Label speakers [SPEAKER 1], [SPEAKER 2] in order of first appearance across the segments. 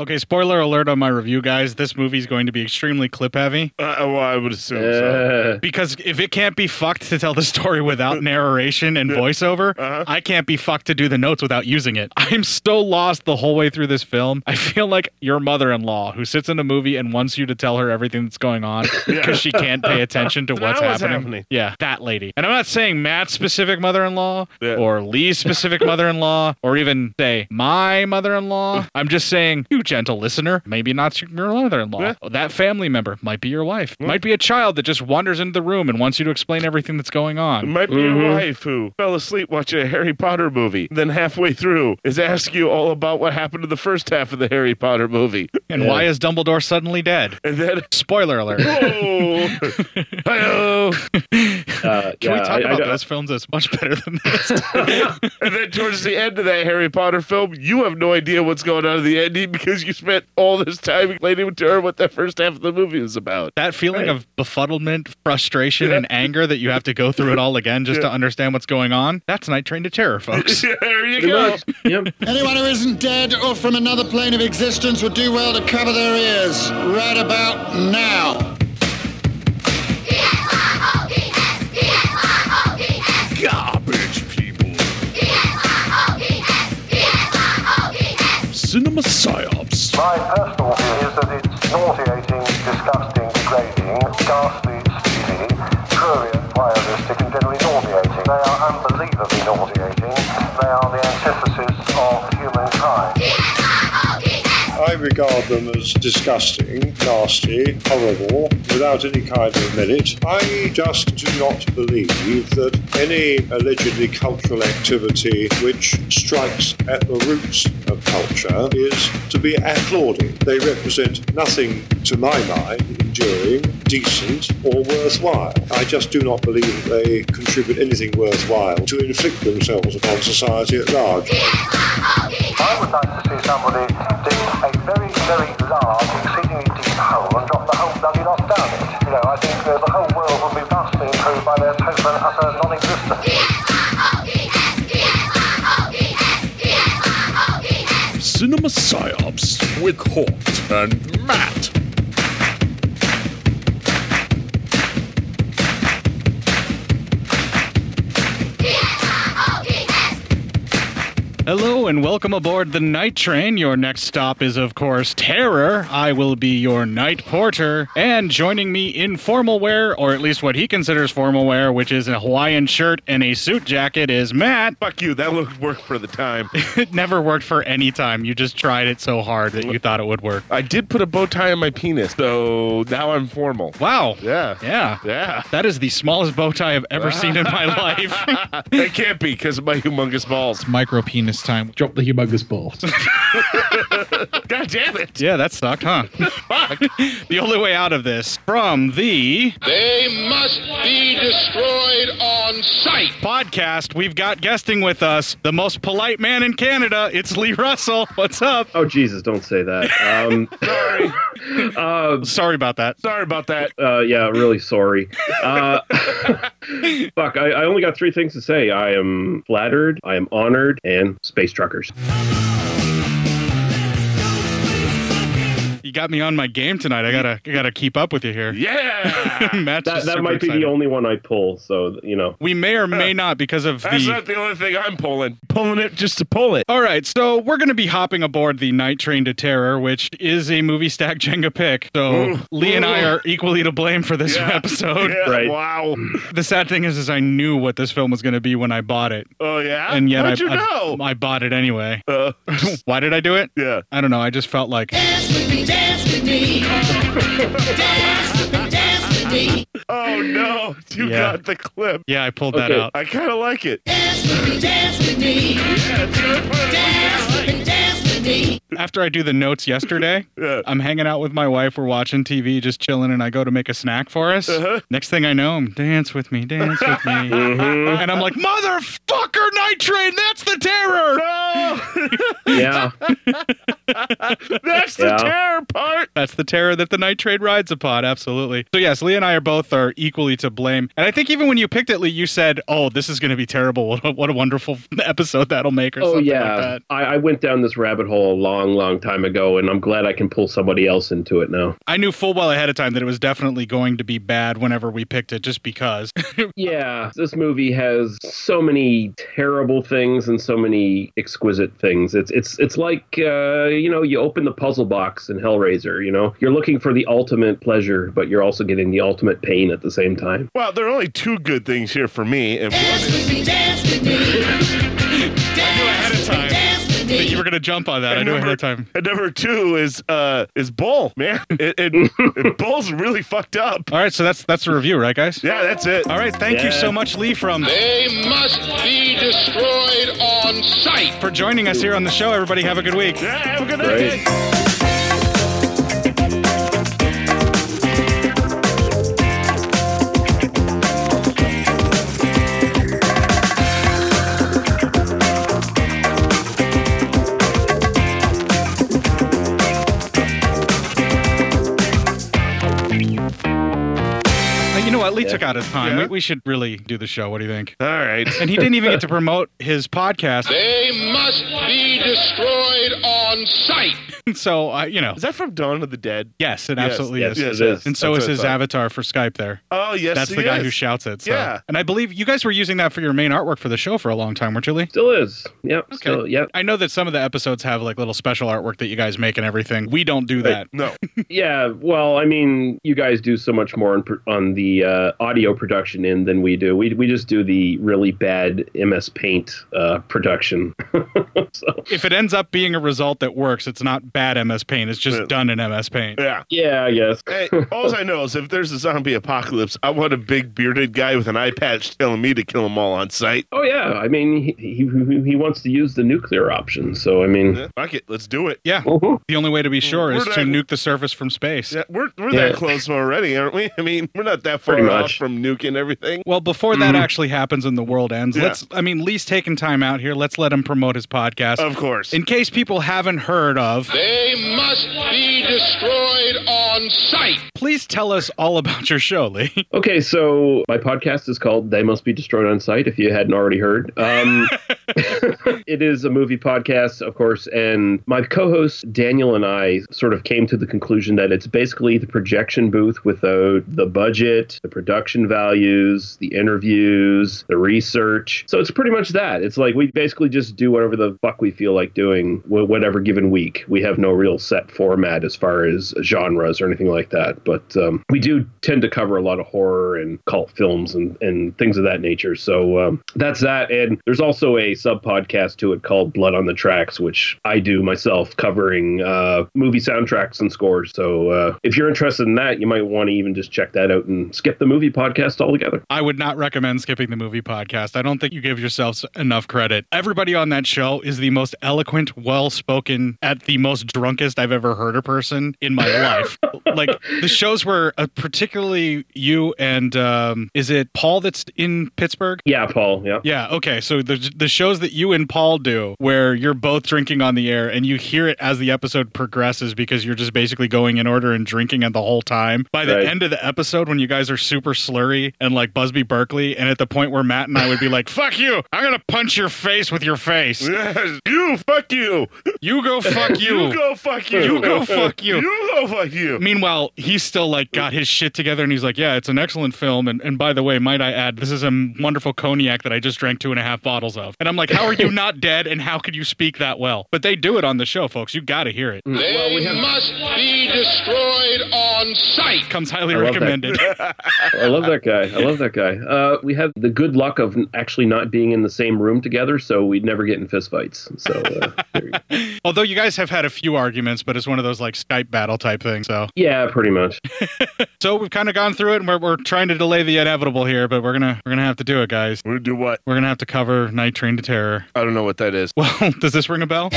[SPEAKER 1] Okay, spoiler alert on my review, guys. This movie's going to be extremely clip heavy.
[SPEAKER 2] Uh, well, I would assume so.
[SPEAKER 1] Because if it can't be fucked to tell the story without narration and voiceover,
[SPEAKER 2] Uh-huh.
[SPEAKER 1] I can't be fucked to do the notes without using it. I'm so lost the whole way through this film. I feel like your mother in law who sits in a movie and wants you to tell her everything that's going on because she can't pay attention to
[SPEAKER 2] Now
[SPEAKER 1] what's
[SPEAKER 2] what's
[SPEAKER 1] happening.
[SPEAKER 2] happening?
[SPEAKER 1] Yeah, that lady. And I'm not saying Matt's specific mother in law or Lee's specific mother in law or even, say, my mother in law. I'm just saying, you gentle listener, maybe not your mother in law. That family member might be your wife, might be a child that just wanders into the room and wants you to explain everything that's going on.
[SPEAKER 2] It might be your
[SPEAKER 1] Mm-hmm.
[SPEAKER 2] wife who fell asleep watching a Harry Potter movie, then halfway through is asking you all about what happened to the first half of the Harry Potter movie.
[SPEAKER 1] And why is Dumbledore suddenly dead?
[SPEAKER 2] And then
[SPEAKER 1] spoiler alert.
[SPEAKER 2] Whoa! Hello.
[SPEAKER 1] Can we talk about those films as much better than this?
[SPEAKER 2] and then towards the end of that Harry Potter film, you have no idea what's going on in the ending because you spent all this time explaining to her what that first half of the movie was about.
[SPEAKER 1] That feeling of befuddlement, frustration, and anger that you have to go through it all again just to understand what's going on? That's Night Train to Terror, folks.
[SPEAKER 2] there
[SPEAKER 1] you go.
[SPEAKER 3] Anyone who isn't dead or from another plane of existence would do well to cover their ears right about now.
[SPEAKER 4] Garbage people. Cinema psyops.
[SPEAKER 5] My personal view is that it's nauseating, disgusting, degrading, ghastly, sleazy, prurient, voyeuristic, and generally nauseating. They are unbelievably nauseating. They are the antithesis of human kind.
[SPEAKER 6] I regard them as disgusting, nasty, horrible, without any kind of merit. I just do not believe that any allegedly cultural activity which strikes at the roots of culture is to be applauded. They represent nothing, to my mind, enduring, decent, or worthwhile. I just do not believe they contribute anything worthwhile to inflict themselves upon society at large.
[SPEAKER 5] I would like to see somebody dig a very, very large, exceedingly deep hole and drop the whole bloody lot down it. You know, I think uh, the whole world would be vastly improved by their total and utter non-existence.
[SPEAKER 4] Cinema psyops with Hort and Matt.
[SPEAKER 1] Hello and welcome aboard the Night Train. Your next stop is, of course, Terror. I will be your night porter. And joining me in formal wear, or at least what he considers formal wear, which is a Hawaiian shirt and a suit jacket, is Matt.
[SPEAKER 2] Fuck you, that looked work for the time.
[SPEAKER 1] it never worked for any time. You just tried it so hard that you thought it would work.
[SPEAKER 2] I did put a bow tie on my penis, so now I'm formal.
[SPEAKER 1] Wow.
[SPEAKER 2] Yeah.
[SPEAKER 1] Yeah.
[SPEAKER 2] Yeah.
[SPEAKER 1] That is the smallest bow tie I've ever seen in my life.
[SPEAKER 2] it can't be because of my humongous balls.
[SPEAKER 1] Micro penis time.
[SPEAKER 7] Drop the humongous balls.
[SPEAKER 2] God damn it.
[SPEAKER 1] Yeah, that sucked, huh? the only way out of this from the
[SPEAKER 8] They must be destroyed on sight.
[SPEAKER 1] podcast, we've got guesting with us the most polite man in Canada. It's Lee Russell. What's up?
[SPEAKER 9] Oh Jesus! Don't say that. Um, sorry.
[SPEAKER 1] sorry about that.
[SPEAKER 2] Sorry about that.
[SPEAKER 9] Uh, yeah, really sorry. Uh, fuck. I, I only got three things to say. I am flattered. I am honored, and space truckers.
[SPEAKER 1] You got me on my game tonight. I gotta, I gotta keep up with you here.
[SPEAKER 2] Yeah,
[SPEAKER 1] Matt's
[SPEAKER 9] That, that might be the only one I pull. So you know.
[SPEAKER 1] We may or may not because of
[SPEAKER 2] That's
[SPEAKER 1] the-
[SPEAKER 2] not the only thing I'm pulling. Pulling it just to pull it.
[SPEAKER 1] All right, so we're going to be hopping aboard the Night Train to Terror, which is a movie stack Jenga pick. So
[SPEAKER 2] Ooh.
[SPEAKER 1] Lee and I
[SPEAKER 2] Ooh.
[SPEAKER 1] are equally to blame for this episode.
[SPEAKER 2] Yeah, Wow.
[SPEAKER 1] The sad thing is, is I knew what this film was going to be when I bought it.
[SPEAKER 2] Oh yeah.
[SPEAKER 1] And yet
[SPEAKER 2] How'd
[SPEAKER 1] I,
[SPEAKER 2] you
[SPEAKER 1] I-
[SPEAKER 2] know? Uh.
[SPEAKER 1] I bought it anyway. Why did I do it?
[SPEAKER 2] Yeah.
[SPEAKER 1] I don't know. I just felt like
[SPEAKER 2] oh no, you
[SPEAKER 1] Yeah.
[SPEAKER 2] got the clip.
[SPEAKER 1] Yeah, I pulled that out.
[SPEAKER 2] I kind of like it.
[SPEAKER 1] After I do the notes yesterday, I'm hanging out with my wife. We're watching TV, just chilling, and I go to make a snack for us. Next thing I know, I'm dance with me, dance with me.
[SPEAKER 10] Mm-hmm.
[SPEAKER 1] And I'm like, motherfucker, Night Train, that's the terror.
[SPEAKER 9] Yeah.
[SPEAKER 2] That's the
[SPEAKER 1] Yeah.
[SPEAKER 2] terror part.
[SPEAKER 1] That's the terror that the night trade rides upon. Absolutely. So yes, Lee and I are both are equally to blame. And I think even when you picked it, Lee, you said, "Oh, this is going to be terrible. What a, what a wonderful episode that'll make." Or
[SPEAKER 9] Oh
[SPEAKER 1] something
[SPEAKER 9] yeah.
[SPEAKER 1] like that.
[SPEAKER 9] I, I went down this rabbit hole a long long, long time ago, and I'm glad I can pull somebody else into it now.
[SPEAKER 1] I knew full well ahead of time that it was definitely going to be bad whenever we picked it, just because.
[SPEAKER 9] yeah, this movie has so many terrible things and so many exquisite things. It's it's it's like uh, you know you open the puzzle box in Hellraiser. You know you're looking for the ultimate pleasure, but you're also getting the ultimate pain at the same time.
[SPEAKER 2] Well, there are only two good things here for me. And one is-
[SPEAKER 1] ahead of time that you were going to jump on that. I knew ahead of time.
[SPEAKER 2] And number two is uh is Bull, man. It, it, it- Bull's really fucked up.
[SPEAKER 1] All right, so that's that's the review, right, guys?
[SPEAKER 2] Yeah, that's it.
[SPEAKER 1] All right, thank you
[SPEAKER 2] Yeah.
[SPEAKER 1] so much, Lee, from
[SPEAKER 8] They must be destroyed on sight.
[SPEAKER 1] for joining us here on the show. Everybody, have a good week.
[SPEAKER 2] Yeah, have a good
[SPEAKER 9] Right.
[SPEAKER 1] Uh, You know what? Lee took out his time. We, we should really do the show. What do you think?
[SPEAKER 2] All right.
[SPEAKER 1] And he didn't even get to promote his podcast.
[SPEAKER 8] They must be destroyed on sight.
[SPEAKER 1] So, uh, you know,
[SPEAKER 2] Is that from Dawn of the Dead?
[SPEAKER 1] yes, it
[SPEAKER 2] Yes,
[SPEAKER 1] absolutely
[SPEAKER 9] yes,
[SPEAKER 1] is.
[SPEAKER 9] yes, it is.
[SPEAKER 1] And so
[SPEAKER 2] That's
[SPEAKER 1] is
[SPEAKER 2] what I
[SPEAKER 1] his
[SPEAKER 2] thought.
[SPEAKER 1] avatar for Skype there.
[SPEAKER 2] Oh yes,
[SPEAKER 1] That's the
[SPEAKER 2] he
[SPEAKER 1] guy who
[SPEAKER 2] is.
[SPEAKER 1] shouts it. So.
[SPEAKER 2] Yeah.
[SPEAKER 1] And I believe you guys were using that for your main artwork for the show for a long time, weren't you, Lee?
[SPEAKER 9] Still is. Yep. Still, yep.
[SPEAKER 1] I know that some of the episodes have like little special artwork that you guys make and everything. We don't do that.
[SPEAKER 2] No.
[SPEAKER 9] Yeah, well, I mean, you guys do so much more on, pr- on the uh, audio production end than we do. We, we just do the really bad MS Paint uh, production. so,
[SPEAKER 1] If it ends up being a result that works, it's not bad MS Paint. It's just
[SPEAKER 2] Yeah.
[SPEAKER 1] done in MS Paint.
[SPEAKER 2] Yeah.
[SPEAKER 9] yeah, I guess.
[SPEAKER 2] Hey, all I know is if there's a zombie apocalypse, I want a big bearded guy with an eye patch telling me to kill them all on sight.
[SPEAKER 9] Oh yeah, I mean, he, he he wants to use the nuclear option. So I mean,
[SPEAKER 2] Yeah, Fuck it, let's do it.
[SPEAKER 1] Yeah.
[SPEAKER 9] Mhm.
[SPEAKER 1] The only way to be sure is
[SPEAKER 2] We're
[SPEAKER 1] to
[SPEAKER 2] not-
[SPEAKER 1] nuke the surface from space.
[SPEAKER 2] Yeah, we're we're
[SPEAKER 9] Yeah.
[SPEAKER 2] that close already, aren't we? I mean, we're not that far
[SPEAKER 9] Pretty
[SPEAKER 2] off
[SPEAKER 9] much.
[SPEAKER 2] from nuking everything.
[SPEAKER 1] Well, before
[SPEAKER 9] Mm-hmm.
[SPEAKER 1] that actually happens and the world ends,
[SPEAKER 2] Yeah.
[SPEAKER 1] let's, I mean, Lee's taking time out here. Let's let him promote his podcast.
[SPEAKER 2] Of course.
[SPEAKER 1] In case people haven't heard of,
[SPEAKER 8] They must be destroyed on sight.
[SPEAKER 1] please tell us all about your show, Lee.
[SPEAKER 9] okay, so my podcast is called "They Must Be Destroyed on Sight." If you hadn't already heard, um, it is a movie podcast, of course, and my co-host Daniel and I sort of came to the conclusion that it's basically the projection booth without the budget, the production values, the interviews, the research. So it's pretty much that. It's like we basically just do whatever the fuck we feel like doing, wh- whatever given week. We have no real set format as far as genres or anything like that, but um, we do tend to cover a lot of horror and cult films and, and things of that nature. So um, that's that. And there's also a sub podcast to it called Blood on the Tracks, which I do myself covering uh, movie soundtracks and scores. So uh, if you're interested in that, you might want to even just check that out and skip the movie podcast altogether.
[SPEAKER 1] I would not recommend skipping the movie podcast. I don't think you give yourselves enough credit. Everybody on that show is the most eloquent, well spoken, at the most drunkest I've ever heard a person in my life. Like the shows where uh, particularly you and um, is it Paul that's in Pittsburgh?
[SPEAKER 9] Yeah, Paul. Yeah.
[SPEAKER 1] Yeah, okay. So the the shows that you and Paul do where you're both drinking on the air and you hear it as the episode progresses because you're just basically going in order and drinking it the whole time. By the
[SPEAKER 9] Right.
[SPEAKER 1] end of the episode when you guys are super slurry and like Busby Berkeley and at the point where Matt and I would be like, "Fuck you. I'm going to punch your face with your face.
[SPEAKER 2] Yes, you fuck you.
[SPEAKER 1] You go fuck you."
[SPEAKER 2] You go fuck you.
[SPEAKER 1] You go fuck you.
[SPEAKER 2] You go fuck you.
[SPEAKER 1] Meanwhile, he's still like got his shit together and he's like, Yeah, it's an excellent film. And, and by the way, might I add, this is a m- wonderful cognac that I just drank two and a half bottles of. And I'm like, How are you not dead and how could you speak that well? But they do it on the show, folks. You got to hear it.
[SPEAKER 8] They must be destroyed on sight.
[SPEAKER 1] Comes highly
[SPEAKER 9] I love that.
[SPEAKER 1] recommended.
[SPEAKER 9] I love that guy. I love that guy. Uh, we have the good luck of actually not being in the same room together, so we'd never get in fistfights. So uh, there you go.
[SPEAKER 1] Although you guys have had a few arguments, but it's one of those like Skype battle type things. So,
[SPEAKER 9] yeah, pretty much.
[SPEAKER 1] so we've kind of gone through it and we're, we're trying to delay the inevitable here, but we're going to we're going to have to do it, guys.
[SPEAKER 2] We're gonna do what?
[SPEAKER 1] We're going to have to cover Night Train to Terror.
[SPEAKER 2] I don't know what that is.
[SPEAKER 1] Well, does this ring a bell?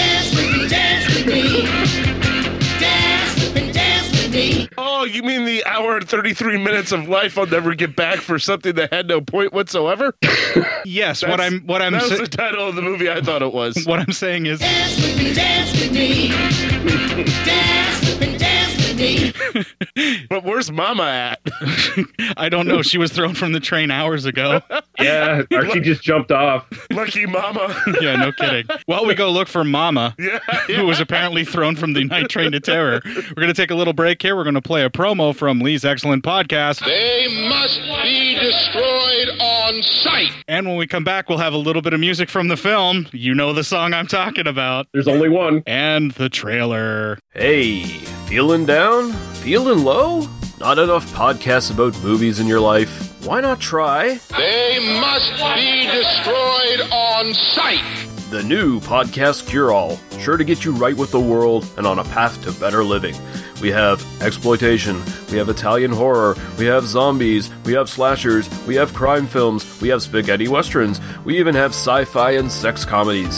[SPEAKER 2] Oh, you mean the hour and 33 minutes of life I'll never get back for something that had no point whatsoever?
[SPEAKER 1] Yes, what
[SPEAKER 2] That's-
[SPEAKER 1] I'm what I'm
[SPEAKER 2] That was
[SPEAKER 1] sa-
[SPEAKER 2] the title of the movie I thought it was.
[SPEAKER 1] what I'm saying is
[SPEAKER 2] But where's Mama at?
[SPEAKER 1] I don't know. She was thrown from the train hours ago.
[SPEAKER 11] Yeah, or she just jumped off.
[SPEAKER 2] Lucky Mama.
[SPEAKER 1] Yeah, no kidding. While we go look for Mama,
[SPEAKER 2] yeah,
[SPEAKER 1] who was apparently thrown from the night train to terror, we're going to take a little break here. We're going to play a promo from Lee's excellent podcast.
[SPEAKER 8] They must be destroyed on sight.
[SPEAKER 1] And when we come back, we'll have a little bit of music from the film. You know the song I'm talking about.
[SPEAKER 11] There's only one.
[SPEAKER 1] And the trailer.
[SPEAKER 9] Hey, feeling down? Feeling low? Not enough podcasts about movies in your life? Why not try
[SPEAKER 8] They must be destroyed on sight.
[SPEAKER 9] the new podcast Cure All? Sure to get you right with the world and on a path to better living. We have exploitation, we have Italian horror, we have zombies, we have slashers, we have crime films, we have spaghetti westerns, we even have sci fi and sex comedies.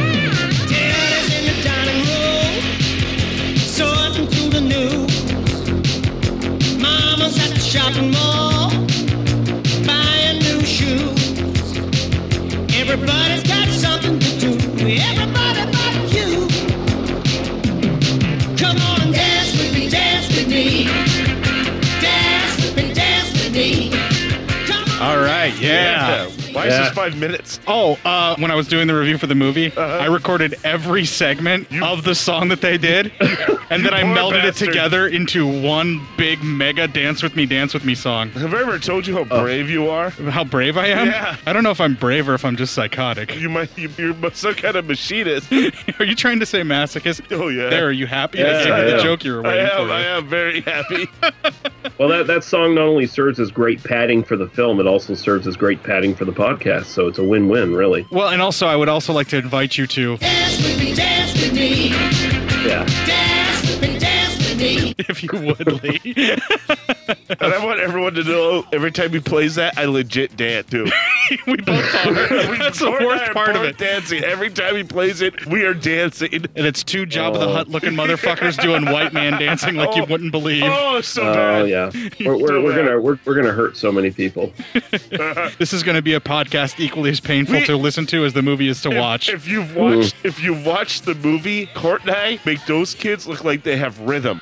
[SPEAKER 10] Dinner's in the dining room, sorting through the news. Mama's at the shopping mall, buying new shoes. Everybody's got something to do. Everybody but you. Come on and dance with me, dance with me. Dance with me, dance with me. Come on.
[SPEAKER 1] All right, yeah.
[SPEAKER 2] Why is
[SPEAKER 11] Yeah.
[SPEAKER 2] this five minutes? Uh-huh.
[SPEAKER 1] Oh, uh, when I was doing the review for the movie, I recorded every segment of the song that they did, and then I
[SPEAKER 2] poor
[SPEAKER 1] melded
[SPEAKER 2] bastard.
[SPEAKER 1] it together into one big mega "Dance with Me, Dance with Me" song. Oh.
[SPEAKER 2] Have I ever told you how brave you are?
[SPEAKER 1] How brave I am!
[SPEAKER 2] Yeah.
[SPEAKER 1] I don't know if I'm brave or if I'm just psychotic.
[SPEAKER 2] You might you, you're some kind of machinist.
[SPEAKER 1] Are you trying to say masochist?
[SPEAKER 2] Oh yeah.
[SPEAKER 1] There, are you happy?
[SPEAKER 11] Yeah,
[SPEAKER 1] That's
[SPEAKER 11] I
[SPEAKER 1] the
[SPEAKER 11] am.
[SPEAKER 1] joke you were
[SPEAKER 2] I
[SPEAKER 1] waiting
[SPEAKER 2] am.
[SPEAKER 1] for.
[SPEAKER 2] I am very happy.
[SPEAKER 11] Well, that, that song not only serves as great padding for the film, it also serves as great padding for the podcast. So it's a win win, really.
[SPEAKER 1] Well, and also, I would also like to invite you to,
[SPEAKER 10] Dance with me, dance with me.
[SPEAKER 11] Yeah.
[SPEAKER 10] Dance with me, dance with me.
[SPEAKER 1] if you would, Lee.
[SPEAKER 2] and I want everyone to know every time he plays that, I legit dance too.
[SPEAKER 1] we both are. That's the
[SPEAKER 2] Gordon and I
[SPEAKER 1] worst
[SPEAKER 2] are
[SPEAKER 1] part of
[SPEAKER 2] both
[SPEAKER 1] it.
[SPEAKER 2] Dancing every time he plays it, we are dancing.
[SPEAKER 1] And it's two Job of the
[SPEAKER 11] Oh.
[SPEAKER 1] Hut looking motherfuckers doing white man dancing like you
[SPEAKER 2] Oh.
[SPEAKER 1] wouldn't believe.
[SPEAKER 2] Oh, so
[SPEAKER 11] Oh
[SPEAKER 2] bad.
[SPEAKER 11] yeah, we're, we're, we're gonna we're, we're gonna hurt so many people.
[SPEAKER 1] This is going to be a podcast equally as painful
[SPEAKER 2] We-
[SPEAKER 1] to listen to as the movie is to
[SPEAKER 2] If-
[SPEAKER 1] watch.
[SPEAKER 2] If, you've watched, if you've watched the movie, Court and I make those kids look like they have rhythm.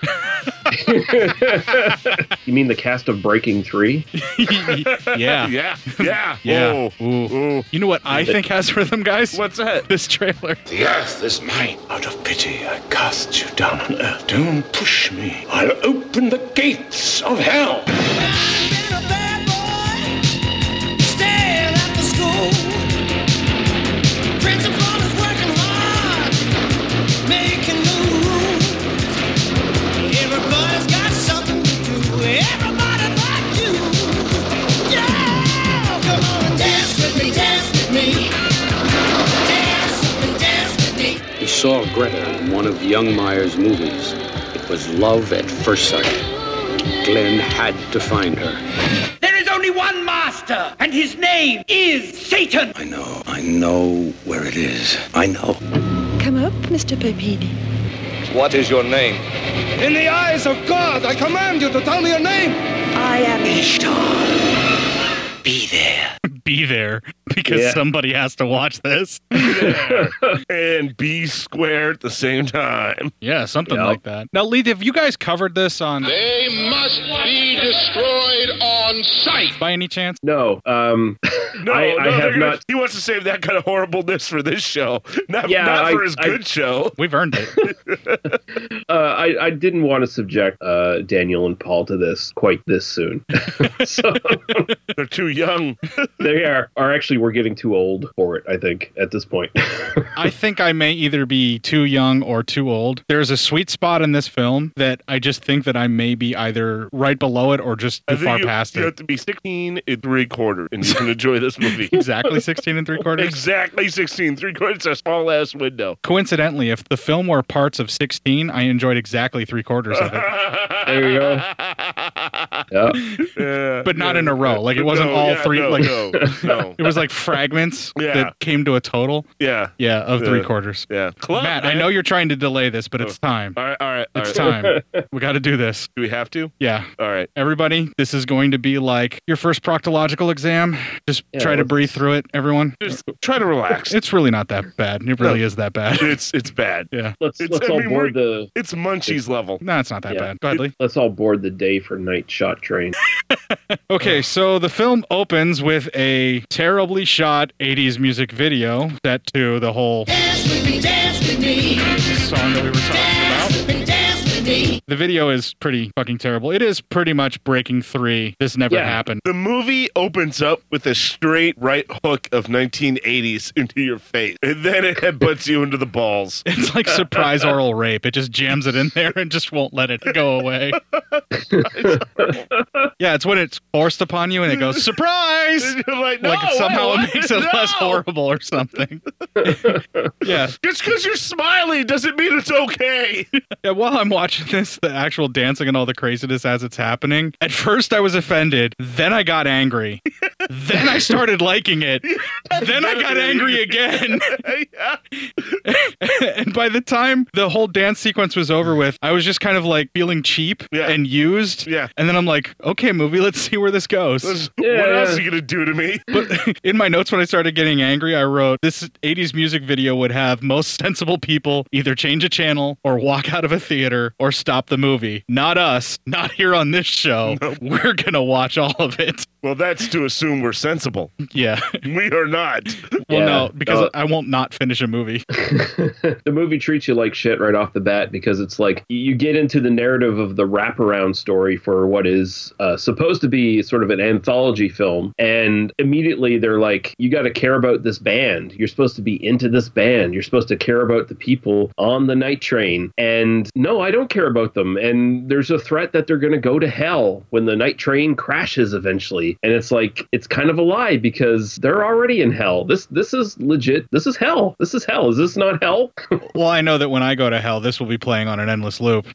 [SPEAKER 11] You mean the cast of Breaking Three?
[SPEAKER 1] yeah.
[SPEAKER 2] yeah, yeah,
[SPEAKER 1] Yeah.
[SPEAKER 2] Oh,
[SPEAKER 1] Ooh.
[SPEAKER 2] oh.
[SPEAKER 1] You know what I think has rhythm, guys?
[SPEAKER 2] What's that?
[SPEAKER 1] This trailer.
[SPEAKER 4] The earth is mine. Out of pity, I cast you down on earth. Don't push me. I'll open the gates of hell.
[SPEAKER 10] Everybody's got something to do. Everybody but you. Yeah, come on and dance with me, dance with me, dance with me, dance with me.
[SPEAKER 12] You saw Greta in one of Youngmeyer's movies. It was love at first sight. Glenn had to find her.
[SPEAKER 10] There is only one master, and his name is Satan.
[SPEAKER 12] I know. I know where it is. I know.
[SPEAKER 10] Come up, Mr. Pepini.
[SPEAKER 12] What is your name? In the eyes of God, I command you to tell me your name.
[SPEAKER 10] I am Ishtar. Be there.
[SPEAKER 1] Be there because
[SPEAKER 11] Yeah.
[SPEAKER 1] somebody has to watch this.
[SPEAKER 2] And B square at the same time.
[SPEAKER 1] Yeah, something like that. Now, Lee, have you guys covered this on
[SPEAKER 8] They must be destroyed on sight.
[SPEAKER 1] by any chance?
[SPEAKER 11] No. Um,
[SPEAKER 2] No, no,
[SPEAKER 9] I, I have
[SPEAKER 2] they're gonna-
[SPEAKER 9] not
[SPEAKER 2] He wants to save that kind of horribleness for this show, not,
[SPEAKER 9] Yeah,
[SPEAKER 2] not
[SPEAKER 9] I-
[SPEAKER 2] for his
[SPEAKER 9] I-
[SPEAKER 2] good show.
[SPEAKER 1] We've earned it.
[SPEAKER 9] uh, I, I didn't want to subject uh, Daniel and Paul to this quite this soon. so,
[SPEAKER 2] They're too young.
[SPEAKER 9] they are, are actually we're getting too old for it. I think at this point.
[SPEAKER 1] I think I may either be too young or too old. There's a sweet spot in this film that I just think that I may be either right below it or just
[SPEAKER 2] I
[SPEAKER 1] too
[SPEAKER 2] think
[SPEAKER 1] far
[SPEAKER 2] you,
[SPEAKER 1] past
[SPEAKER 2] you
[SPEAKER 1] it.
[SPEAKER 2] have to be 16 and three quarters, and you can enjoy this movie.
[SPEAKER 1] Exactly 16 and three quarters?
[SPEAKER 2] Exactly 16 three quarters. It's a small ass window.
[SPEAKER 1] Coincidentally, if the film were parts of 16, I enjoyed exactly three quarters of it,
[SPEAKER 9] there you go.
[SPEAKER 2] Yeah,
[SPEAKER 1] but not
[SPEAKER 2] yeah.
[SPEAKER 1] in a row. Like it wasn't
[SPEAKER 2] No,
[SPEAKER 1] all
[SPEAKER 2] yeah,
[SPEAKER 1] three.
[SPEAKER 2] No,
[SPEAKER 1] like
[SPEAKER 2] no, no.
[SPEAKER 1] it was like fragments
[SPEAKER 2] Yeah.
[SPEAKER 1] that came to a total.
[SPEAKER 2] Yeah.
[SPEAKER 1] Yeah, of three
[SPEAKER 2] Yeah.
[SPEAKER 1] quarters.
[SPEAKER 2] Yeah. Club, Oh.
[SPEAKER 1] Matt, I know you're trying to delay this, but it's time.
[SPEAKER 2] All right, all right. all
[SPEAKER 1] It's
[SPEAKER 2] right.
[SPEAKER 1] time. We got to do this.
[SPEAKER 2] Do we have to?
[SPEAKER 1] Yeah.
[SPEAKER 2] All right.
[SPEAKER 1] Everybody, this is going to be like your first proctological exam. Just
[SPEAKER 2] Yeah,
[SPEAKER 1] try to
[SPEAKER 2] let's-
[SPEAKER 1] breathe through it, everyone.
[SPEAKER 2] Just try to relax.
[SPEAKER 1] It's really not that bad. It really is that bad.
[SPEAKER 2] It's it's bad.
[SPEAKER 1] Yeah.
[SPEAKER 9] Let's
[SPEAKER 2] It's-
[SPEAKER 9] let's
[SPEAKER 2] I
[SPEAKER 9] all
[SPEAKER 2] mean,
[SPEAKER 9] board the.
[SPEAKER 2] It's Munchies level.
[SPEAKER 1] No, it's not that
[SPEAKER 9] yeah.
[SPEAKER 1] bad. Go ahead, Lee.
[SPEAKER 9] Let's all board the day for night shot train.
[SPEAKER 1] Okay, so the film opens with a terribly shot 80s music video set to the whole song that we were talking about. The video is pretty fucking terrible. It is pretty much breaking three. This never happened.
[SPEAKER 2] The movie opens up with a straight right hook of 1980s into your face, and then it headbutts you into the balls.
[SPEAKER 1] It's like surprise oral rape. It just jams it in there and just won't let it go away. yeah, it's when it's forced upon you and it goes surprise.
[SPEAKER 2] You're like, no,
[SPEAKER 1] like somehow
[SPEAKER 2] wait,
[SPEAKER 1] it makes it
[SPEAKER 2] what?
[SPEAKER 1] less
[SPEAKER 2] No!
[SPEAKER 1] horrible or something. yeah.
[SPEAKER 2] Just because you're smiling doesn't mean it's okay.
[SPEAKER 1] Yeah, while I'm watching this, the actual dancing and all the craziness as it's happening, at first I was offended, then I got angry, then I started liking it, then I got angry again. and by the time the whole dance sequence was over with, I was just kind of like feeling cheap and used.
[SPEAKER 2] Yeah.
[SPEAKER 1] And then I'm like, okay, movie, let's see where this goes.
[SPEAKER 2] what else are you gonna do to me?
[SPEAKER 1] In my notes when I started getting angry, I wrote this 80s music video would have most sensible people either change a channel or walk out of a theater or stop the movie. Not us, not here on this show. We're going to watch all of it.
[SPEAKER 2] well, that's to assume we're sensible.
[SPEAKER 1] Yeah.
[SPEAKER 2] We are not.
[SPEAKER 1] Well, no, because
[SPEAKER 9] uh,
[SPEAKER 1] I won't not finish a movie.
[SPEAKER 9] the movie treats you like shit right off the bat because it's like you get into the narrative of the wraparound story for what is uh, supposed to be sort of an anthology film, and immediately they're like, "You got to care about this band. You're supposed to be into this band. You're supposed to care about the people on the night train." And no, I don't care about them. And there's a threat that they're going to go to hell when the night train crashes eventually. And it's like it's kind of a lie because they're already in hell. This this is legit. This is hell. This is hell. Is this not hell?
[SPEAKER 1] Well, I know that when I go to hell, this will be playing on an endless loop.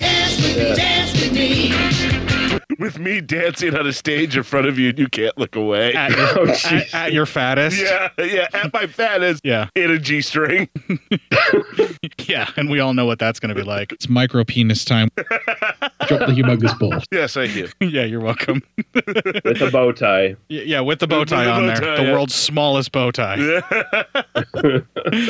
[SPEAKER 2] With me dancing on a stage in front of you, and you can't look away.
[SPEAKER 1] At your, at, at your fattest.
[SPEAKER 2] yeah, yeah. At my fattest.
[SPEAKER 1] Yeah.
[SPEAKER 2] In a g string.
[SPEAKER 1] Yeah, and we all know what that's going to be like. It's micro penis time. Drop the humongous ball.
[SPEAKER 2] Yes, thank you.
[SPEAKER 1] yeah, you're welcome.
[SPEAKER 9] With a bow tie.
[SPEAKER 1] Y- Yeah, with the bow tie
[SPEAKER 2] the
[SPEAKER 1] on
[SPEAKER 2] bow
[SPEAKER 1] there,
[SPEAKER 2] tie,
[SPEAKER 1] the
[SPEAKER 2] yeah.
[SPEAKER 1] world's smallest bow tie.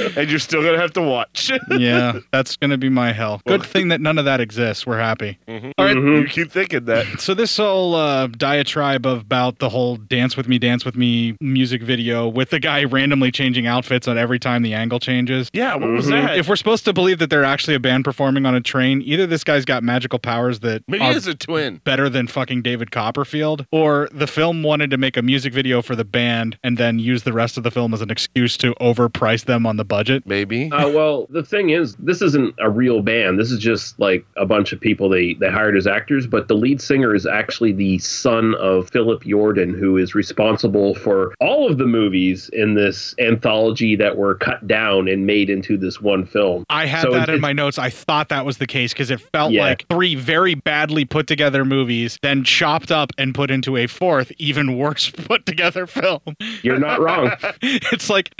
[SPEAKER 2] and you're still gonna have to watch.
[SPEAKER 1] yeah, that's gonna be my hell. Good thing that none of that exists. We're happy.
[SPEAKER 2] Mm-hmm.
[SPEAKER 1] All right.
[SPEAKER 9] Mm-hmm.
[SPEAKER 2] You keep thinking that.
[SPEAKER 1] So this whole uh, diatribe about the whole "Dance with Me, Dance with Me" music video with the guy randomly changing outfits on every time the angle changes. Mm-hmm.
[SPEAKER 2] Yeah, what
[SPEAKER 9] Mm-hmm.
[SPEAKER 2] was that?
[SPEAKER 1] If we're supposed to believe that they're actually a band performing on a train, either this guy's got magical powers that
[SPEAKER 2] Maybe
[SPEAKER 1] are
[SPEAKER 2] it's a twin.
[SPEAKER 1] better than fucking David Copperfield, or the film wanted to make a music video for the band and then use the rest of the film as an excuse to overprice them on the budget.
[SPEAKER 2] Maybe.
[SPEAKER 9] Uh, well, the thing is, this isn't a real band. This is just like a bunch of people they, they hired as actors, but the lead singer is actually the son of Philip Jordan, who is responsible for all of the movies in this anthology that were cut down and made into this one film.
[SPEAKER 1] I had
[SPEAKER 9] So
[SPEAKER 1] that
[SPEAKER 9] it-
[SPEAKER 1] in my notes. I thought that was the case because it felt
[SPEAKER 9] Yeah.
[SPEAKER 1] like three very badly put together movies, then chopped up and put into a fourth, even worse put together film.
[SPEAKER 9] You're not wrong.
[SPEAKER 1] it's like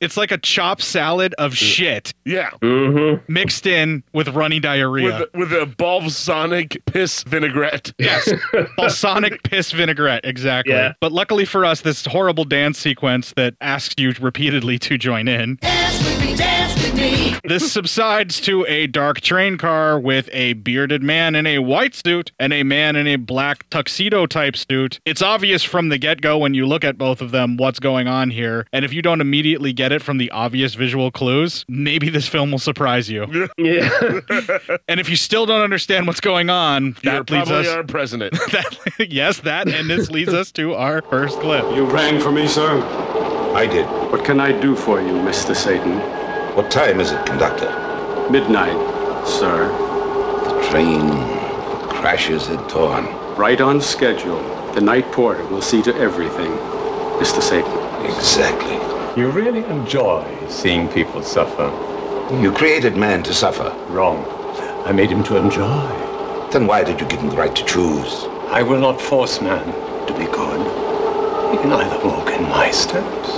[SPEAKER 1] It's like a chopped salad
[SPEAKER 9] Mm.
[SPEAKER 1] of shit.
[SPEAKER 2] Yeah.
[SPEAKER 9] Mm-hmm.
[SPEAKER 1] Mixed in with runny diarrhea.
[SPEAKER 2] With, with a balsamic piss vinaigrette.
[SPEAKER 1] Yes. balsamic piss vinaigrette, exactly.
[SPEAKER 2] Yeah.
[SPEAKER 1] But luckily for us, this horrible dance sequence that asks you repeatedly to join in. This subsides to a dark train car with a bearded man in a white suit and a man in a black tuxedo type suit. It's obvious from the get go when you look at both of them what's going on here. And if you don't immediately get it from the obvious visual clues, maybe this film will surprise you.
[SPEAKER 9] Yeah.
[SPEAKER 1] and if you still don't understand what's going on, that leads
[SPEAKER 2] Probably
[SPEAKER 1] us.
[SPEAKER 2] our president.
[SPEAKER 1] that, yes, that. And this leads us to our first clip.
[SPEAKER 12] You rang for me, sir? I did. What can I do for you, Mr. Satan? What time is it, conductor? Midnight, sir. The train crashes at dawn. Right on schedule. The night porter will see to everything, Mr. Satan. Exactly. You really enjoy seeing people suffer. You created man to suffer. Wrong. I made him to enjoy. Then why did you give him the right to choose? I will not force man to be good. He can either walk in my steps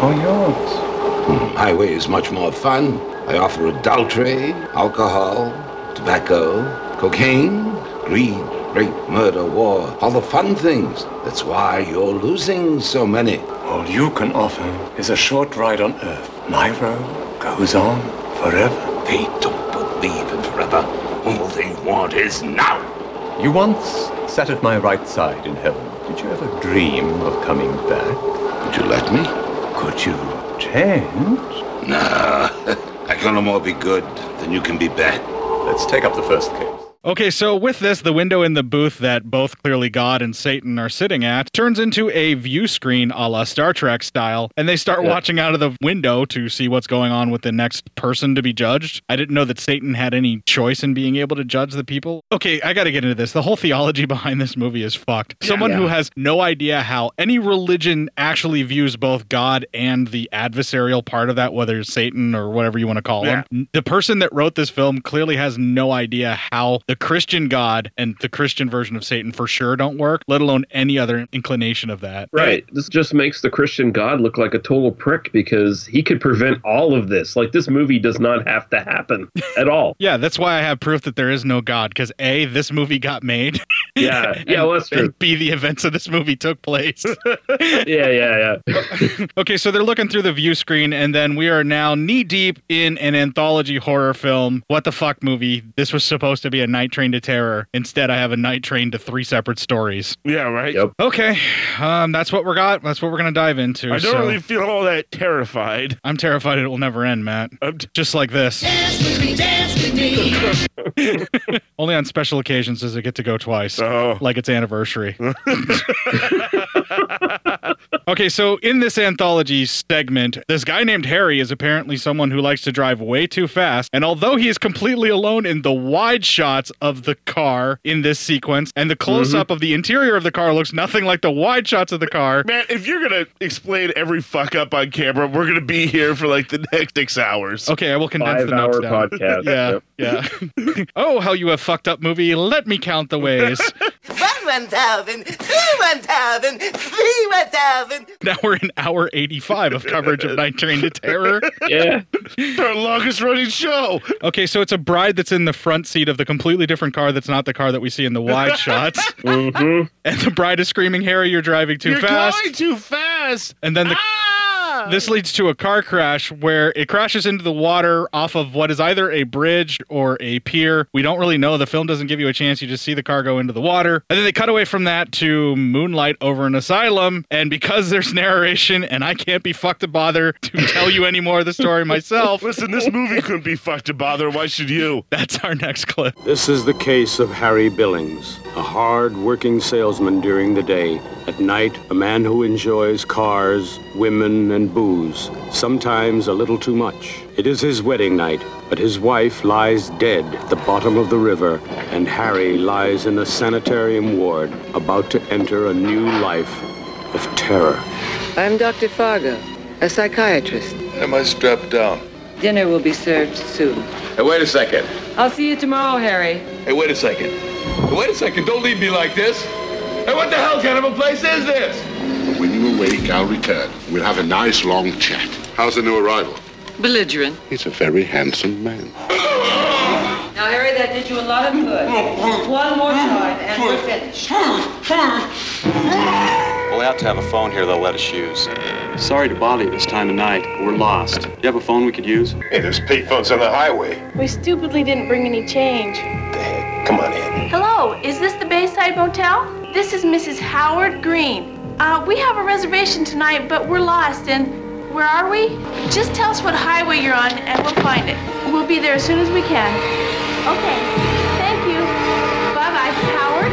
[SPEAKER 12] or yours.
[SPEAKER 9] Oh,
[SPEAKER 4] My way is much more fun. I offer adultery, alcohol, tobacco, cocaine, greed, rape, murder, war, all the fun things. That's why you're losing so many.
[SPEAKER 12] All you can offer is a short ride on Earth. My road goes on forever. They don't believe in forever. All they want is now. You once sat at my right side in heaven. Did you ever dream of coming back? Would you let me? Could you change?
[SPEAKER 4] Nah, I can no more be good than you can be bad.
[SPEAKER 12] Let's take up the first case.
[SPEAKER 1] Okay, so with this, the window in the booth that both clearly God and Satan are sitting at turns into a view screen a la Star Trek style, and they start
[SPEAKER 2] Yeah.
[SPEAKER 1] watching out of the window to see what's going on with the next person to be judged. I didn't know that Satan had any choice in being able to judge the people. Okay, I gotta get into this. The whole theology behind this movie is fucked. Someone who has no idea how any religion actually views both God and the adversarial part of that, whether it's Satan or whatever you want to call
[SPEAKER 2] Yeah.
[SPEAKER 1] him. The person that wrote this film clearly has no idea how the Christian God and the Christian version of Satan for sure don't work, let alone any other inclination of that.
[SPEAKER 9] Right. This just makes the Christian God look like a total prick because he could prevent all of this. Like this movie does not have to happen at all.
[SPEAKER 1] Yeah, that's why I have proof that there is no God, because A, this movie got made.
[SPEAKER 9] Yeah. Yeah, well, that's true.
[SPEAKER 1] And B, the events of this movie took place.
[SPEAKER 9] yeah, yeah, yeah.
[SPEAKER 1] okay, so they're looking through the view screen, and then we are now knee deep in an anthology horror film. What the fuck movie? This was supposed to be a Night Train to Terror. Instead, I have a Night Train to three separate stories.
[SPEAKER 2] Yeah, right.
[SPEAKER 1] Okay, um, that's what we're got. That's what we're gonna dive into.
[SPEAKER 2] I don't
[SPEAKER 1] so-
[SPEAKER 2] really feel all that terrified.
[SPEAKER 1] I'm terrified it will never end, Matt. Just like this. Only on special occasions does it get to go twice, like its anniversary. okay, so in this anthology segment, this guy named Harry is apparently someone who likes to drive way too fast. And although he is completely alone in the wide shots of the car in this sequence, and the close up of the interior of the car looks nothing like the wide shots of the car,
[SPEAKER 2] Man, if you're gonna explain every fuck up on camera, we're gonna be here for like the next six hours.
[SPEAKER 1] Okay, I will condense the notes down. Yeah, yeah. oh, how you have fucked up movie. Let me count the ways.
[SPEAKER 10] One one thousand, two one thousand, three one thousand.
[SPEAKER 1] now we're in hour 85 of coverage of Night Train to Terror.
[SPEAKER 9] Yeah.
[SPEAKER 2] Our longest running show.
[SPEAKER 1] Okay, so it's a bride that's in the front seat of the completely different car that's not the car that we see in the wide shots.
[SPEAKER 9] mm-hmm.
[SPEAKER 1] And the bride is screaming, Harry, you're driving too
[SPEAKER 2] you're
[SPEAKER 1] fast.
[SPEAKER 2] going too fast.
[SPEAKER 1] And then the.
[SPEAKER 2] Ah!
[SPEAKER 1] This leads to a car crash where it crashes into the water off of what is either a bridge or a pier. We don't really know. The film doesn't give you a chance. You just see the car go into the water. And then they cut away from that to moonlight over an asylum. And because there's narration and I can't be fucked to bother to tell you any more of the story myself.
[SPEAKER 2] Listen, this movie couldn't be fucked to bother. Why should you?
[SPEAKER 1] That's our next clip.
[SPEAKER 12] This is the case of Harry Billings, a hard working salesman during the day. At night, a man who enjoys cars, women, and booze, sometimes a little too much. It is his wedding night, but his wife lies dead at the bottom of the river, and Harry lies in a sanitarium ward about to enter a new life of terror.
[SPEAKER 13] I'm Dr. Fargo, a psychiatrist.
[SPEAKER 14] Am I strapped down?
[SPEAKER 13] Dinner will be served soon.
[SPEAKER 14] Hey, wait a second.
[SPEAKER 13] I'll see you tomorrow, Harry.
[SPEAKER 14] Hey, wait a second. Hey, wait a second. Don't leave me like this. Hey, what the hell kind of a place is this?
[SPEAKER 15] When you awake, I'll return. We'll have a nice long chat. How's the new arrival?
[SPEAKER 16] Belligerent.
[SPEAKER 15] He's a very handsome man.
[SPEAKER 16] Now, Harry, that did you a lot of good. One more time, and we're finished.
[SPEAKER 14] We'll have to have a phone here they'll let us use. Sorry to bother you this time of night. We're lost. Do you have a phone we could use? Hey, there's payphones on the highway.
[SPEAKER 17] We stupidly didn't bring any change.
[SPEAKER 14] Come on in.
[SPEAKER 17] Hello, is this the Bayside Motel? This is Mrs. Howard Green. Uh, we have a reservation tonight, but we're lost and where are we? Just tell us what highway you're on and we'll find it. We'll be there as soon as we can. Okay. Thank you. Bye bye. Howard?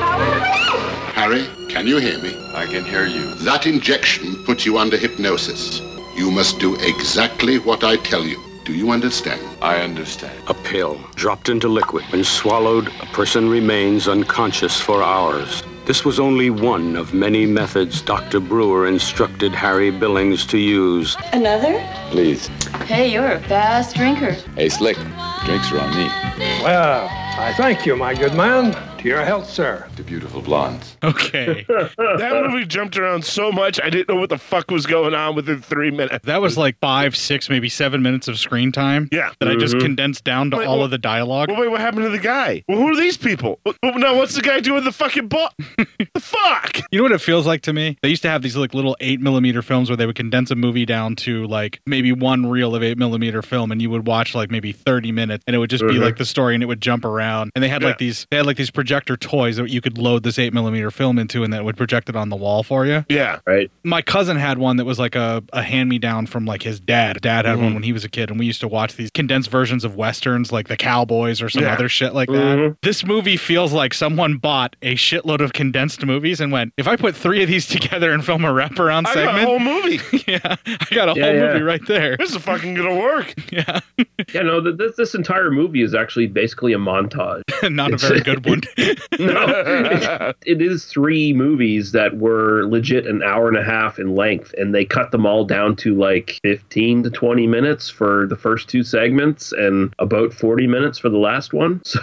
[SPEAKER 17] Howard? Howard?
[SPEAKER 15] Harry, can you hear me? I can hear you. That injection puts you under hypnosis. You must do exactly what I tell you. Do you understand?
[SPEAKER 13] I understand.
[SPEAKER 12] A pill dropped into liquid. When swallowed, a person remains unconscious for hours. This was only one of many methods Dr. Brewer instructed Harry Billings to use.
[SPEAKER 18] Another?
[SPEAKER 13] Please.
[SPEAKER 18] Hey, you're a fast drinker.
[SPEAKER 13] Hey, Slick. Drinks are on me.
[SPEAKER 19] Well, I thank you, my good man. To your health, sir.
[SPEAKER 13] The beautiful blondes.
[SPEAKER 1] Okay.
[SPEAKER 2] that movie jumped around so much, I didn't know what the fuck was going on within three minutes.
[SPEAKER 1] That was like five, six, maybe seven minutes of screen time.
[SPEAKER 2] Yeah.
[SPEAKER 1] That I just
[SPEAKER 2] Mhm.
[SPEAKER 1] condensed down to
[SPEAKER 2] Wait,
[SPEAKER 1] all
[SPEAKER 2] wha-
[SPEAKER 1] of the dialogue.
[SPEAKER 2] Well, wait, what happened to the guy? Well, who are these people? Well, well, now, what's the guy doing the fucking ball? the fuck?
[SPEAKER 1] You know what it feels like to me? They used to have these like little eight millimeter films where they would condense a movie down to like maybe one reel of eight millimeter film, and you would watch like maybe thirty minutes, and it would just be
[SPEAKER 20] Mhm.
[SPEAKER 1] like the story, and it would jump around. And they had
[SPEAKER 20] Yeah.
[SPEAKER 1] like these they had like these projector toys that you could load this eight millimeter film into, and that would project it on the wall for you.
[SPEAKER 2] Yeah.
[SPEAKER 9] Right.
[SPEAKER 1] My cousin had one that was like a, a hand me down from like his dad. Dad had one
[SPEAKER 2] Mm.
[SPEAKER 20] Mhm.
[SPEAKER 1] when he was a kid, and we used to watch these condensed versions of westerns, like the Cowboys or some
[SPEAKER 20] Yeah.
[SPEAKER 1] other shit like that.
[SPEAKER 2] Mm-hmm.
[SPEAKER 20] Mhm.
[SPEAKER 1] This movie feels like someone bought a shitload of condensed movies and went, if I put three of these together and film a wraparound
[SPEAKER 2] I
[SPEAKER 1] segment,
[SPEAKER 2] got a whole movie.
[SPEAKER 1] yeah, I got a whole movie right there.
[SPEAKER 2] This is fucking gonna work.
[SPEAKER 9] yeah, no, th- this, this entire movie is actually basically a montage.
[SPEAKER 1] Not a very good one.
[SPEAKER 9] no, it is three movies that were legit an hour and a half in length, and they cut them all down to like 15 to 20 minutes for the first two segments and about 40 minutes for the last one. So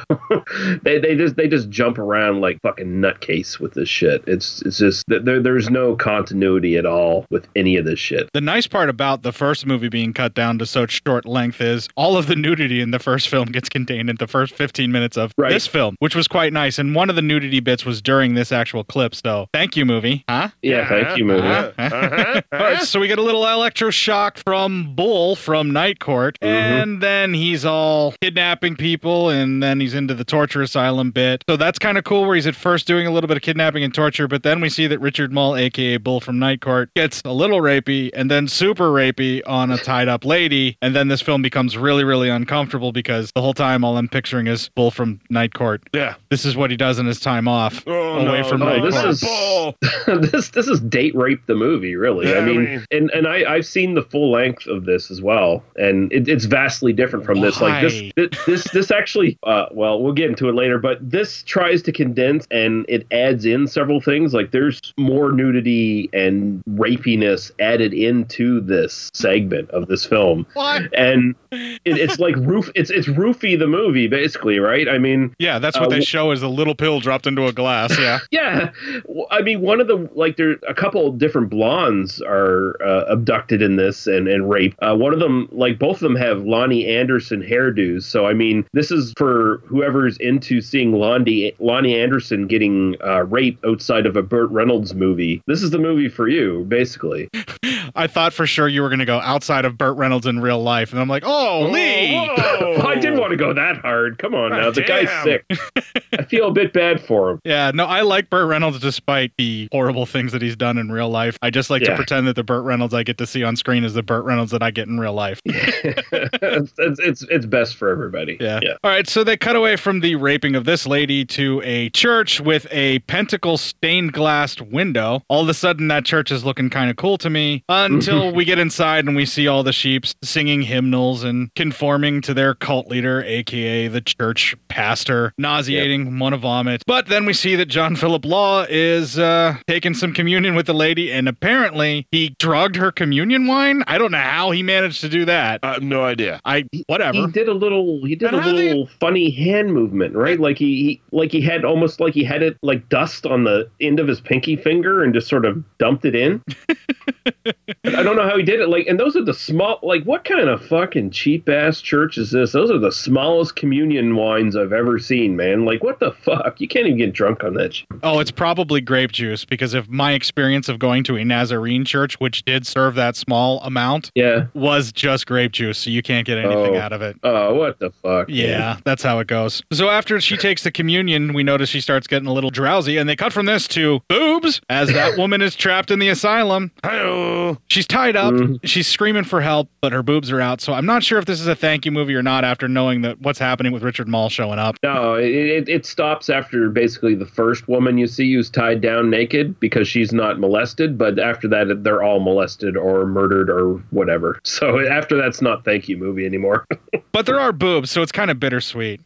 [SPEAKER 9] they, they just they just jump around like fucking nutcase with this shit. It's it's just th- there there's no continuity at all with any of this shit.
[SPEAKER 1] The nice part about the first movie being cut down to such short length is all of the nudity in the first film gets contained in the first 15 minutes of this film, which was quite nice. And one of the nudity bits was during this actual clip. So thank you, movie. Huh?
[SPEAKER 9] Yeah, thank you, movie.
[SPEAKER 1] Huh? All right, so we get a little electroshock from Bull from Night Court,
[SPEAKER 9] Mm-hmm.
[SPEAKER 1] and then he's all kidnapping people, and then he's into the torture asylum bit. So that's kind of cool, where he's at first doing a little bit of kidnapping and torture, but then we see that Richard Mull, aka Bull from Night Court, gets a little rapey and then super rapey on a tied up lady, and then this film becomes really, really uncomfortable because the whole time all I'm picturing is Bull from Night Court.
[SPEAKER 2] Yeah,
[SPEAKER 1] this is what he does in his time off, away from
[SPEAKER 9] Oh, no,
[SPEAKER 1] Night
[SPEAKER 9] this
[SPEAKER 1] Court.
[SPEAKER 9] is this this is date rape the movie really
[SPEAKER 1] Yeah,
[SPEAKER 9] i
[SPEAKER 1] I
[SPEAKER 9] mean
[SPEAKER 1] mean-
[SPEAKER 9] and and i i've seen the full length of this as well and it, it's vastly different from this like this
[SPEAKER 1] Why?
[SPEAKER 9] thi- this this actually uh well we'll get into it later but this tries to condense and it adds in several things like there's more nudity and rapiness added into this segment of this film
[SPEAKER 1] What?
[SPEAKER 9] and it, it's like roof it's it's roofy the movie basically right i mean uh,
[SPEAKER 1] yeah that's what they show is a little pill dropped into a glass. Yeah.
[SPEAKER 9] yeah. Well, I mean, one of the like there a couple different blondes are uh, abducted in this and and raped. Uh, one of them, like both of them, have Lonnie Anderson hairdos. So I mean, this is for whoever's into seeing Lonnie Lonnie Anderson getting uh, raped outside of a Burt Reynolds movie. This is the movie for you, basically.
[SPEAKER 1] I thought for sure you were going to go outside of Burt Reynolds in real life, and I'm like, oh, Lee.
[SPEAKER 9] Oh, I didn't want to go that hard. Come on now, the guy's sick. I feel a bit bad for him.
[SPEAKER 1] Yeah, no, I like Burt Reynolds despite the horrible things that he's done in real life. I just like
[SPEAKER 9] Yeah.
[SPEAKER 1] to pretend that the Burt Reynolds I get to see on screen is the Burt Reynolds that I get in real life.
[SPEAKER 9] it's, it's it's best for everybody. Yeah. yeah.
[SPEAKER 1] All right, so they cut away from the raping of this lady to a church with a pentacle stained glass window. All of a sudden, that church is looking kind of cool to me until we get inside and we see all the sheep singing hymnals and conforming to their cult leader, aka the church pastor, nauseating, want to vomit. But then we see that John Philip Law is uh, taking some communion with the lady, and apparently he drugged her communion wine. I don't know how he managed to do that.
[SPEAKER 2] I have no idea.
[SPEAKER 1] I whatever.
[SPEAKER 9] He did a little. He did
[SPEAKER 1] And
[SPEAKER 9] a
[SPEAKER 1] how do
[SPEAKER 9] little funny hand movement, right? Like he, he, like he had almost like he had it like dust on the end of his pinky finger and just sort of dumped it in. I don't know how he did it. Like, and those are the small. Like, what kind of fucking cheap ass church is this? Those are the smallest communion wines I've ever seen, man. Like, what the fuck? You can't even get drunk on that. shit.
[SPEAKER 1] Oh, it's probably grape juice because if my experience of going to a Nazarene church, which did serve that small amount,
[SPEAKER 9] yeah,
[SPEAKER 1] was just grape juice, so you can't get anything
[SPEAKER 9] Oh.
[SPEAKER 1] out of it.
[SPEAKER 9] Oh, what the fuck? man.
[SPEAKER 1] Yeah, that's how it goes. So after she takes the communion, we notice she starts getting a little drowsy, and they cut from this to boobs as that woman is trapped in the asylum. She's tied up.
[SPEAKER 9] Mm.
[SPEAKER 1] She's screaming for help, but her boobs are out. So I'm not sure if this is a thank you movie or not after knowing that what's happening with Richard Mall showing up.
[SPEAKER 9] No, it, it, it stops after basically the first woman you see who's tied down naked because she's not molested, but after that, they're all molested or murdered or whatever. So after that's not thank you movie anymore.
[SPEAKER 1] But there are boobs, so it's kind of bittersweet.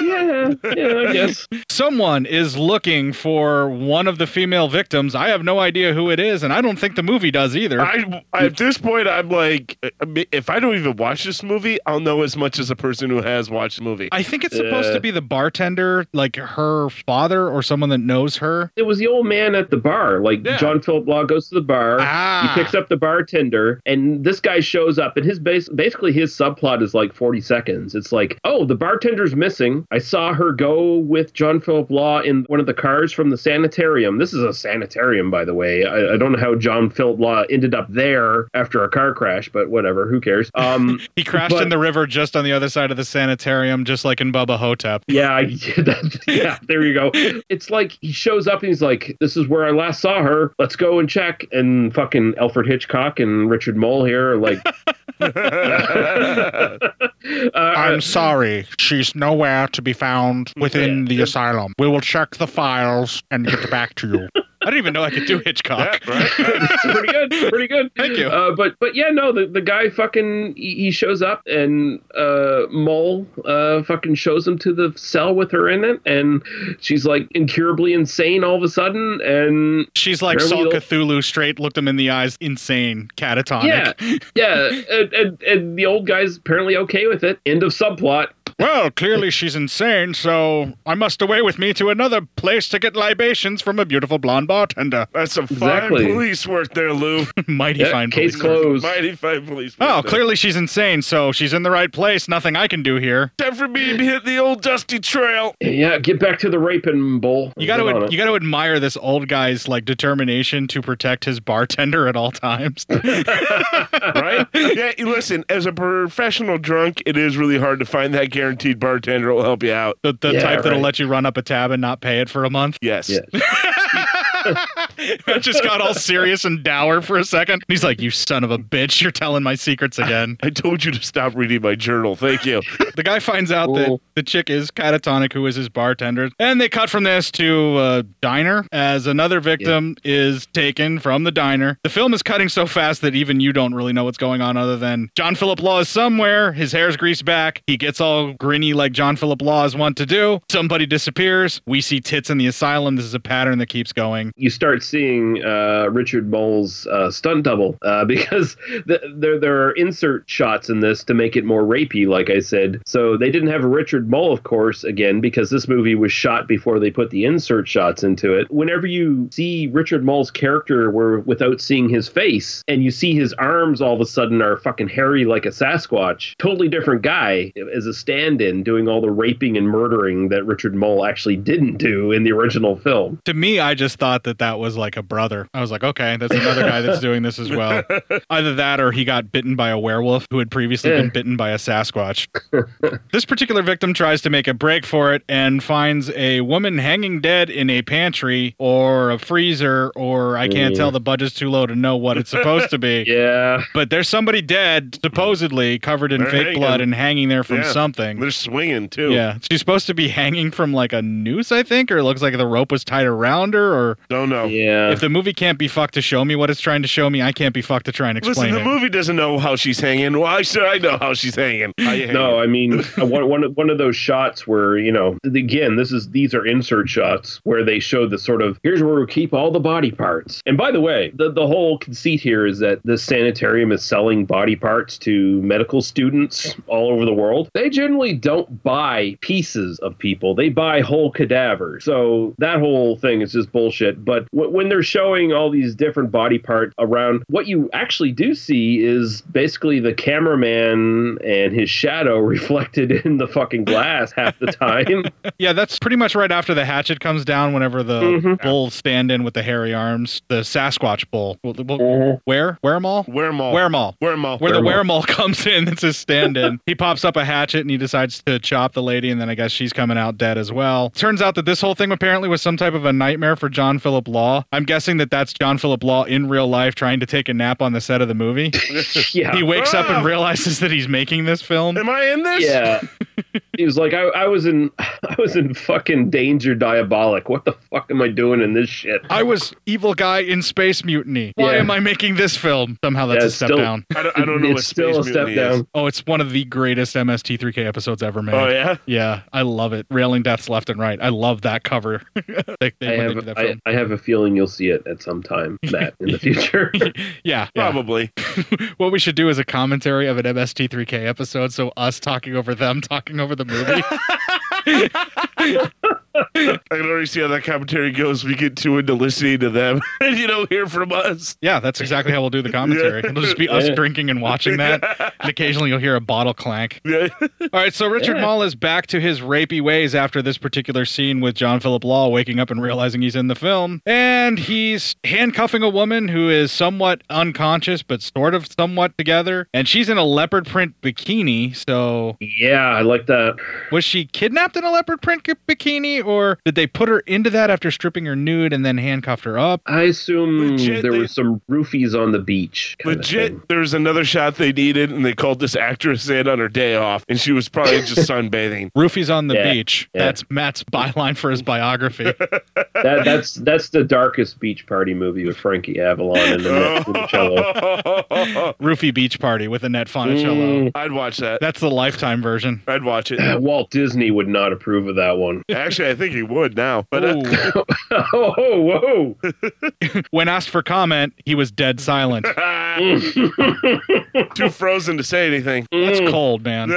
[SPEAKER 9] yeah, yeah, I guess.
[SPEAKER 1] Someone is looking for one of the female victims. I have no idea who it is, and I don't think the movie does either.
[SPEAKER 2] I, at this point, I'm like, I mean, if I don't even watch this movie, I'll know as much as a person who has watched the movie.
[SPEAKER 1] I think it's supposed to be the bartender, like her father or someone that knows her.
[SPEAKER 9] It was the old man at the bar. Like John Philip Law goes to the bar,
[SPEAKER 1] Ah.
[SPEAKER 9] he picks up the bartender, and this guy shows up. And his base, basically his subplot is like forty seconds. It's like, oh, the bartender's missing. I saw her go with John Philip Law in one of the cars from the sanitarium. This is a sanitarium, by the way. I, I don't know how John Philip Law ended up there after a car crash, but whatever. Who cares? Um,
[SPEAKER 1] He crashed
[SPEAKER 9] but-
[SPEAKER 1] in the river just on the other side of the sanitarium, just like in Bubba Hotep.
[SPEAKER 9] Yeah, I, Uh, that, yeah, there you go. It's like he shows up and he's like, "This is where I last saw her. Let's go and check." And fucking Alfred Hitchcock and Richard Mole here are like, uh,
[SPEAKER 1] I'm sorry, she's nowhere to be found within the asylum. We will check the files and get back to you. I didn't even know I could do Hitchcock.
[SPEAKER 9] pretty good, pretty good. Thank you. Uh, but but yeah, no, the, the guy fucking he he shows up and uh, Mole uh, fucking shows him to the cell with her in it, and she's like incurably insane all of a sudden, and
[SPEAKER 1] She's like Saul Cthulhu straight looked him in the eyes, insane, catatonic.
[SPEAKER 9] Yeah, yeah, and, and, and the old guy's apparently okay with it. End of subplot.
[SPEAKER 1] Well, clearly she's insane, so I must away with me to another place to get libations from a beautiful blonde bartender.
[SPEAKER 2] That's some fine police work there, Lou.
[SPEAKER 1] Mighty fine police work.
[SPEAKER 2] Mighty fine police work
[SPEAKER 1] Oh,
[SPEAKER 2] there.
[SPEAKER 1] clearly she's insane, so she's in the right place. Nothing I can do here.
[SPEAKER 2] Time for me to hit the old dusty trail.
[SPEAKER 9] Yeah, get back to the raping bowl.
[SPEAKER 1] You got to you got to admire this old guy's like determination to protect his bartender at all times.
[SPEAKER 2] right? Yeah, you- listen, as a professional drunk, it is really hard to find that guaranteed bartender who will help you out.
[SPEAKER 1] The, the type that'll let you run up a tab and not pay it for a month.
[SPEAKER 2] Yes.
[SPEAKER 1] I just got all serious and dour for a second. He's like, "You son of a bitch! You're telling my secrets again."
[SPEAKER 2] I told you to stop reading my journal. Thank you.
[SPEAKER 1] the guy finds out that the chick is catatonic, who is his bartender, and they cut from this to a diner as another victim is taken from the diner. The film is cutting so fast that even you don't really know what's going on, other than John Philip Law is somewhere. His hair's greased back. He gets all grinny like John Philip Law is wont to do. Somebody disappears. We see tits in the asylum. This is a pattern that keeps going.
[SPEAKER 9] You start seeing uh, Richard Mole's uh, stunt double uh, because th- there there are insert shots in this to make it more rapey, like I said. So they didn't have a Richard Mole, of course, again because this movie was shot before they put the insert shots into it. Whenever you see Richard Mole's character, were without seeing his face, and you see his arms all of a sudden are fucking hairy like a Sasquatch. Totally different guy as a stand-in doing all the raping and murdering that Richard Mole actually didn't do in the original film.
[SPEAKER 1] To me, I just thought that that was like a brother. I was like, okay, that's another guy that's doing this as well. Either that or he got bitten by a werewolf who had previously been
[SPEAKER 9] Yeah.
[SPEAKER 1] bitten by a Sasquatch. this particular victim tries to make a break for it and finds a woman hanging dead in a pantry or a freezer, or I can't
[SPEAKER 9] Mm.
[SPEAKER 1] tell, the budget's too low to know what it's supposed to be.
[SPEAKER 9] yeah.
[SPEAKER 1] But there's somebody dead, supposedly covered in
[SPEAKER 2] They're
[SPEAKER 1] fake
[SPEAKER 2] hanging.
[SPEAKER 1] blood and hanging there from
[SPEAKER 2] Yeah.
[SPEAKER 1] something.
[SPEAKER 2] They're swinging, too.
[SPEAKER 1] Yeah, she's supposed to be hanging from like a noose, I think, or it looks like the rope was tied around her, or
[SPEAKER 2] don't know.
[SPEAKER 9] Yeah.
[SPEAKER 1] If the movie can't be fucked to show me what it's trying to show me, I can't be fucked to try and explain
[SPEAKER 2] Listen, the
[SPEAKER 1] it.
[SPEAKER 2] movie doesn't know how she's hanging. Why should I know how she's hanging? How you hanging?
[SPEAKER 9] No, I mean one one of, one of those shots where you know again this is these are insert shots where they show the sort of here's where we keep all the body parts. And by the way, the the whole conceit here is that the sanitarium is selling body parts to medical students all over the world. They generally don't buy pieces of people; they buy whole cadavers. So that whole thing is just bullshit. But w- when they're showing all these different body parts around, what you actually do see is basically the cameraman and his shadow reflected in the fucking glass half the time.
[SPEAKER 1] Yeah, that's pretty much right after the hatchet comes down. Whenever the bull stand in with the hairy arms, the Sasquatch bull. Well, well, Where? Where mall? Where mall? Where mall? Where mall? Where the where
[SPEAKER 2] Weremall.
[SPEAKER 1] mall comes in. It's his stand in. he pops up a hatchet and he decides to chop the lady, and then I guess she's coming out dead as well. Turns out that this whole thing apparently was some type of a nightmare for John Philip Law. I'm guessing that that's John Philip Law in real life trying to take a nap on the set of the movie.
[SPEAKER 9] Yeah.
[SPEAKER 1] He wakes up and
[SPEAKER 9] Ah.
[SPEAKER 1] realizes that he's making this film.
[SPEAKER 2] Am I in this?
[SPEAKER 9] Yeah. He was like, I, I was in, I was in fucking danger, diabolic. What the fuck am I doing in this shit?
[SPEAKER 1] I was evil guy in space mutiny. Why
[SPEAKER 9] Yeah.
[SPEAKER 1] am I making this film? Somehow that's
[SPEAKER 9] Yeah,
[SPEAKER 1] a
[SPEAKER 9] it's
[SPEAKER 1] step
[SPEAKER 9] still-
[SPEAKER 1] down.
[SPEAKER 9] I don't- I don't know it's what Space still a step Mutiny is. down.
[SPEAKER 1] Oh, it's one of the greatest MST3K episodes ever made.
[SPEAKER 9] Oh, yeah?
[SPEAKER 1] yeah. I love it. Railing deaths left and right. I love that cover. They- they-
[SPEAKER 9] I
[SPEAKER 1] when they
[SPEAKER 9] have,
[SPEAKER 1] do that
[SPEAKER 9] I,
[SPEAKER 1] film.
[SPEAKER 9] I have a feeling you'll see it at some time, Matt, in the future.
[SPEAKER 1] yeah, probably. what we should do is a commentary of an MST3K episode, so us talking over them talking over the movie.
[SPEAKER 2] I can already see how that commentary goes. We get too into listening to them, and you don't hear from us.
[SPEAKER 1] Yeah, that's exactly how we'll do the commentary.
[SPEAKER 2] Yeah.
[SPEAKER 1] It'll just be us
[SPEAKER 2] Yeah.
[SPEAKER 1] drinking and watching that. And occasionally you'll hear a bottle clank. All right, so Richard
[SPEAKER 2] Yeah.
[SPEAKER 1] Mall is back to his rapey ways after this particular scene with John Philip Law waking up and realizing he's in the film. And he's handcuffing a woman who is somewhat unconscious, but sort of somewhat together. And she's in a leopard print bikini, so.
[SPEAKER 9] Yeah, I like that.
[SPEAKER 1] Was she kidnapped in a leopard print ki- bikini, or did they put her into that after stripping her nude and then handcuffed her up?
[SPEAKER 9] I assume there
[SPEAKER 1] they-
[SPEAKER 9] were some roofies on the beach. kind of thing.
[SPEAKER 2] Legit, there was another shot they needed, and they called this actress in on her day off, and she was probably just sunbathing.
[SPEAKER 1] Roofies on the
[SPEAKER 9] Yeah,
[SPEAKER 1] beach.
[SPEAKER 9] yeah.
[SPEAKER 1] That's Matt's byline for his biography.
[SPEAKER 9] That, that's that's the darkest beach party movie with Frankie Avalon and Annette Funicello.
[SPEAKER 1] Roofie Beach Party with Annette Funicello.
[SPEAKER 9] Mm.
[SPEAKER 2] I'd watch that.
[SPEAKER 1] That's the lifetime version.
[SPEAKER 2] I'd watch it.
[SPEAKER 9] Walt Disney would not approve of that one.
[SPEAKER 2] Actually, I think he would now. But uh,
[SPEAKER 9] oh,
[SPEAKER 1] whoa! when asked for comment, he was dead silent.
[SPEAKER 2] Too frozen to say anything.
[SPEAKER 1] That's
[SPEAKER 9] Mm.
[SPEAKER 1] cold, man.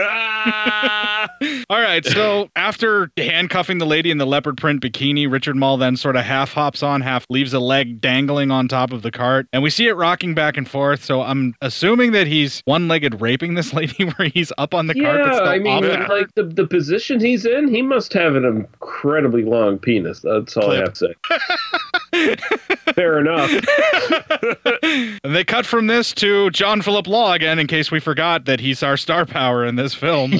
[SPEAKER 1] All right, so after handcuffing the lady in the leopard print bikini, Richard Mall then sort of half hops on, half leaves a leg dangling on top of the cart, and we see it rocking back and forth. So I'm assuming that he's one-legged raping this lady, where he's up on the cart. That's
[SPEAKER 9] yeah,
[SPEAKER 1] still
[SPEAKER 9] I mean,
[SPEAKER 1] off the cart.
[SPEAKER 9] like the, the position he's in, he must have an incredibly long penis. That's all I have to say. Fair enough.
[SPEAKER 1] And they cut from this to John Philip Law again, in case we forgot that he's our star power in this film.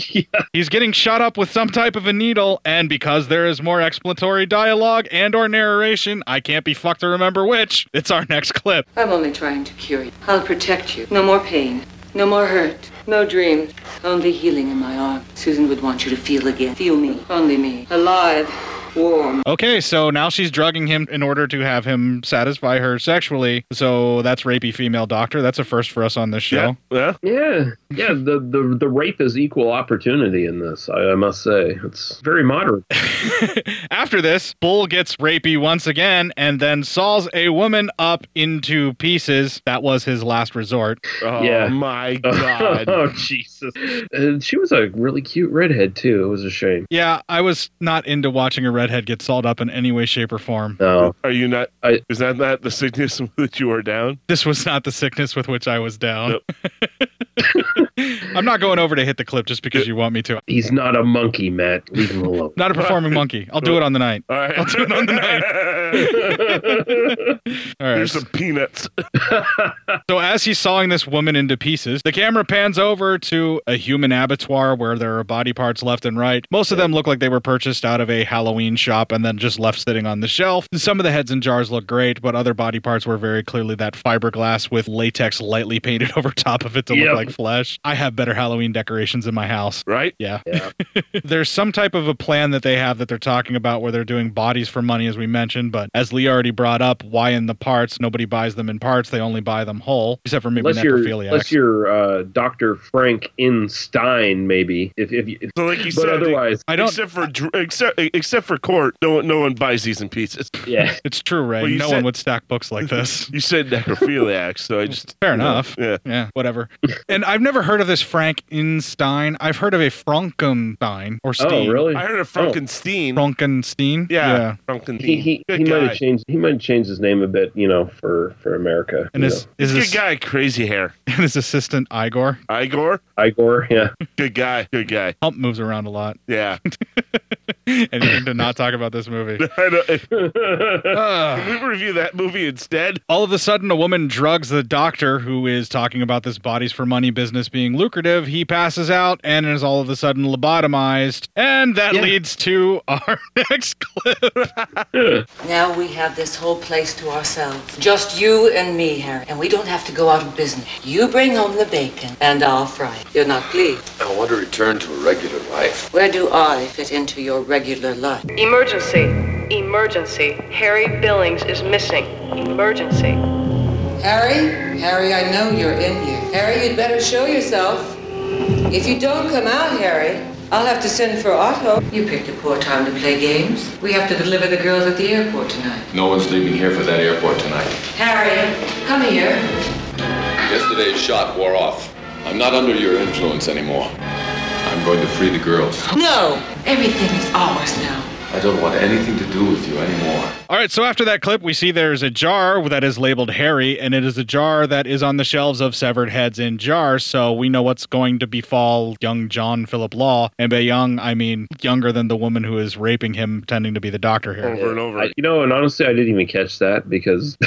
[SPEAKER 1] He's getting shot up with some type of a needle, and because there is more explanatory dialogue and or narration, I can't be fucked to remember which. It's our next clip.
[SPEAKER 21] I'm only trying to cure you. I'll protect you. No more pain. No more hurt. No dreams. Only healing in my arm. Susan would want you to feel again. Feel me. Only me. Alive. Warm.
[SPEAKER 1] Okay, so now she's drugging him in order to have him satisfy her sexually. So that's rapey female doctor. That's a first for us on this show.
[SPEAKER 2] Yeah.
[SPEAKER 9] Yeah. Yeah. The, the the rape is equal opportunity in this. I, I must say, it's very moderate.
[SPEAKER 1] After this, Bull gets rapey once again and then saws a woman up into pieces. That was his last resort.
[SPEAKER 2] Oh
[SPEAKER 9] Yeah.
[SPEAKER 2] my god.
[SPEAKER 9] oh Jesus! And she was a really cute redhead too. It was a shame.
[SPEAKER 1] Yeah, I was not into watching a redhead get sawed up in any way, shape, or form.
[SPEAKER 9] No.
[SPEAKER 2] Are you not? is that not the sickness that you are down?
[SPEAKER 1] This was not the sickness with which I was down. I'm not going over to hit the clip just because you want me to.
[SPEAKER 9] He's not a monkey, Matt. Leave him alone.
[SPEAKER 1] Not a performing monkey. I'll do it on the night.
[SPEAKER 2] All right.
[SPEAKER 1] I'll do it on the night. All right.
[SPEAKER 2] Here's some peanuts.
[SPEAKER 1] So as he's sawing this woman into pieces, the camera pans over to a human abattoir where there are body parts left and right. Most of them look like they were purchased out of a Halloween shop and then just left sitting on the shelf. Some of the heads and jars look great, but other body parts were very clearly that fiberglass with latex lightly painted over top of it to
[SPEAKER 9] Yep.
[SPEAKER 1] look like flesh. I have better Halloween decorations in my house.
[SPEAKER 2] Right?
[SPEAKER 1] Yeah.
[SPEAKER 2] Yeah.
[SPEAKER 1] There's some type of a plan that they have that they're talking about where they're doing bodies for money, as we mentioned. But as Lee already brought up, why in the parts? Nobody buys them in parts. They only buy them whole, except for maybe
[SPEAKER 9] unless you're, unless
[SPEAKER 1] necrophiliacs.
[SPEAKER 9] you're uh, Dr. Frank in Stein, maybe. If, if you,
[SPEAKER 2] So like you
[SPEAKER 9] but
[SPEAKER 2] said,
[SPEAKER 9] otherwise,
[SPEAKER 2] I don't, except for dr- except except for court, no one no one buys these in pieces.
[SPEAKER 9] Yeah,
[SPEAKER 1] it's true, Ray.
[SPEAKER 2] Well, you
[SPEAKER 1] no
[SPEAKER 2] said-
[SPEAKER 1] one would stack books like this.
[SPEAKER 2] You said necrophiliac, so I just
[SPEAKER 1] Fair
[SPEAKER 2] you know,
[SPEAKER 1] enough. Yeah. Whatever. and I've never heard of this Frank Instein. I've heard of a Frankenstein
[SPEAKER 9] Oh,
[SPEAKER 1] or Steen. Oh.
[SPEAKER 2] I heard of Frankenstein.
[SPEAKER 1] Frankenstein.
[SPEAKER 2] Yeah,
[SPEAKER 1] yeah.
[SPEAKER 2] Frankenstein.
[SPEAKER 9] he he,
[SPEAKER 2] Good
[SPEAKER 9] he might
[SPEAKER 2] guy.
[SPEAKER 9] have changed. He might have changed his name a bit, you know, for for America.
[SPEAKER 1] And
[SPEAKER 9] you
[SPEAKER 1] his-
[SPEAKER 9] know.
[SPEAKER 1] his
[SPEAKER 2] Good guy, crazy hair.
[SPEAKER 1] and his assistant Igor.
[SPEAKER 2] Igor.
[SPEAKER 9] Igor. Yeah.
[SPEAKER 2] Good guy. Good guy.
[SPEAKER 1] Hump moves around a lot.
[SPEAKER 2] Yeah.
[SPEAKER 1] Anything to not talk about this movie. Ah.
[SPEAKER 2] I know. Can we review that movie instead?
[SPEAKER 1] All of a sudden, a woman drugs the doctor who is talking about this bodies for money business being lucrative. He passes out and is all of a sudden lobotomized. And that leads to our next clip.
[SPEAKER 21] Now we have this whole place to ourselves. Just you and me, Harry. And we don't have to go out of business. You bring home the bacon, and I'll fry it. You're not pleased.
[SPEAKER 13] I want to return to a regular life.
[SPEAKER 21] Where do I fit into your regular life?
[SPEAKER 3] Emergency. Emergency. Harry Billings is missing. Emergency.
[SPEAKER 21] Harry? Harry, I know you're in here. Harry, you'd better show yourself. If you don't come out, Harry, I'll have to send for Otto. You picked a poor time to play games. We have to deliver the girls at the airport tonight.
[SPEAKER 14] No one's leaving here for that airport tonight.
[SPEAKER 21] Harry, come here.
[SPEAKER 14] Yesterday's shot wore off. I'm not under your influence anymore. I'm going to free the girls.
[SPEAKER 21] No! Everything is ours now.
[SPEAKER 14] I don't want anything to do with you anymore.
[SPEAKER 1] All right, so after that clip, we see there's a jar that is labeled Harry, and it is a jar that is on the shelves of Severed Heads in Jars, so we know what's going to befall young John Philip Law. And by young, I mean younger than the woman who is raping him, pretending to be the doctor here.
[SPEAKER 9] I- you know, and honestly, I didn't even catch that because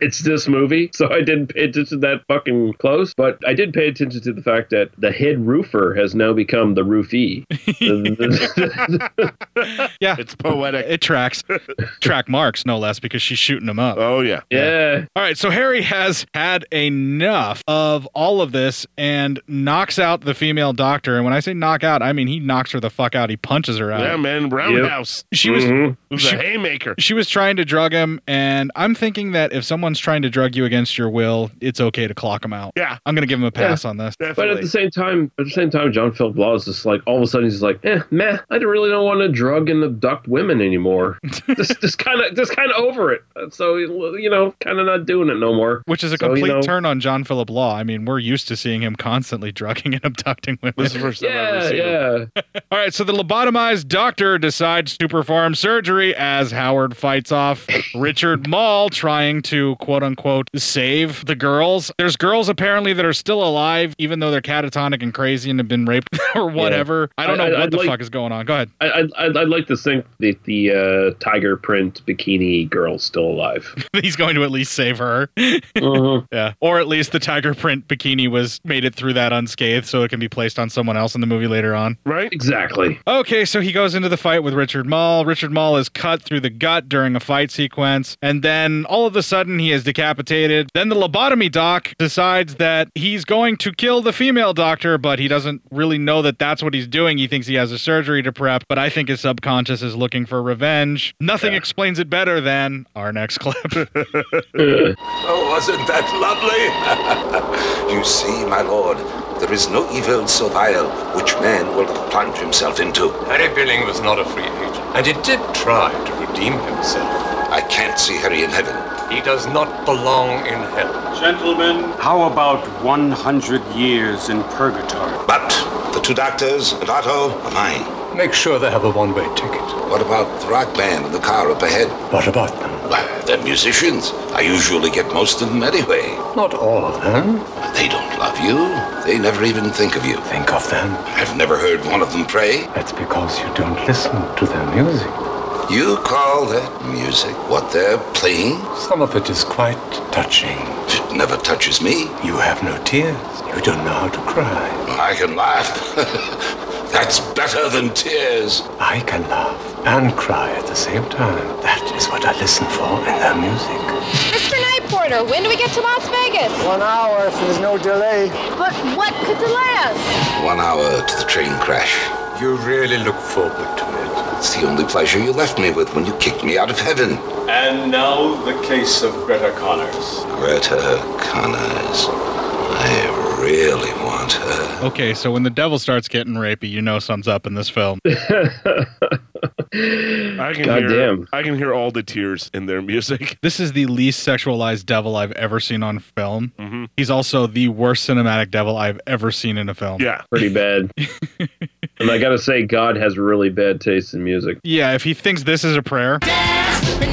[SPEAKER 9] it's this movie, so I didn't pay attention that fucking close. But I did pay attention to the fact that the head roofer has now become the roofie.
[SPEAKER 1] yeah,
[SPEAKER 2] it's poetic.
[SPEAKER 1] It tracks, track marks no less, because she's shooting him up.
[SPEAKER 2] Oh yeah,
[SPEAKER 9] yeah.
[SPEAKER 1] All right, so Harry has had enough of all of this and knocks out the female doctor. And when I say knock out, I mean he knocks her the fuck out. He punches her out.
[SPEAKER 2] Yeah, man, roundhouse.
[SPEAKER 1] She was.
[SPEAKER 2] Mhm. It was
[SPEAKER 1] she-
[SPEAKER 2] a haymaker.
[SPEAKER 1] She was trying to drug him, and I'm thinking that if someone's trying to drug you against your will, it's okay to clock him out.
[SPEAKER 2] Yeah.
[SPEAKER 1] I'm going to give him a pass
[SPEAKER 9] Yeah.
[SPEAKER 1] on this.
[SPEAKER 9] But at the same time, at the same time, John Philip Law is just like all of a sudden he's like, eh, meh, I don't- really don't want to drug and abduct women anymore. just, just kind of, just kind of over it. So you know, kind of not doing it no more.
[SPEAKER 1] Which is a
[SPEAKER 9] So, you
[SPEAKER 1] complete
[SPEAKER 9] know-
[SPEAKER 1] turn on John Philip Law. I mean, we're used to seeing him constantly drugging and abducting women.
[SPEAKER 2] This is the first time I've ever seen
[SPEAKER 9] yeah.
[SPEAKER 1] All right, so the lobotomized doctor decides to perform surgery as Howard fights off Richard Mall trying to quote unquote save the girls. There's girls apparently that are still alive, even though they're catatonic and crazy and have been raped or whatever. I don't know
[SPEAKER 9] I- I-
[SPEAKER 1] what
[SPEAKER 9] I'd
[SPEAKER 1] the
[SPEAKER 9] like-
[SPEAKER 1] fuck is going on. Go ahead.
[SPEAKER 9] I, I'd, I'd, I'd like to think that the uh, tiger print bikini girl's still alive.
[SPEAKER 1] He's going to at least save her.
[SPEAKER 9] Mm-hmm.
[SPEAKER 1] Yeah. Or at least the tiger print bikini was made it through that unscathed so it can be placed on someone else in the movie later on.
[SPEAKER 2] Right?
[SPEAKER 9] Exactly.
[SPEAKER 1] Okay, so he goes into the fight with Richard Mall. Richard Mall is cut through the gut during a fight sequence, and then all of a sudden he is decapitated. Then the lobotomy doc decides that he's going to kill the female doctor, but he doesn't really know that that's what he's doing. He thinks he has a surgery to prep, but I think his subconscious is looking for revenge. Nothing explains it better than our next clip.
[SPEAKER 4] Oh, wasn't that lovely? you see, my lord, there is no evil so vile which man will not plunge himself into.
[SPEAKER 6] Harry Billing was not a free agent, and he did try to redeem himself.
[SPEAKER 4] I can't see Harry in heaven.
[SPEAKER 6] He does not belong in hell.
[SPEAKER 12] Gentlemen, how about 100 years in purgatory?
[SPEAKER 4] But the two doctors and Otto are mine. Make sure they have a one-way ticket. What about the rock band and the car up ahead? What about them? Well, they're musicians. I usually get most of them anyway.
[SPEAKER 6] Not all of them.
[SPEAKER 4] They don't love you. They never even think of you. Think of them. I've never heard one of them pray.
[SPEAKER 6] That's because you don't listen to their music.
[SPEAKER 4] You call that music what they're playing?
[SPEAKER 6] Some of it is quite touching.
[SPEAKER 4] It never touches me.
[SPEAKER 6] You have no tears. You don't know how to cry.
[SPEAKER 4] I can laugh. That's better than tears.
[SPEAKER 5] I can laugh and cry at the same time. That is what I listen for in their music.
[SPEAKER 7] Mr. Night Porter, when do we get to Las Vegas?
[SPEAKER 5] One hour if there's no delay.
[SPEAKER 7] But what could delay us?
[SPEAKER 4] One hour to the train crash. You really look forward to it. It's the only pleasure you left me with when you kicked me out of heaven.
[SPEAKER 6] And now the case of Greta Connors.
[SPEAKER 4] Greta Connors. I really want her.
[SPEAKER 1] Okay, so when the devil starts getting rapey, you know something's up in this film.
[SPEAKER 2] I can
[SPEAKER 1] God
[SPEAKER 2] hear.
[SPEAKER 1] damn.
[SPEAKER 2] I can hear all the tears in their music.
[SPEAKER 1] This is the least sexualized devil I've ever seen on film. He's also the worst cinematic devil I've ever seen in a film.
[SPEAKER 2] Yeah.
[SPEAKER 9] Pretty bad. and I gotta say, God has really bad taste in music.
[SPEAKER 1] Yeah, if he thinks this is a prayer,
[SPEAKER 10] Destiny.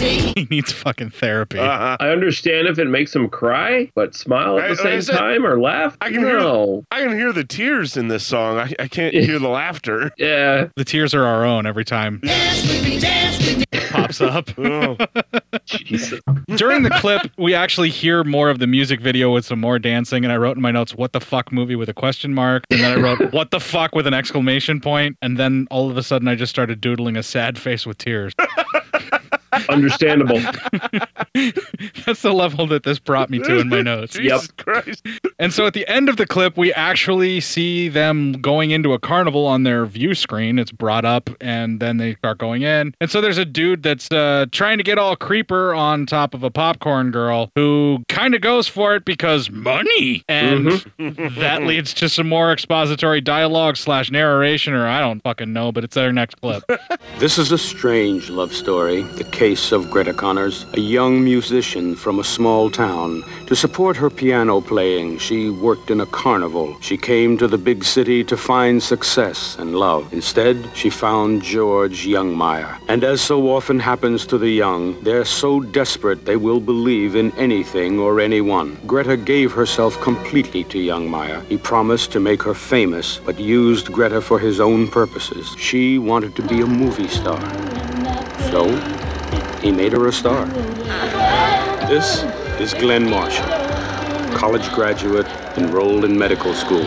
[SPEAKER 1] he needs fucking therapy.
[SPEAKER 9] I understand if it makes him cry, but smile at
[SPEAKER 2] I-
[SPEAKER 9] the
[SPEAKER 2] like I
[SPEAKER 9] same
[SPEAKER 2] said,
[SPEAKER 9] time or laugh.
[SPEAKER 2] I can hear.
[SPEAKER 9] no.
[SPEAKER 2] I can hear the tears in this song. I, I can't hear the laughter.
[SPEAKER 9] Yeah.
[SPEAKER 1] The tears are our own every time pops up.
[SPEAKER 2] Oh.
[SPEAKER 1] During the clip, we actually hear more of the music video with some more dancing, and I wrote in my notes, "What the fuck movie?" with a question mark, and then I wrote, "What the fuck?" with an exclamation point, and then all of a sudden, I just started doodling a sad face with tears.
[SPEAKER 9] Understandable.
[SPEAKER 1] That's the level that this brought me to in my notes.
[SPEAKER 2] Jesus Christ.
[SPEAKER 1] And so at the end of the clip, we actually see them going into a carnival on their view screen. It's brought up, and then they start going in. And so there's a dude that's uh, trying to get all creeper on top of a popcorn girl who kind of goes for it because money. And
[SPEAKER 10] Mhm.
[SPEAKER 1] that leads to some more expository dialogue slash narration, or I don't fucking know, but it's their next clip.
[SPEAKER 12] This is a strange love story, the case of Greta Connors, a young musician from a small town. To support her piano playing, she worked in a carnival. She came to the big city to find success and love. Instead, she found George Youngmeyer. And as so often happens to the young, they're so desperate they will believe in anything or anyone. Greta gave herself completely to Youngmeyer. He promised to make her famous, but used Greta for his own purposes. She wanted to be a movie star. So, he made her a star. This is Glenn Marshall, college graduate, enrolled in medical school.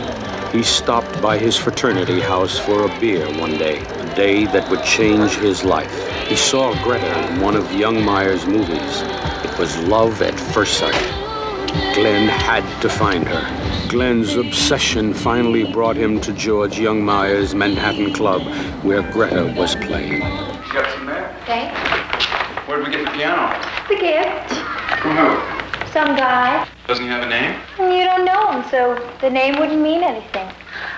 [SPEAKER 12] He stopped by his fraternity house for a beer one day, a day that would change his life. He saw Greta in one of Youngmeyer's movies. It was love at first sight. Glenn had to find her. Glenn's obsession finally brought him to George Youngmeyer's Manhattan Club, where Greta was playing.
[SPEAKER 22] You got some there?
[SPEAKER 18] Thanks.
[SPEAKER 22] Where'd we get the piano?
[SPEAKER 18] The gift.
[SPEAKER 22] From who?
[SPEAKER 18] Some guy.
[SPEAKER 22] Doesn't he have a name?
[SPEAKER 18] And you don't know him, so the name wouldn't mean anything.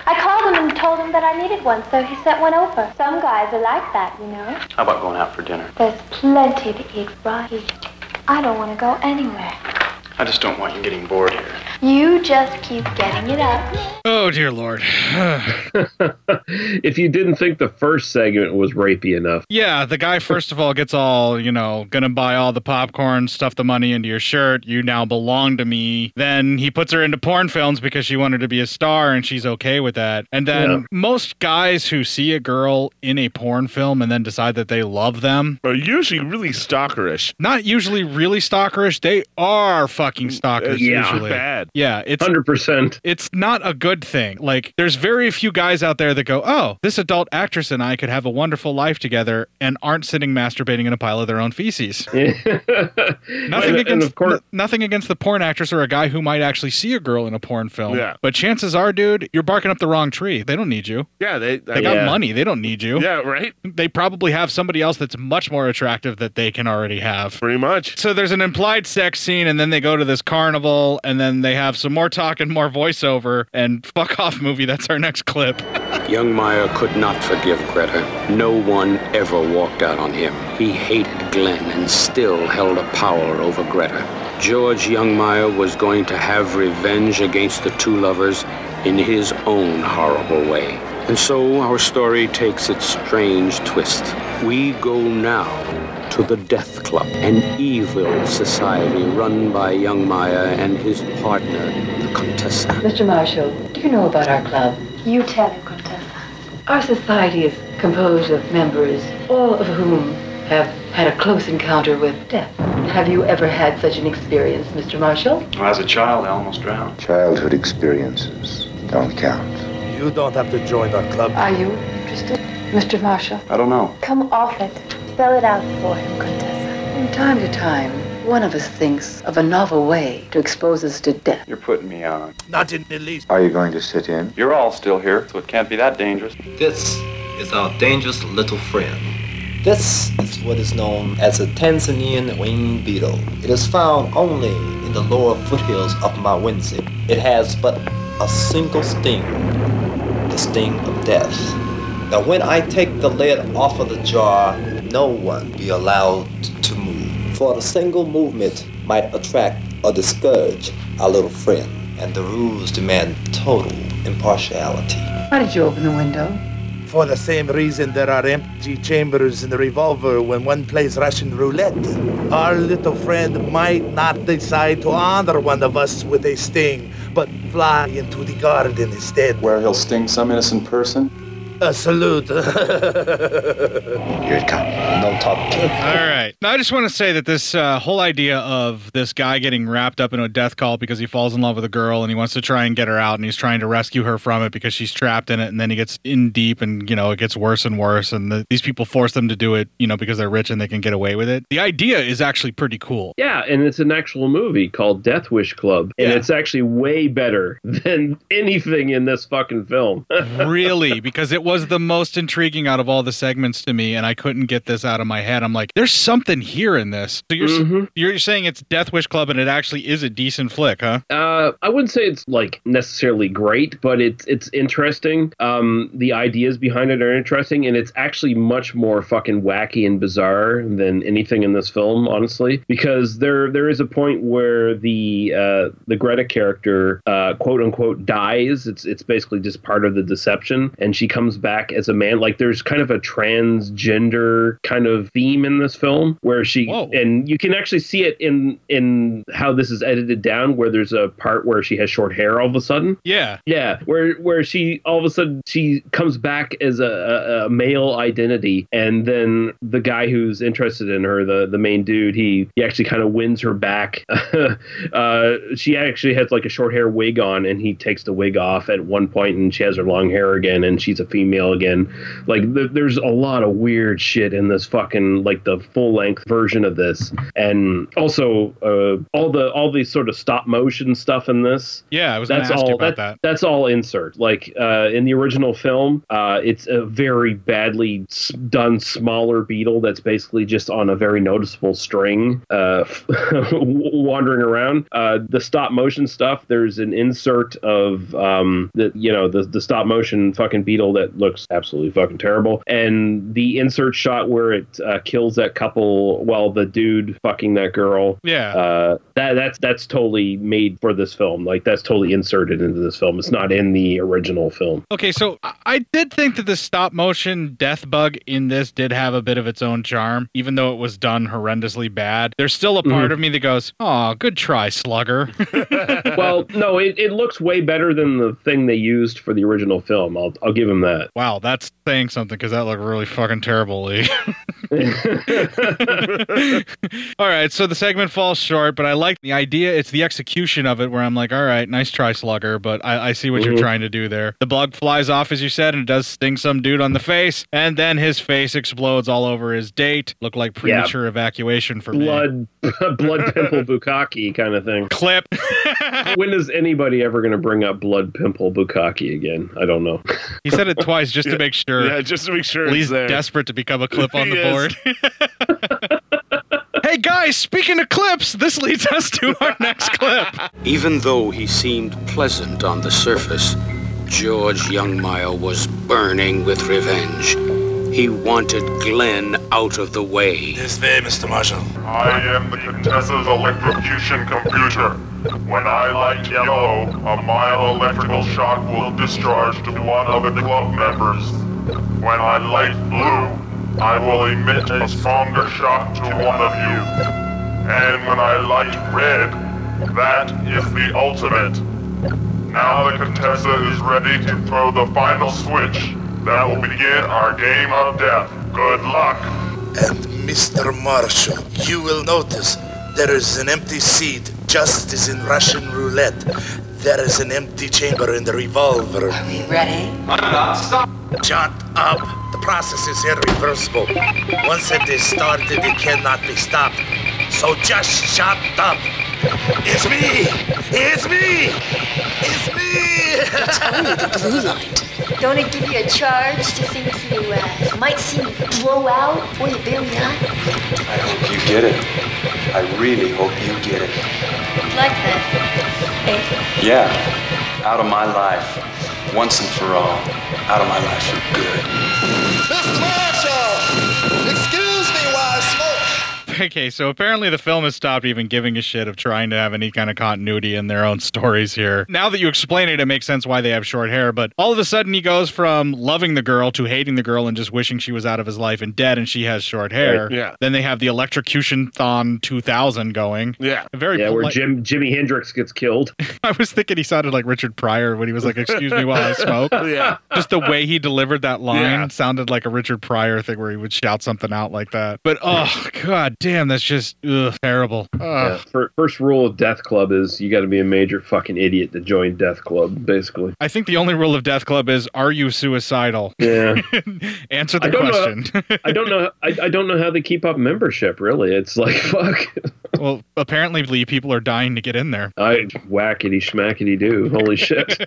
[SPEAKER 18] I called him and told him that I needed one, so he sent one over. Some guys are like that, you know.
[SPEAKER 14] How about going out for dinner?
[SPEAKER 18] There's plenty to eat right here. I don't want to go anywhere.
[SPEAKER 14] I just don't want you getting bored here.
[SPEAKER 18] You just keep getting it up.
[SPEAKER 1] Oh dear lord.
[SPEAKER 9] if you didn't think the first segment was rapey enough,
[SPEAKER 1] Yeah, the guy first of all gets all, you know, gonna buy all the popcorn, stuff the money into your shirt, you now belong to me. Then he puts her into porn films because she wanted to be a star and she's okay with that. And then
[SPEAKER 2] Yeah.
[SPEAKER 1] most guys who see a girl in a porn film and then decide that they love them
[SPEAKER 2] Are usually really stalkerish.
[SPEAKER 1] not usually really stalkerish, they are fucking stalkers
[SPEAKER 2] Mm, uh, Yeah.
[SPEAKER 1] usually.
[SPEAKER 2] Bad.
[SPEAKER 1] Yeah, it's
[SPEAKER 9] 100%.
[SPEAKER 1] It's not a good thing. Like there's very few guys out there that go, "Oh, this adult actress and I could have a wonderful life together" and aren't sitting masturbating in a pile of their own feces. nothing
[SPEAKER 9] And- and
[SPEAKER 1] against
[SPEAKER 9] of course-
[SPEAKER 1] n- nothing against the porn actress or a guy who might actually see a girl in a porn film.
[SPEAKER 2] Yeah.
[SPEAKER 1] But chances are, dude, you're barking up the wrong tree. They don't need you.
[SPEAKER 2] Yeah, they
[SPEAKER 1] They got money. They don't need you.
[SPEAKER 2] Yeah, right.
[SPEAKER 1] They probably have somebody else that's much more attractive that they can already have.
[SPEAKER 2] Pretty much.
[SPEAKER 1] So there's an implied sex scene, and then they go to this carnival, and then they have some more talk and more voiceover, and fuck off movie. That's our next clip.
[SPEAKER 12] Youngmeyer could not forgive Greta. No one ever walked out on him. He hated Glenn and still held a power over Greta. George Youngmeyer was going to have revenge against the two lovers in his own horrible way. And so our story takes its strange twist. We go now to the Death Club, an evil society run by Youngmeyer and his partner, the Contessa.
[SPEAKER 21] Mr. Marshall, do you know about our club?
[SPEAKER 18] You tell him, Contessa.
[SPEAKER 21] Our society is composed of members, all of whom have had a close encounter with death. Have you ever had such an experience, Mr. Marshall?
[SPEAKER 14] Well, as a child, I almost drowned.
[SPEAKER 20] Childhood experiences don't count.
[SPEAKER 8] You don't have to join our club.
[SPEAKER 7] Are you interested, Mr. Marshall?
[SPEAKER 8] I don't know.
[SPEAKER 7] Come off it. Spell it out for him, Contessa.
[SPEAKER 23] From time to time, one of us thinks of a novel way to expose us to death.
[SPEAKER 20] You're putting me on.
[SPEAKER 8] Not in the least.
[SPEAKER 20] Are you going to sit in? You're all still here, so it can't be that dangerous.
[SPEAKER 24] This is our dangerous little friend. This is what is known as the Tanzanian winged beetle. It is found only in the lower foothills of Mawinzi. It has but a single sting, the sting of death. Now, when I take the lid off of the jar, no one be allowed to move, for a single movement might attract or discourage our little friend, and the rules demand total impartiality.
[SPEAKER 23] Why did you open the window?
[SPEAKER 8] For the same reason there are empty chambers in the revolver when one plays Russian roulette. Our little friend might not decide to honor one of us with a sting, but fly into the garden instead.
[SPEAKER 20] Where he'll sting some innocent person?
[SPEAKER 8] A salute.
[SPEAKER 24] Here it comes. No talk.
[SPEAKER 1] All right. Now, I just want to say that this uh, whole idea of this guy getting wrapped up in a death cult because he falls in love with a girl and he wants to try and get her out and he's trying to rescue her from it because she's trapped in it and then he gets in deep and, you know, it gets worse and worse and the, these people force them to do it, you know, because they're rich and they can get away with it. The idea is actually pretty cool.
[SPEAKER 9] Yeah, and it's an actual movie called Death Wish Club, and it's actually way better than anything in this fucking film.
[SPEAKER 1] really, because it was the most intriguing out of all the segments to me and I couldn't get this out of my head. I'm like, there's something here in this. So you're, s-
[SPEAKER 9] Mhm.
[SPEAKER 1] you're saying it's Death Wish Club and it actually is a decent flick, huh?
[SPEAKER 9] Uh, I wouldn't say it's like necessarily great, but it's it's interesting. Um, the ideas behind it are interesting, and it's actually much more fucking wacky and bizarre than anything in this film, honestly. Because there there is a point where the uh, the Greta character uh, quote unquote dies. It's it's basically just part of the deception, and she comes back as a man. Like there's kind of a transgender kind of theme in this film where she and you can actually see it in in how this is edited down where there's a part where she has short hair all of a sudden
[SPEAKER 1] Yeah.
[SPEAKER 9] yeah where where she all of a sudden she comes back as a, a, a male identity and then the guy who's interested in her the the main dude he he actually kind of wins her back uh she actually has like a short hair wig on and he takes the wig off at one point and she has her long hair again and she's a female again like th- there's a lot of weird shit in this fucking like the full length version of this and also uh all the all the sort of stop motion stuff in this
[SPEAKER 1] Yeah, I was going to ask
[SPEAKER 9] all,
[SPEAKER 1] you about that.
[SPEAKER 9] That's all insert. Like uh, in the original film, uh, it's a very badly s- done smaller beetle that's basically just on a very noticeable string, uh, wandering around. Uh, the stop motion stuff. There's an insert of um, the you know the the stop motion fucking beetle that looks absolutely fucking terrible, and the insert shot where it uh, kills that couple while the dude fucking that girl.
[SPEAKER 1] Yeah.
[SPEAKER 9] Uh, that that's that's totally made for this film. Like that's totally inserted into this film. It's not in the original film.
[SPEAKER 1] Okay, so I- I did think that the stop motion death bug in this did have a bit of its own charm, even though it was done horrendously bad. There's still a part
[SPEAKER 9] Mhm.
[SPEAKER 1] of me that goes, "Oh, good try, slugger."
[SPEAKER 9] well, no, it, it looks way better than the thing they used for the original film. I'll I'll give him that.
[SPEAKER 1] wow, that's saying something because that looked really fucking terrible, Lee. all right, so the segment falls short, but I like the idea. It's the execution of it where I'm like, all right, nice try, Slugger, but I, I see what
[SPEAKER 2] Mm-hmm.
[SPEAKER 1] you're
[SPEAKER 9] Mhm.
[SPEAKER 1] trying to do there. The bug flies off, as you said, and it does sting some dude on the face, and then his face explodes all over his date. Look like premature evacuation for me.
[SPEAKER 9] Blood, blood pimple bukkake kind of thing.
[SPEAKER 1] Clip.
[SPEAKER 9] when is anybody ever going to bring up blood pimple bukkake again? I don't know.
[SPEAKER 1] He said it twice just to make sure.
[SPEAKER 9] Yeah,
[SPEAKER 2] just to make sure.
[SPEAKER 1] Lee's desperate to become a clip on the
[SPEAKER 2] Yes.
[SPEAKER 1] board. hey guys, speaking of clips, this leads us to our next clip.
[SPEAKER 12] Even though he seemed pleasant on the surface, George Youngmile was burning with revenge. He wanted Glenn out of the way. This way, Mr. Marshall.
[SPEAKER 25] I am the Contessa's electrocution computer. When I light yellow, a mild electrical shock will discharge to one of the club members. When I light blue, I will emit a stronger shock to one of you. And when I light red, that is the ultimate. Now the Contessa is ready to throw the final switch that will begin our game of death. Good luck.
[SPEAKER 8] Mr. Marshall, you will notice there is an empty seat just as in Russian roulette. There is an empty chamber in the revolver. Are we ready? I'm not. Stop. Shut up. The process is irreversible. Once it is started, it cannot be stopped. So just shut up. It's me. It's me. It's me.
[SPEAKER 26] It's only the blue light.
[SPEAKER 18] Don't it give you a charge to think you uh, might see me blow out before you barely are?
[SPEAKER 6] I hope you get it. I really hope you get it.
[SPEAKER 18] Like that. Hey,
[SPEAKER 6] Yeah. Out of my life. Once and for all. Out of my life for good.
[SPEAKER 22] Excuse me while I smoke.
[SPEAKER 1] Okay, so apparently the film has stopped even giving a shit of trying to have any kind of continuity in their own stories here. Now that you explain it, it makes sense why they have short hair, but all of a sudden he goes from loving the girl to hating the girl and just wishing she was out of his life and dead and she has short hair.
[SPEAKER 9] Right, yeah.
[SPEAKER 1] Then they have the electrocution thon 2000 going.
[SPEAKER 2] Yeah.
[SPEAKER 1] Very
[SPEAKER 9] yeah, where
[SPEAKER 1] polite-
[SPEAKER 9] Jim Jimi Hendrix gets killed.
[SPEAKER 1] I was thinking he sounded like Richard Pryor when he was like, "Excuse me while I smoke."
[SPEAKER 9] Yeah.
[SPEAKER 1] just the way he delivered that line
[SPEAKER 9] Yeah.
[SPEAKER 1] sounded like a Richard Pryor thing where he would shout something out like that. But oh god damn, that's just ugh, terrible.
[SPEAKER 9] Yeah.
[SPEAKER 1] Ugh.
[SPEAKER 9] Fir- First rule of Death Club is you got to be a major fucking idiot to join Death Club, basically.
[SPEAKER 1] I think the only rule of Death Club is: Are you suicidal?
[SPEAKER 9] Yeah.
[SPEAKER 1] Answer
[SPEAKER 9] I
[SPEAKER 1] the
[SPEAKER 9] don't know-
[SPEAKER 1] question.
[SPEAKER 9] I don't know. I, I don't know how they keep up membership. Really, it's like fuck.
[SPEAKER 1] well, apparently, Lee, people are dying to get in there.
[SPEAKER 9] I whackity schmackity do. Holy shit!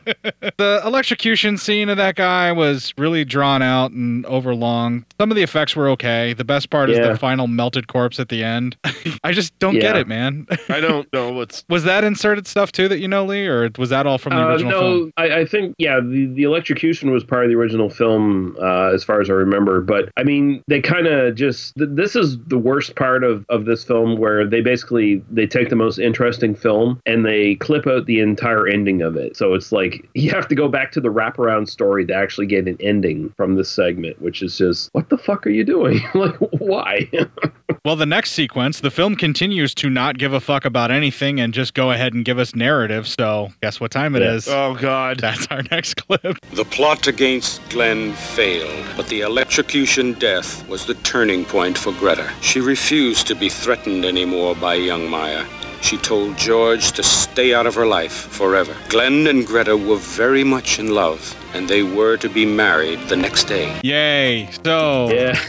[SPEAKER 1] the electrocution scene of that guy was really drawn out and overlong. Some of the effects were okay. The best part is
[SPEAKER 2] Yeah.
[SPEAKER 1] the final melted corpse at the end. I just don't get
[SPEAKER 2] Yeah.
[SPEAKER 1] it, man.
[SPEAKER 2] I don't know what's.
[SPEAKER 1] was that inserted stuff too that you know, Lee, or was that all from the
[SPEAKER 9] Uh,
[SPEAKER 1] original
[SPEAKER 9] no,
[SPEAKER 1] film?
[SPEAKER 9] I, I think yeah, the, the electrocution was part of the original film, uh, as far as I remember. But I mean, they kind of just th- this is the worst part of of this film, where they basically they take the most interesting film and they clip out the entire ending of it. So it's like you have to go back to the wraparound story to actually get an ending from this segment, which is just what the fuck are you doing? like why?
[SPEAKER 1] Well, the next sequence, the film continues to not give a fuck about anything and just go ahead and give us narrative. So, guess what time it
[SPEAKER 6] Yeah.
[SPEAKER 1] is?
[SPEAKER 2] Oh God,
[SPEAKER 1] that's our next clip.
[SPEAKER 12] The plot against Glenn failed, but the electrocution death was the turning point for Greta. She refused to be threatened anymore by young Meyer. She told George to stay out of her life forever. Glenn and Greta were very much in love, and they were to be married the next day.
[SPEAKER 1] Yay! So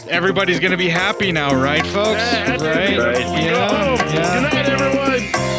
[SPEAKER 1] everybody's gonna be happy now, right, folks? right? Yeah. yeah.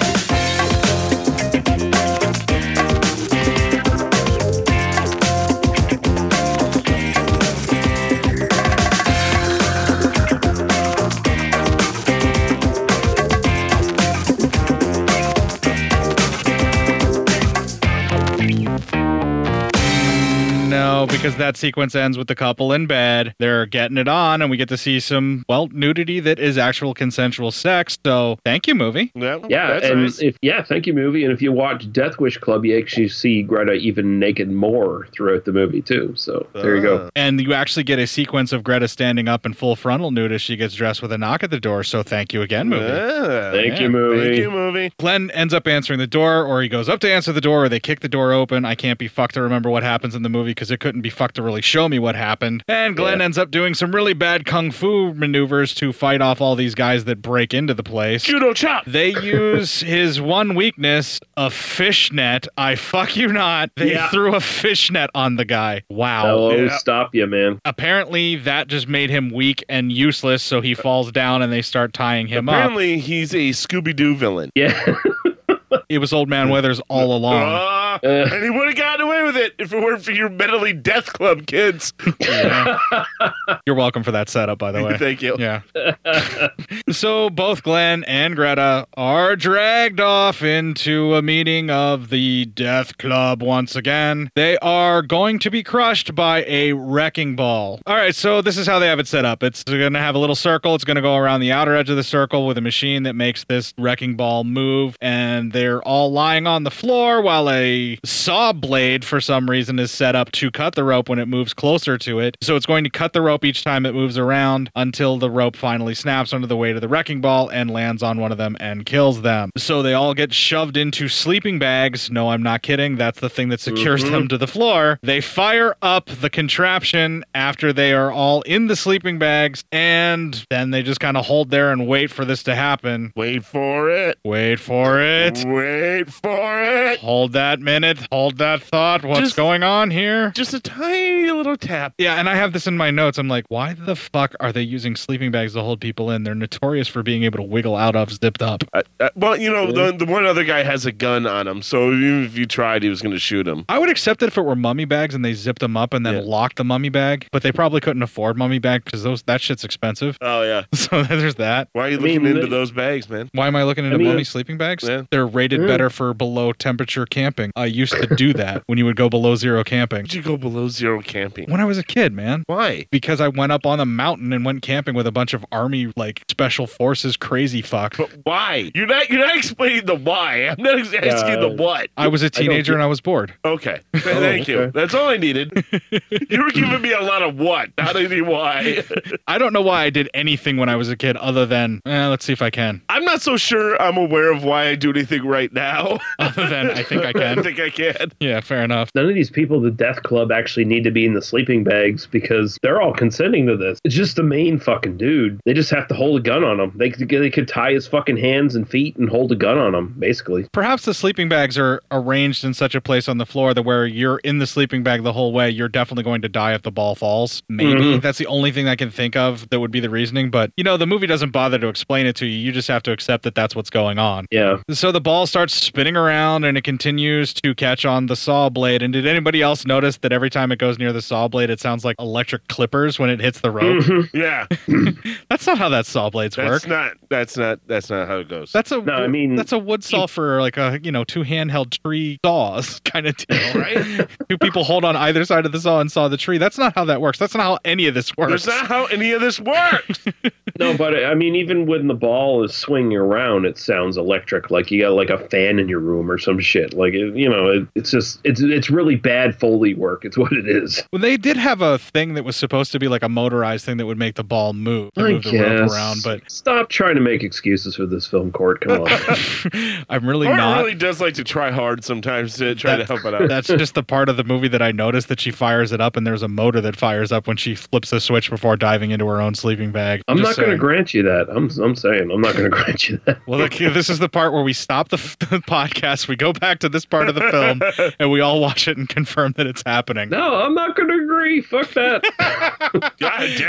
[SPEAKER 1] No, because that sequence ends with the couple in bed. They're getting it on, and we get to see some, well, nudity that is actual consensual sex. So thank you, movie.
[SPEAKER 9] Yeah, and if yeah, thank you, movie. And if you watch Death Wish Club, you actually see Greta even naked more throughout the movie too. So there you go.
[SPEAKER 1] And you actually get a sequence of Greta standing up in full frontal nude as she gets dressed with a knock at the door. So thank you again, movie.
[SPEAKER 2] Yeah.
[SPEAKER 9] Thank you, movie. Thank you,
[SPEAKER 2] movie.
[SPEAKER 1] Glenn ends up answering the door, or he goes up to answer the door, or they kick the door open. I can't be fucked to remember what happens in the movie because it couldn't be fucked to really show me what happened. And Glenn ends up doing some really bad kung fu maneuvers to fight off all these guys that break into the place.
[SPEAKER 2] Judo chop.
[SPEAKER 1] They use his one weakness, a fishnet. I fuck you not. They
[SPEAKER 9] Yeah.
[SPEAKER 1] threw a fishnet on the guy. Wow.
[SPEAKER 9] I'll always stop you, man.
[SPEAKER 1] Apparently, that just made him weak and useless, so he falls down and they start tying him up.
[SPEAKER 2] Apparently, he's a Scooby Doo villain.
[SPEAKER 9] Yeah.
[SPEAKER 1] It was Old Man Weathers all along.
[SPEAKER 2] Ah, and he would have gotten away with it if it weren't for your mentally death club kids.
[SPEAKER 1] You're welcome for that setup, by the way.
[SPEAKER 2] Thank you.
[SPEAKER 1] Yeah. so both Glenn and Greta are dragged off into a meeting of the Death Club once again. They are going to be crushed by a wrecking ball. All right, so this is how they have it set up. It's going to have a little circle. It's going to go around the outer edge of the circle with a machine that makes this wrecking ball move, and they're all lying on the floor while a saw blade, for some reason, is set up to cut the rope when it moves closer to it. So it's going to cut the rope each time it moves around until the rope finally snaps under the weight of the wrecking ball and lands on one of them and kills them. So they all get shoved into sleeping bags. No, I'm not kidding. That's the thing that secures
[SPEAKER 2] Mm-hmm.
[SPEAKER 9] Mhm.
[SPEAKER 1] them to the floor. They fire up the contraption after they are all in the sleeping bags, and then they just kind of hold there and wait for this to happen.
[SPEAKER 2] Wait for it.
[SPEAKER 1] Wait for it.
[SPEAKER 2] Wait for it.
[SPEAKER 1] Hold that minute. Hold that thought. What's
[SPEAKER 2] Just-
[SPEAKER 1] going on here?
[SPEAKER 2] Just a tiny little tap.
[SPEAKER 1] Yeah, and I have this in my notes. I'm like, why the fuck are they using sleeping bags to hold people in? They're notorious for being able to wiggle out of zipped up.
[SPEAKER 2] Uh, well, you know, the, the one other guy has a gun on him, so even if you tried, he was going to shoot him.
[SPEAKER 1] I would accept it if it were mummy bags and they zipped them up and then locked the mummy bag, but they probably couldn't afford mummy bag because those that shit's expensive.
[SPEAKER 2] Oh yeah.
[SPEAKER 1] So there's that.
[SPEAKER 2] Why are you
[SPEAKER 1] I
[SPEAKER 2] looking
[SPEAKER 1] mean,
[SPEAKER 2] into
[SPEAKER 1] they-
[SPEAKER 2] those bags, man?
[SPEAKER 1] Why am I looking into
[SPEAKER 2] I mean-
[SPEAKER 1] mummy sleeping bags?
[SPEAKER 2] Yeah.
[SPEAKER 1] They're rated
[SPEAKER 2] Yeah.
[SPEAKER 1] better for below temperature camping. I used to do that when you would go below zero camping.
[SPEAKER 2] Did you go below zero camping?
[SPEAKER 1] When I was a kid, man.
[SPEAKER 2] Why?
[SPEAKER 1] Because I went up on the mountain and went camping with a bunch of army like special forces crazy fuck.
[SPEAKER 2] Why? You're not. You're not explaining the why. I'm not ex- asking the what.
[SPEAKER 1] I was a teenager and I was bored.
[SPEAKER 2] Oh, Okay. Th- Thank you.
[SPEAKER 1] okay.
[SPEAKER 2] That's all I needed. you were giving me a lot of what, not any why.
[SPEAKER 1] I don't know why I did anything when I was a kid other than eh, let's see if I can.
[SPEAKER 2] I'm not so sure I'm aware of why I do anything right now.
[SPEAKER 1] Other than I think I can.
[SPEAKER 2] I think I can.
[SPEAKER 1] Yeah, fair enough.
[SPEAKER 9] None of these people at the death club actually need to be in the sleeping bags because they're all consenting to this. It's just the main fucking dude. They just have to hold a gun on him. They could, they could tie his fucking hands and feet and hold a gun on him, basically.
[SPEAKER 1] Perhaps the sleeping bags are arranged in such a place on the floor that where you're in the sleeping bag the whole way, you're definitely going to die if the ball falls. Maybe
[SPEAKER 9] Mhm.
[SPEAKER 1] that's the only thing I can think of that would be the reasoning. But you know, the movie doesn't bother to explain it to you. You just have to accept that that's what's going on.
[SPEAKER 9] Yeah.
[SPEAKER 1] So the ball starts spinning around and it continues to catch on the saw blade. And did anybody else notice that every time it goes near the saw blade, it sounds like electric clippers when it hits the rope?
[SPEAKER 2] Yeah.
[SPEAKER 1] That's not how that saw blades
[SPEAKER 2] Mm-hmm. That's
[SPEAKER 1] work.
[SPEAKER 2] not. That's not. That's not how it goes.
[SPEAKER 1] That's a
[SPEAKER 2] No, I mean-
[SPEAKER 1] that's a wood saw for like a you know two handheld tree saws kind of deal, right? two people hold on either side of the saw and saw the tree. That's not how that works. That's not how any of this works.
[SPEAKER 2] That's not how any of this works.
[SPEAKER 9] No, but I mean, even when the ball is swinging around, it sounds electric. Like you got like a fan in your room or some shit. Like it, you know, it, it's just it's it's really bad foley work. It's what it is.
[SPEAKER 1] Well, they did have a thing that was supposed to be like a motorized thing that would make the ball move, to
[SPEAKER 9] I
[SPEAKER 1] move the rope
[SPEAKER 9] guess.
[SPEAKER 1] around, but
[SPEAKER 9] Stop trying to make excuses for this film court. Come on.
[SPEAKER 1] I'm really
[SPEAKER 2] Laura
[SPEAKER 1] not.
[SPEAKER 2] really does like to try hard sometimes to try to help it out.
[SPEAKER 1] That's just the part of the movie that I noticed that she fires it up, and there's a motor that fires up when she flips the switch before diving into her own sleeping bag.
[SPEAKER 9] I'm
[SPEAKER 1] Just
[SPEAKER 9] not going to
[SPEAKER 1] saying.
[SPEAKER 9] grant you that. I'm I'm saying I'm not going to grant you that.
[SPEAKER 1] Well, look, this is the part where we stop the, the podcast. We go back to this part of the film, and we all watch it and confirm that it's happening.
[SPEAKER 9] No, I'm not going to agree. Fuck that.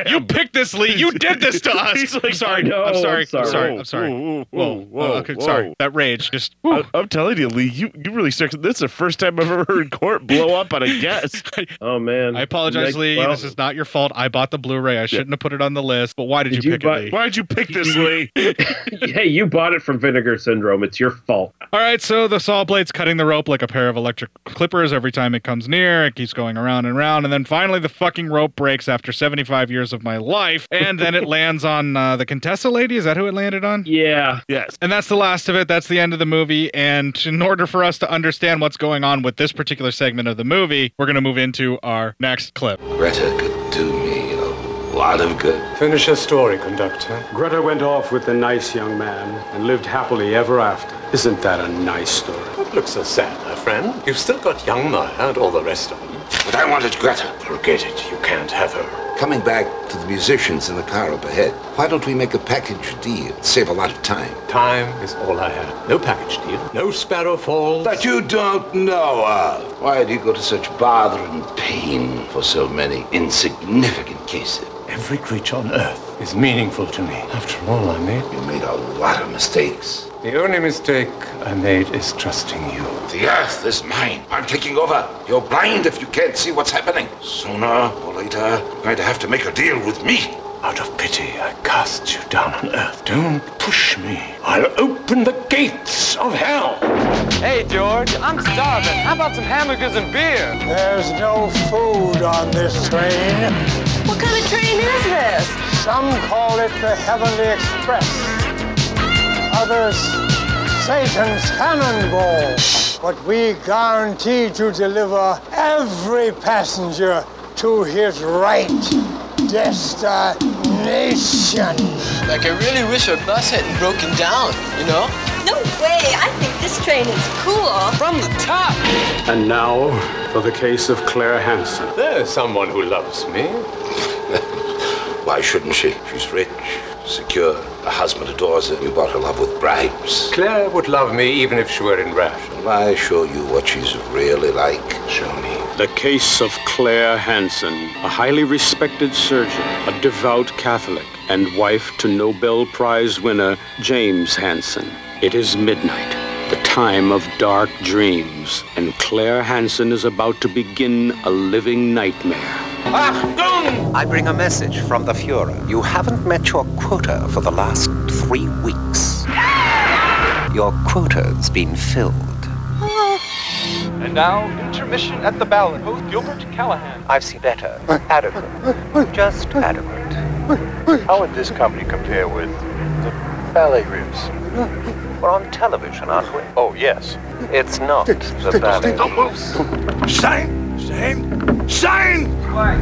[SPEAKER 1] You picked this, Lee. You did this to us.
[SPEAKER 2] He's
[SPEAKER 1] I'm
[SPEAKER 2] like,
[SPEAKER 1] sorry.
[SPEAKER 2] no,
[SPEAKER 1] I'm sorry.
[SPEAKER 2] I'm sorry. Whoa,
[SPEAKER 1] I'm sorry. I'm sorry.
[SPEAKER 2] whoa,
[SPEAKER 1] Whoa.
[SPEAKER 2] whoa,
[SPEAKER 1] Oh,
[SPEAKER 2] whoa,
[SPEAKER 1] okay,
[SPEAKER 2] whoa.
[SPEAKER 1] Sorry. That rage just. uh,
[SPEAKER 2] I, am telling you, Lee, you, you really stuck. This is the first time I've ever heard Court blow up on a guest.
[SPEAKER 9] oh man,
[SPEAKER 1] I apologize, Lee. this is not your fault. I bought the Blu-ray. I shouldn't have put it on the list. But why did, you, pick it, Lee?
[SPEAKER 2] Why'd you pick this, Lee?
[SPEAKER 9] hey, you bought it from Vinegar Syndrome. It's your fault.
[SPEAKER 1] All right, so the saw blade's cutting the rope like a pair of electric clippers every time it comes near. It keeps going around and around, and then finally the fucking rope breaks after 75 years of my life, and then it lands on uh, the Contessa lady. Is that who it landed on?
[SPEAKER 9] Yeah.
[SPEAKER 2] Yes.
[SPEAKER 1] And that's the last of it. That's the end of the movie. And in order for us to understand what's going on with this particular segment of the movie, we're going to move into our next clip.
[SPEAKER 4] Greta could do me a lot of good.
[SPEAKER 5] Finish her story, conductor. Greta went off with the nice young man and lived happily ever after. Isn't that a nice story? Don't look so sad, my friend. You've still got young Maya and all the rest of them.
[SPEAKER 4] But I wanted Greta.
[SPEAKER 5] Forget it. You can't have her.
[SPEAKER 4] Coming back to the musicians in the car up ahead, why don't we make a package deal? Save a lot of time.
[SPEAKER 5] Time is all I have. No package deal. No Sparrow Falls.
[SPEAKER 4] That you don't know of. Why do you go to such bother and pain for so many insignificant cases?
[SPEAKER 5] Every creature on Earth is meaningful to me. After all, I made.
[SPEAKER 4] You made a lot of mistakes.
[SPEAKER 5] The only mistake I made is trusting you.
[SPEAKER 4] The earth is mine. I'm taking over. You're blind if you can't see what's happening. Sooner or later, you're going to have to make a deal with me.
[SPEAKER 5] Out of pity, I cast you down on Earth. Don't push me. I'll open the gates of hell.
[SPEAKER 13] Hey, George, I'm starving. How about some hamburgers and beer?
[SPEAKER 5] There's no food on this train.
[SPEAKER 13] What kind of train is this?
[SPEAKER 5] Some call it the Heavenly Express. Others, Satan's cannonball. But we guarantee to deliver every passenger to his right destination.
[SPEAKER 13] Like, I really wish our bus hadn't broken down, you know?
[SPEAKER 26] No way! I think this train is cool. From the top.
[SPEAKER 5] And now for the case of Claire Hanson. There's someone who loves me.
[SPEAKER 4] Why shouldn't she? She's rich.
[SPEAKER 17] secure. The husband adores her. You bought her love with bribes.
[SPEAKER 27] Claire would love me even if she were in rash.
[SPEAKER 17] Shall I show you what she's really like? Show me.
[SPEAKER 12] The case of Claire Hanson, a highly respected surgeon, a devout Catholic, and wife to Nobel Prize winner James Hanson. It is midnight, the time of dark dreams, and Claire Hanson is about to begin a living nightmare.
[SPEAKER 6] Achtung! I bring a message from the Fuhrer. You haven't met your quota for the last three weeks. Your quota's been filled.
[SPEAKER 14] And now, intermission at the ballad. Host Gilbert Callahan.
[SPEAKER 6] I've seen better. Adequate. Just adequate. How would this company compare with the ballet groups? We're on television, aren't we? Oh, yes. It's not the ballet groups.
[SPEAKER 10] Shine! Shine! Shine! What?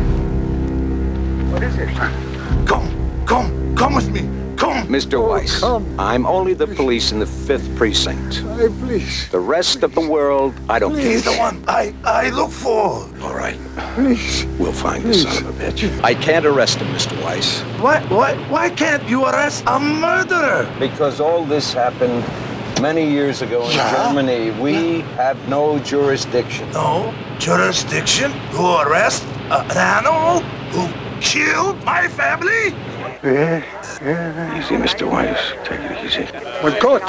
[SPEAKER 10] What is it?
[SPEAKER 6] Come, come, come with me. Come.
[SPEAKER 10] Oh,
[SPEAKER 17] Mr. Weiss, I'm only the police in the 5th Precinct.
[SPEAKER 10] I please.
[SPEAKER 17] The rest of the world, I don't
[SPEAKER 10] He's the
[SPEAKER 17] care.
[SPEAKER 10] one I, I look for.
[SPEAKER 17] All right.
[SPEAKER 10] Please.
[SPEAKER 17] We'll find this
[SPEAKER 10] Please.
[SPEAKER 17] son of a bitch. I can't arrest him, Mr. Weiss.
[SPEAKER 10] Why, why, why can't you arrest a murderer?
[SPEAKER 17] Because all this happened many years ago in
[SPEAKER 10] Yeah?
[SPEAKER 17] Germany. We have no jurisdiction.
[SPEAKER 10] No jurisdiction who arrest a- an animal who killed my family?
[SPEAKER 17] Yeah, yeah. Easy, Mr. Weiss. Take it easy. My God.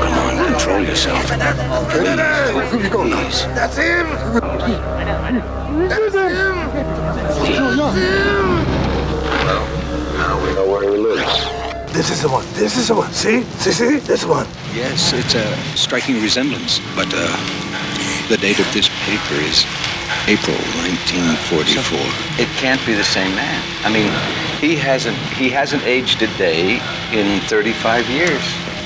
[SPEAKER 17] Come on, control yourself. Okay. You go nice.
[SPEAKER 10] That's him! That's him!
[SPEAKER 17] Now we know where he lives.
[SPEAKER 10] This is the one. This is the one. See? See, see? This one.
[SPEAKER 17] Yes, it's a striking resemblance, but uh, the date of this paper is April 1944.
[SPEAKER 6] It can't be the same man. I mean, he hasn't he hasn't aged a day in 35 years.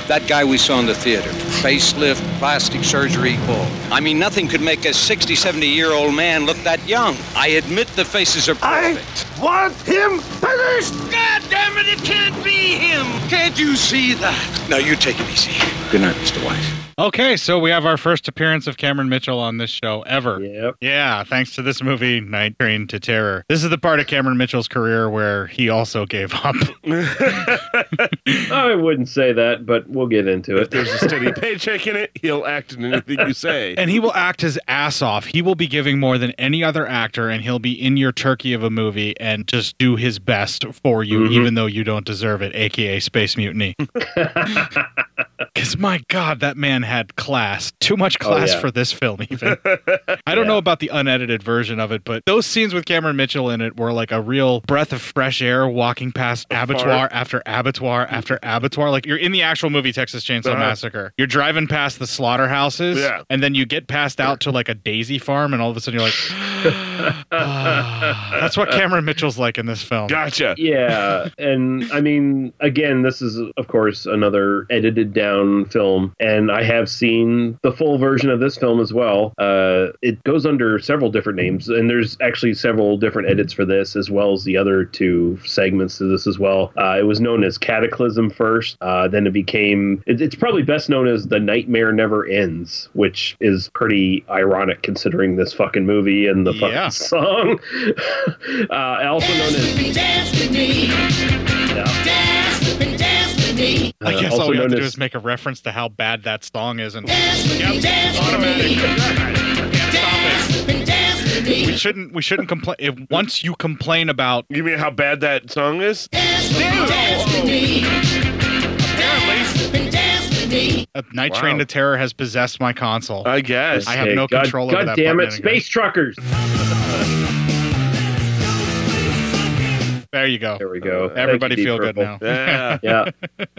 [SPEAKER 17] That guy we saw in the theater, facelift, plastic surgery, all. I mean, nothing could make a 60, 70 year old man look that young. I admit the faces are perfect.
[SPEAKER 10] Want him punished!
[SPEAKER 17] God damn it, it can't be him! Can't you see that? Now you take it easy. Good night, Mr. Weiss.
[SPEAKER 1] Okay, so we have our first appearance of Cameron Mitchell on this show ever. Yep. Yeah, thanks to this movie, Night Train to Terror. This is the part of Cameron Mitchell's career where he also gave up.
[SPEAKER 9] I wouldn't say that, but we'll get into it.
[SPEAKER 2] There's a steady paycheck in it. He'll act in anything you say.
[SPEAKER 1] and he will act his ass off. He will be giving more than any other actor, and he'll be in your turkey of a movie and just do his best for you,
[SPEAKER 9] Mhm.
[SPEAKER 1] even though you don't deserve it, aka Space Mutiny. Because my God, that man had class. Too much
[SPEAKER 9] Oh,
[SPEAKER 1] class
[SPEAKER 9] yeah.
[SPEAKER 1] for this film, even. I don't know about the unedited version of it, but those scenes with Cameron Mitchell in it were like a real breath of fresh air walking past abattoir
[SPEAKER 2] fart.
[SPEAKER 1] after abattoir after abattoir. Like you're in the actual movie Texas Chainsaw
[SPEAKER 2] Uh-huh.
[SPEAKER 1] Massacre. You're driving past the slaughterhouses,
[SPEAKER 2] Yeah.
[SPEAKER 1] and then you get passed out to like a daisy farm, and all of a sudden you're like,
[SPEAKER 9] Uh,
[SPEAKER 1] "Ah, that's what Cameron Mitchell's like in this film.
[SPEAKER 2] Gotcha.
[SPEAKER 9] yeah and i mean again this is of course another edited down film and i have seen the full version of this film as well uh, it goes under several different names and there's actually several different edits for this as well as the other two segments to this as well uh, it was known as cataclysm first uh, then it became it, it's probably best known as the nightmare never ends which is pretty ironic considering this fucking movie and the fucking
[SPEAKER 1] Yeah.
[SPEAKER 9] song uh, also known as
[SPEAKER 28] Destiny. Destiny. Destiny.
[SPEAKER 1] I
[SPEAKER 9] Uh,
[SPEAKER 1] guess
[SPEAKER 9] also
[SPEAKER 1] all we have
[SPEAKER 9] known
[SPEAKER 1] to do
[SPEAKER 9] as-
[SPEAKER 1] is make a reference to how bad that song is, and we shouldn't we shouldn't complain. If once you complain about,
[SPEAKER 2] you mean how bad that song is?
[SPEAKER 1] Night
[SPEAKER 2] Wow.
[SPEAKER 1] Train to Terror has possessed my console.
[SPEAKER 2] I guess.
[SPEAKER 1] I have no
[SPEAKER 9] God-
[SPEAKER 1] control
[SPEAKER 9] God
[SPEAKER 1] over that.
[SPEAKER 9] damn
[SPEAKER 1] button
[SPEAKER 9] it,
[SPEAKER 1] anymore.
[SPEAKER 9] space truckers!
[SPEAKER 1] There you go.
[SPEAKER 9] There we go.
[SPEAKER 1] Everybody
[SPEAKER 9] Thank you,
[SPEAKER 1] feel
[SPEAKER 9] Deep
[SPEAKER 1] good
[SPEAKER 9] Purple.
[SPEAKER 1] now.
[SPEAKER 9] yeah.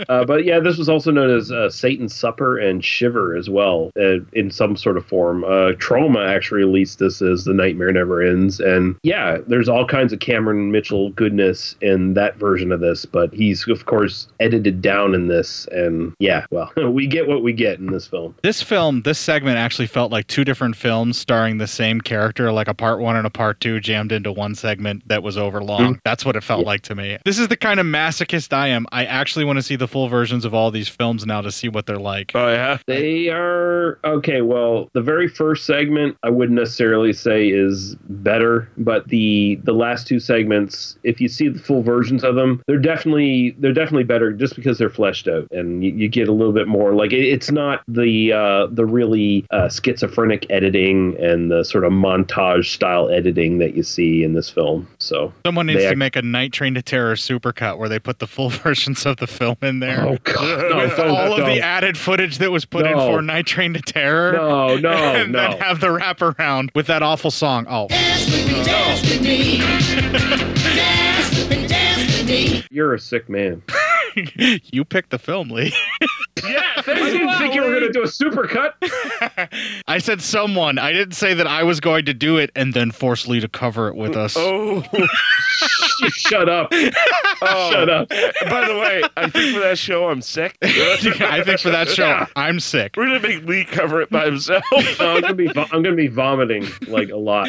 [SPEAKER 9] Uh, but yeah, this was also known as uh, Satan's Supper and Shiver as well, uh, in some sort of form. Uh, Trauma actually released this as The Nightmare Never Ends. And yeah, there's all kinds of Cameron Mitchell goodness in that version of this, but he's, of course, edited down in this. And yeah, well, we get what we get in this film.
[SPEAKER 1] This film, this segment actually felt like two different films
[SPEAKER 12] Mm-hmm.
[SPEAKER 9] Hmm.
[SPEAKER 1] starring the same character, like a part one and a part two jammed into one segment that was over long. That's what it it felt like to me. This is the kind of masochist I am. I actually want to see the full versions of all these films now to see what they're like.
[SPEAKER 2] Oh yeah,
[SPEAKER 9] they are okay. Well, the very first segment I wouldn't necessarily say is better, but the the last two segments, if you see the full versions of them, they're definitely they're definitely better just because they're fleshed out and you, you get a little bit more. Like it, it's not the uh, the really uh, schizophrenic editing and the sort of montage style editing that you see in this film. So
[SPEAKER 1] Someone needs
[SPEAKER 9] they
[SPEAKER 1] to make a Night Train to Terror supercut where they put the full versions of the film in there.
[SPEAKER 9] Oh, God. No,
[SPEAKER 1] With
[SPEAKER 9] don't-
[SPEAKER 1] all of
[SPEAKER 9] don't.
[SPEAKER 1] the added footage that was put in
[SPEAKER 9] No.
[SPEAKER 1] for Night Train to Terror.
[SPEAKER 9] No, no,
[SPEAKER 1] and
[SPEAKER 9] no.
[SPEAKER 1] Then have the wraparound with that awful song. Oh,
[SPEAKER 10] Dance with me. Dance with me. Dance with me.
[SPEAKER 9] You're a sick man.
[SPEAKER 1] you picked the film, Lee.
[SPEAKER 2] yeah,
[SPEAKER 9] I didn't think you were going to do a supercut.
[SPEAKER 1] I said someone. I didn't say that I was going to do it and then force Lee to cover it with us.
[SPEAKER 2] Oh,
[SPEAKER 9] shut up!
[SPEAKER 1] Shut up.
[SPEAKER 2] By the way, I think for that show I'm sick.
[SPEAKER 1] I think for that show, I'm sick.
[SPEAKER 2] We're gonna make Lee cover it by himself.
[SPEAKER 9] I'm gonna be I'm gonna be vomiting like a lot.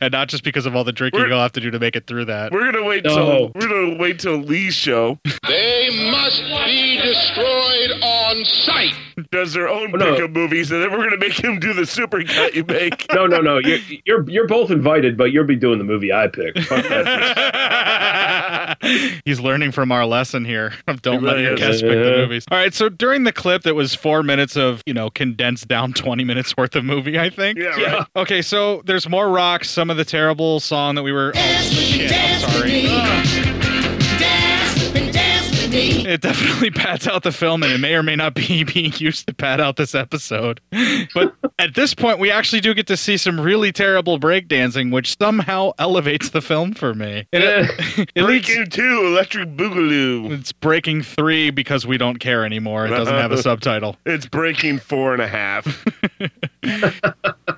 [SPEAKER 1] and not just because of all the drinking you'll have to do to make it through that.
[SPEAKER 2] We're gonna wait till
[SPEAKER 1] No.
[SPEAKER 2] we're gonna wait till Lee's show
[SPEAKER 7] They must be destroyed on sight.
[SPEAKER 2] does their own
[SPEAKER 9] Oh, no.
[SPEAKER 2] pickup movies, and then we're gonna make him do the super cut you make.
[SPEAKER 9] No, no, no. You're you're, you're both invited, but you'll be doing the movie I pick. Fuck that.
[SPEAKER 1] He's learning from our lesson here. of Don't
[SPEAKER 9] He
[SPEAKER 1] let
[SPEAKER 9] really
[SPEAKER 1] your
[SPEAKER 9] is.
[SPEAKER 1] guests pick the
[SPEAKER 9] Yeah.
[SPEAKER 1] movies. All right, so during the clip that was four minutes of, you know, condensed down 20 minutes worth of movie, I think. Yeah,
[SPEAKER 2] right.
[SPEAKER 1] Okay, so there's more rocks, some of the terrible song that we were. Oh, shit, I'm sorry.
[SPEAKER 10] Dance with me. Dance with me.
[SPEAKER 1] It definitely pads out the film, and it may or may not be being used to pad out this episode. But at this point, we actually do get to see some really terrible breakdancing, which somehow elevates the film for me. And it- it leads-
[SPEAKER 2] Breaking two, Electric Boogaloo.
[SPEAKER 1] It's breaking three because we don't care anymore. It doesn't have a subtitle.
[SPEAKER 2] It's breaking four and a half.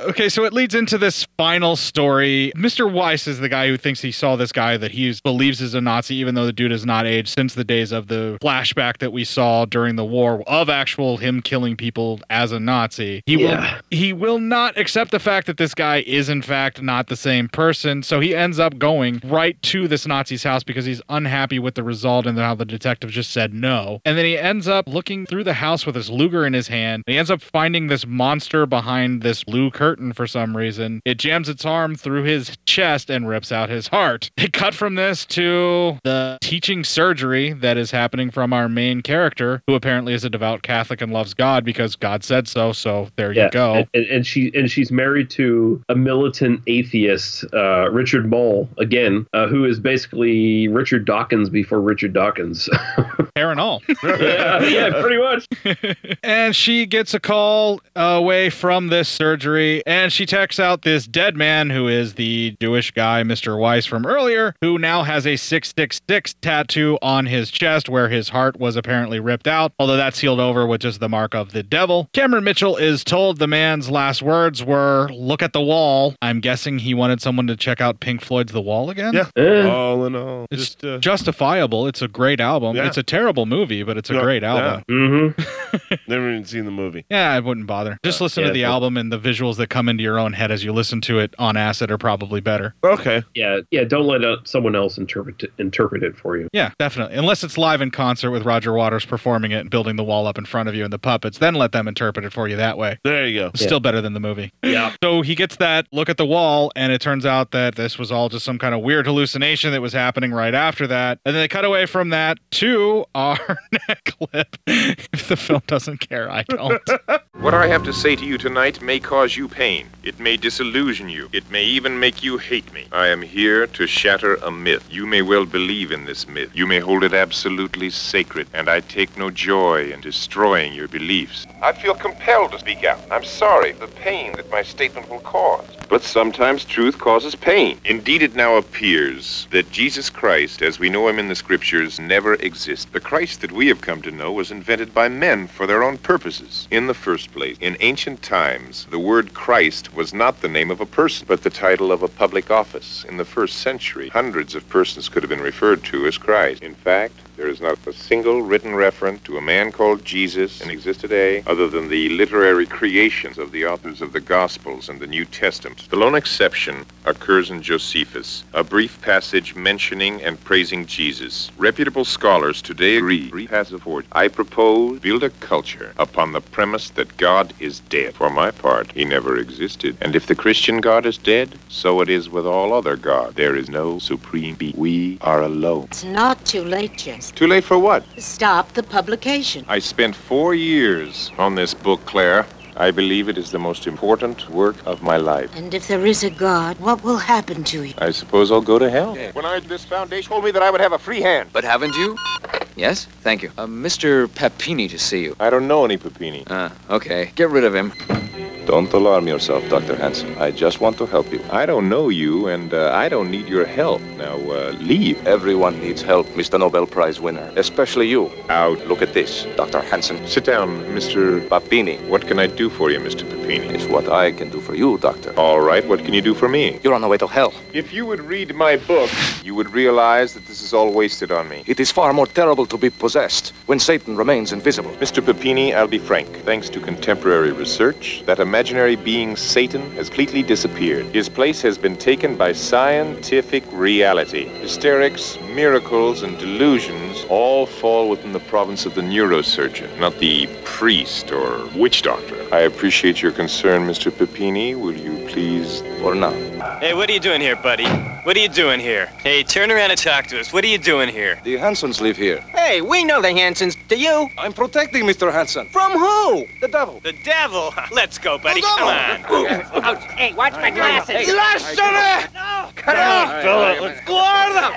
[SPEAKER 1] Okay, so it leads into this final story. Mr. Weiss is the guy who thinks he saw this guy that he is- believes is a Nazi, even though the dude is not aged since the days of the flashback that we saw during the war of actual him killing people as a Nazi. He
[SPEAKER 9] Yeah.
[SPEAKER 1] will he will not accept the fact that this guy is in fact not the same person. So he ends up going right to this Nazi's house because he's unhappy with the result and how the detective just said no. And then he ends up looking through the house with his Luger in his hand. And he ends up finding this monster behind this blue curtain for some reason. It jams its arm through his chest and rips out his heart. They cut from this to the teaching surgery that is happening from our main character, who apparently is a devout Catholic and loves God because God said so. So there you go.
[SPEAKER 9] And, and, and she and she's married to a militant atheist, uh, Richard Mole, again, uh, who is basically Richard Dawkins before Richard Dawkins.
[SPEAKER 1] Hair and all.
[SPEAKER 9] yeah, yeah, pretty much.
[SPEAKER 1] and she gets a call away from this surgery, and she texts out this dead man who is the Jewish guy, Mr. Weiss from earlier, who now has a 666 tattoo on his chest where his heart was apparently ripped out, although that's sealed over with just the mark of the devil. Cameron Mitchell is told the man's last words were, Look at the wall. I'm guessing he wanted someone to check out Pink Floyd's The Wall again?
[SPEAKER 9] Eh. Uh,
[SPEAKER 2] All in all,
[SPEAKER 1] It's
[SPEAKER 2] just uh,
[SPEAKER 1] justifiable. It's a great album.
[SPEAKER 2] Yeah.
[SPEAKER 1] It's a terrible movie, but it's a
[SPEAKER 2] Yeah,
[SPEAKER 1] great album.
[SPEAKER 9] Mm-hmm.
[SPEAKER 2] Never even seen the movie.
[SPEAKER 1] Yeah, I wouldn't bother. Just
[SPEAKER 2] Uh,
[SPEAKER 1] listen
[SPEAKER 2] yeah,
[SPEAKER 1] to the
[SPEAKER 2] but-
[SPEAKER 1] album and the visuals that come into your own head as you listen to it on acid are probably better.
[SPEAKER 2] Okay.
[SPEAKER 9] Yeah, yeah. Don't let uh, someone else interpret it, interpret it for you.
[SPEAKER 1] Yeah, definitely. Unless it's live in concert with Roger Waters performing it and building the wall up in front of you and the puppets, then let them interpret it for you that way.
[SPEAKER 2] There you go.
[SPEAKER 1] Still better than the movie.
[SPEAKER 9] Yeah.
[SPEAKER 1] So he gets that look at the wall, and it turns out that this was all just some kind of weird hallucination that was happening right after that. And then they cut away from that to our next clip. If the film doesn't care, I don't.
[SPEAKER 21] What I have to say to you tonight may cause you pain. It may disillusion you. It may even make you hate me. I am here to shatter a myth. You may well believe in this myth. You may hold it absolutely sacred, and I take no joy in destroying your beliefs.
[SPEAKER 13] I feel compelled to speak out. I'm sorry for the pain that my statement will cause.
[SPEAKER 21] But sometimes truth causes pain. Indeed, it now appears that Jesus Christ, as we know him in the scriptures, never exists. The Christ that we have come to know was invented by men for their own purposes. In the first place, in ancient times, the word Christ was not the name of a person, but the title of a public office. In the first century, hundreds of persons could have been referred to as Christ. In fact, There is not a single written reference to a man called Jesus in exist today other than the literary creations of the authors of the Gospels and the New Testament. The lone exception occurs in Josephus, a brief passage mentioning and praising Jesus. Reputable scholars today agree he has a forge. I propose build a culture upon the premise that God is dead. For my part, he never existed. And if the Christian God is dead, so it is with all other God. There is no supreme being. We are alone.
[SPEAKER 23] It's not too late yet.
[SPEAKER 21] Too late for what?
[SPEAKER 23] Stop the publication.
[SPEAKER 21] I spent four years on this book, Claire. I believe it is the most important work of my life.
[SPEAKER 23] And if there is a God, what will happen to you?
[SPEAKER 21] I suppose I'll go to hell.
[SPEAKER 14] When I this foundation told me that I would have a free hand. But haven't you? Yes, thank you. Uh, Mr. Papini to see you.
[SPEAKER 21] I don't know any Papini.
[SPEAKER 14] Ah, okay. Get rid of him.
[SPEAKER 21] Don't alarm yourself, Dr. Hanson. I just want to help you. I don't know you, and uh, I don't need your help. Now, uh, leave.
[SPEAKER 17] Everyone needs help, Mr. Nobel Prize winner, especially you. Out. Look at this, Dr. Hansen.
[SPEAKER 21] Sit down, Mr.
[SPEAKER 17] Papini.
[SPEAKER 21] What can I do for you, Mr. Papini?
[SPEAKER 17] It's what I can do for you, Doctor.
[SPEAKER 21] All right, what can you do for me?
[SPEAKER 17] You're on the way to hell.
[SPEAKER 21] If you would read my book, you would realize that this is all wasted on me.
[SPEAKER 17] It is far more terrible to be possessed when Satan remains invisible.
[SPEAKER 21] Mr. Papini, I'll be frank. Thanks to contemporary research, that imaginary being Satan has completely disappeared. His place has been taken by scientific reality. Hysterics, miracles, and delusions all fall within the province of the neurosurgeon, not the priest or witch doctor. I appreciate your concern, Mr. Pepini. Will you please.
[SPEAKER 17] Or not?
[SPEAKER 19] Hey, what are you doing here, buddy? What are you doing here? Hey, turn around and talk to us. What are you doing here?
[SPEAKER 17] The Hansons live here.
[SPEAKER 14] Hey, we know the Hansons. Do you?
[SPEAKER 17] I'm protecting Mr. Hanson.
[SPEAKER 14] From who?
[SPEAKER 17] The devil.
[SPEAKER 19] The devil? Let's go, buddy. Come on.
[SPEAKER 14] Ouch. Hey, watch my glasses.
[SPEAKER 17] Hey, Larson!
[SPEAKER 14] No!
[SPEAKER 17] Cut off, Philip. Let's
[SPEAKER 14] go
[SPEAKER 17] on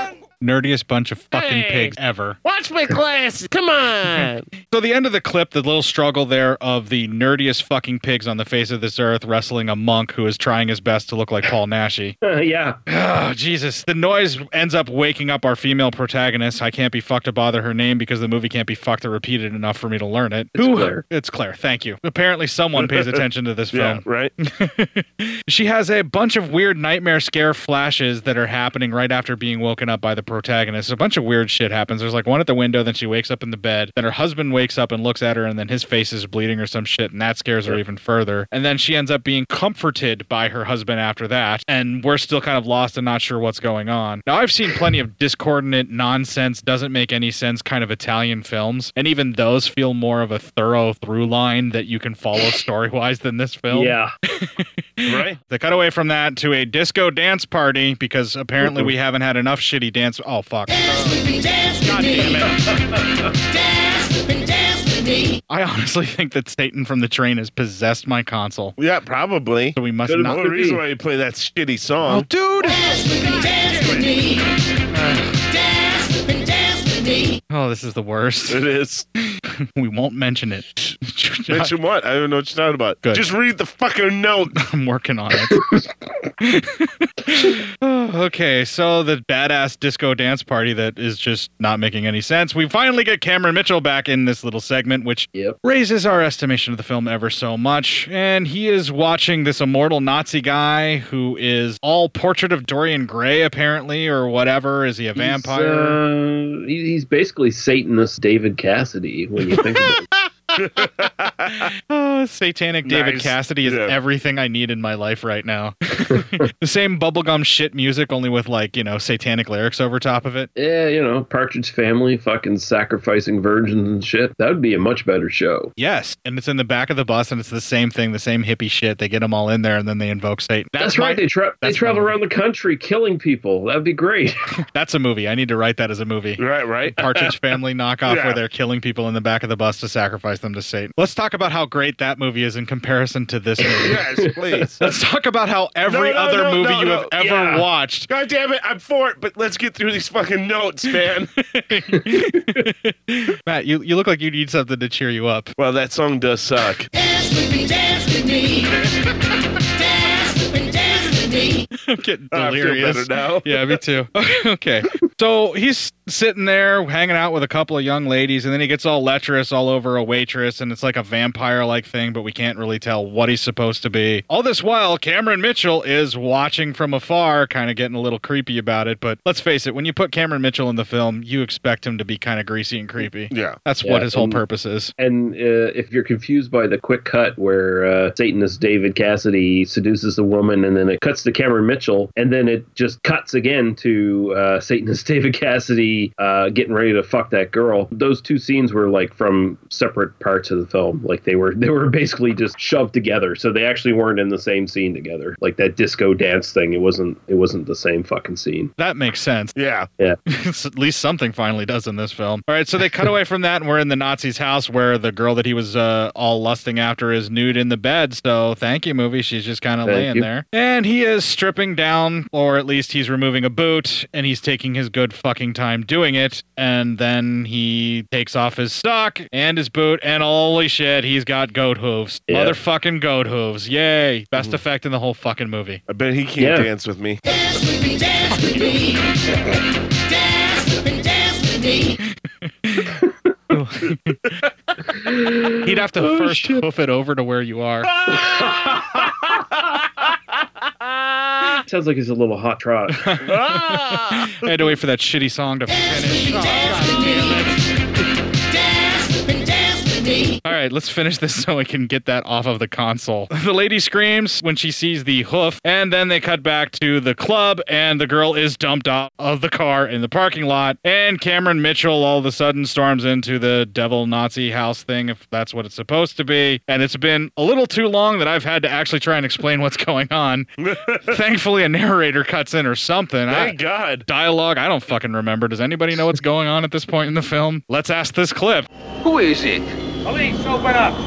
[SPEAKER 1] nerdiest bunch of fucking
[SPEAKER 14] Hey,
[SPEAKER 1] pigs ever.
[SPEAKER 14] Watch my glasses. Come on.
[SPEAKER 1] So the end of the clip, the little struggle there of the nerdiest fucking pigs on the face of this earth wrestling a monk who is trying his best to look like Paul Nashi.
[SPEAKER 9] yeah.
[SPEAKER 1] Oh, Jesus. The noise ends up waking up our female protagonist. I can't be fucked to bother her name because the movie can't be fucked to repeat it enough for me to learn it. It's
[SPEAKER 2] Claire.
[SPEAKER 1] It's Claire. Thank you. Apparently someone pays attention to this
[SPEAKER 2] Yeah,
[SPEAKER 1] film. right? she has a bunch of weird nightmare scare flashes that are happening right after being woken up by the protagonist. A bunch of weird shit happens. There's like one at the window, then she wakes up in the bed. Then her husband wakes up and looks at her, and then his face is bleeding or some shit, and that scares her even further. And then she ends up being comforted by her husband after that. And we're still kind of lost and not sure what's going on. Now, I've seen plenty of discordant nonsense, doesn't make any sense kind of Italian films. And even those feel more of a thorough through line that you can follow story wise than this film.
[SPEAKER 9] Yeah.
[SPEAKER 1] Right. They cut away from that to a disco dance party because
[SPEAKER 2] Mm-hmm.
[SPEAKER 1] apparently we haven't had enough shitty dance. Oh fuck. I honestly think that Satan from the train has possessed my console.
[SPEAKER 2] Yeah, probably.
[SPEAKER 1] So we must
[SPEAKER 2] There's
[SPEAKER 1] not.
[SPEAKER 2] no reason why you play that shitty song.
[SPEAKER 1] Oh, dude. Oh, this is the worst. It
[SPEAKER 2] is.
[SPEAKER 1] we won't mention it.
[SPEAKER 2] Mention what? I don't know what you're talking about.
[SPEAKER 1] Good.
[SPEAKER 2] Just read the fucking note.
[SPEAKER 1] I'm working on it. Oh, okay, so the badass disco dance party that is just not making any sense. We finally get Cameron Mitchell back in this little segment, which raises our estimation of the film ever so much. And he is watching this immortal Nazi guy who is all portrait of Dorian Gray, apparently, or whatever. Is he a vampire?
[SPEAKER 9] He's, uh, he- he's basically Satanist David Cassidy when you think about it.
[SPEAKER 1] Oh, satanic David
[SPEAKER 9] Nice.
[SPEAKER 1] Cassidy is everything I need in my life right now. the same bubblegum shit music, only with like, you know, satanic lyrics over top of it.
[SPEAKER 9] Yeah, you know, Partridge Family fucking sacrificing virgins and shit. That would be a much better show.
[SPEAKER 1] Yes, and it's in the back of the bus, and it's the same thing, the same hippie shit. They get them all in there, and then they invoke Satan.
[SPEAKER 9] That's, right.
[SPEAKER 1] my-
[SPEAKER 9] they tra- they
[SPEAKER 1] that's
[SPEAKER 9] travel around the country killing people. That'd be great.
[SPEAKER 1] that's a movie. I need to write that as a movie.
[SPEAKER 2] Right, right.
[SPEAKER 1] Partridge Family knockoff
[SPEAKER 2] Yeah.
[SPEAKER 1] where they're killing people in the back of the bus to sacrifice them to Satan. Let's talk about how great that movie is in comparison to this movie.
[SPEAKER 2] yes, please.
[SPEAKER 1] Let's talk about how every
[SPEAKER 2] No, no,
[SPEAKER 1] other
[SPEAKER 2] no,
[SPEAKER 1] movie
[SPEAKER 2] no,
[SPEAKER 1] you
[SPEAKER 2] no.
[SPEAKER 1] have ever
[SPEAKER 2] Yeah.
[SPEAKER 1] watched.
[SPEAKER 2] God damn it, I'm for it, but let's get through these fucking notes, man.
[SPEAKER 1] Matt, you, you look like you need something to cheer you up.
[SPEAKER 2] Well, that song does suck.
[SPEAKER 1] I'm getting
[SPEAKER 2] I feel
[SPEAKER 1] delirious.
[SPEAKER 2] better now.
[SPEAKER 1] yeah, me too. okay. So he's sitting there hanging out with a couple of young ladies, and then he gets all lecherous all over a waitress, and it's like a vampire like thing, but we can't really tell what he's supposed to be. All this while, Cameron Mitchell is watching from afar, kind of getting a little creepy about it. But let's face it, when you put Cameron Mitchell in the film, you expect him to be kind of greasy and creepy.
[SPEAKER 2] Yeah.
[SPEAKER 1] That's what
[SPEAKER 9] Yeah,
[SPEAKER 1] his whole
[SPEAKER 9] and-
[SPEAKER 1] purpose is.
[SPEAKER 9] And uh, if you're confused by the quick cut where uh, Satanist David Cassidy seduces a woman and then it cuts to Cameron Mitchell and then it just cuts again to uh, Satanist David Cassidy uh, getting ready to fuck that girl, those two scenes were like from separate parts of the film. Like they were they were basically just shoved together, so they actually weren't in the same scene together. Like that disco dance thing, it wasn't it wasn't the same fucking scene.
[SPEAKER 1] That makes sense.
[SPEAKER 2] Yeah.
[SPEAKER 9] Yeah.
[SPEAKER 1] It's at least something finally does in this film. All right, so they cut away from that, and we're in the Nazi's house where the girl that he was uh, all lusting after is nude in the bed. So thank you, movie. She's just kind of
[SPEAKER 9] Thank
[SPEAKER 1] laying
[SPEAKER 9] you.
[SPEAKER 1] there. And he is stripping down, or at least he's removing a boot, and he's taking his good fucking time doing it. And then he takes off his sock and his boot, and holy shit, he's got goat hooves.
[SPEAKER 2] Yeah.
[SPEAKER 1] Motherfucking goat hooves. Yay. Best effect in the whole fucking movie.
[SPEAKER 2] I bet he can't
[SPEAKER 1] Yeah.
[SPEAKER 2] dance with me.
[SPEAKER 10] Dance with me. Dance with me. Dance with me.
[SPEAKER 1] He'd have
[SPEAKER 10] Oh,
[SPEAKER 9] Oh,
[SPEAKER 1] to first hoof it over to where you are.
[SPEAKER 9] Sounds like he's a little hot trot.
[SPEAKER 1] I had to wait for that shitty song to
[SPEAKER 10] Oh,
[SPEAKER 1] finish.
[SPEAKER 10] Dance with me. Dance with me. Dance with me.
[SPEAKER 1] All right, let's finish this so we can get that off of the console. The lady screams when she sees the hoof, and then they cut back to the club, and the girl is dumped out of the car in the parking lot. And Cameron Mitchell all of a sudden storms into the devil Nazi house thing, if that's what it's supposed to be. And it's been a little too long that I've had to actually try and explain what's going on. Thankfully, a narrator cuts in or something.
[SPEAKER 2] Thank
[SPEAKER 1] I- God. Dialogue, I don't fucking remember. Does anybody know what's going on at this point in the film? Let's ask this clip.
[SPEAKER 8] Who is it?
[SPEAKER 22] Police, open up.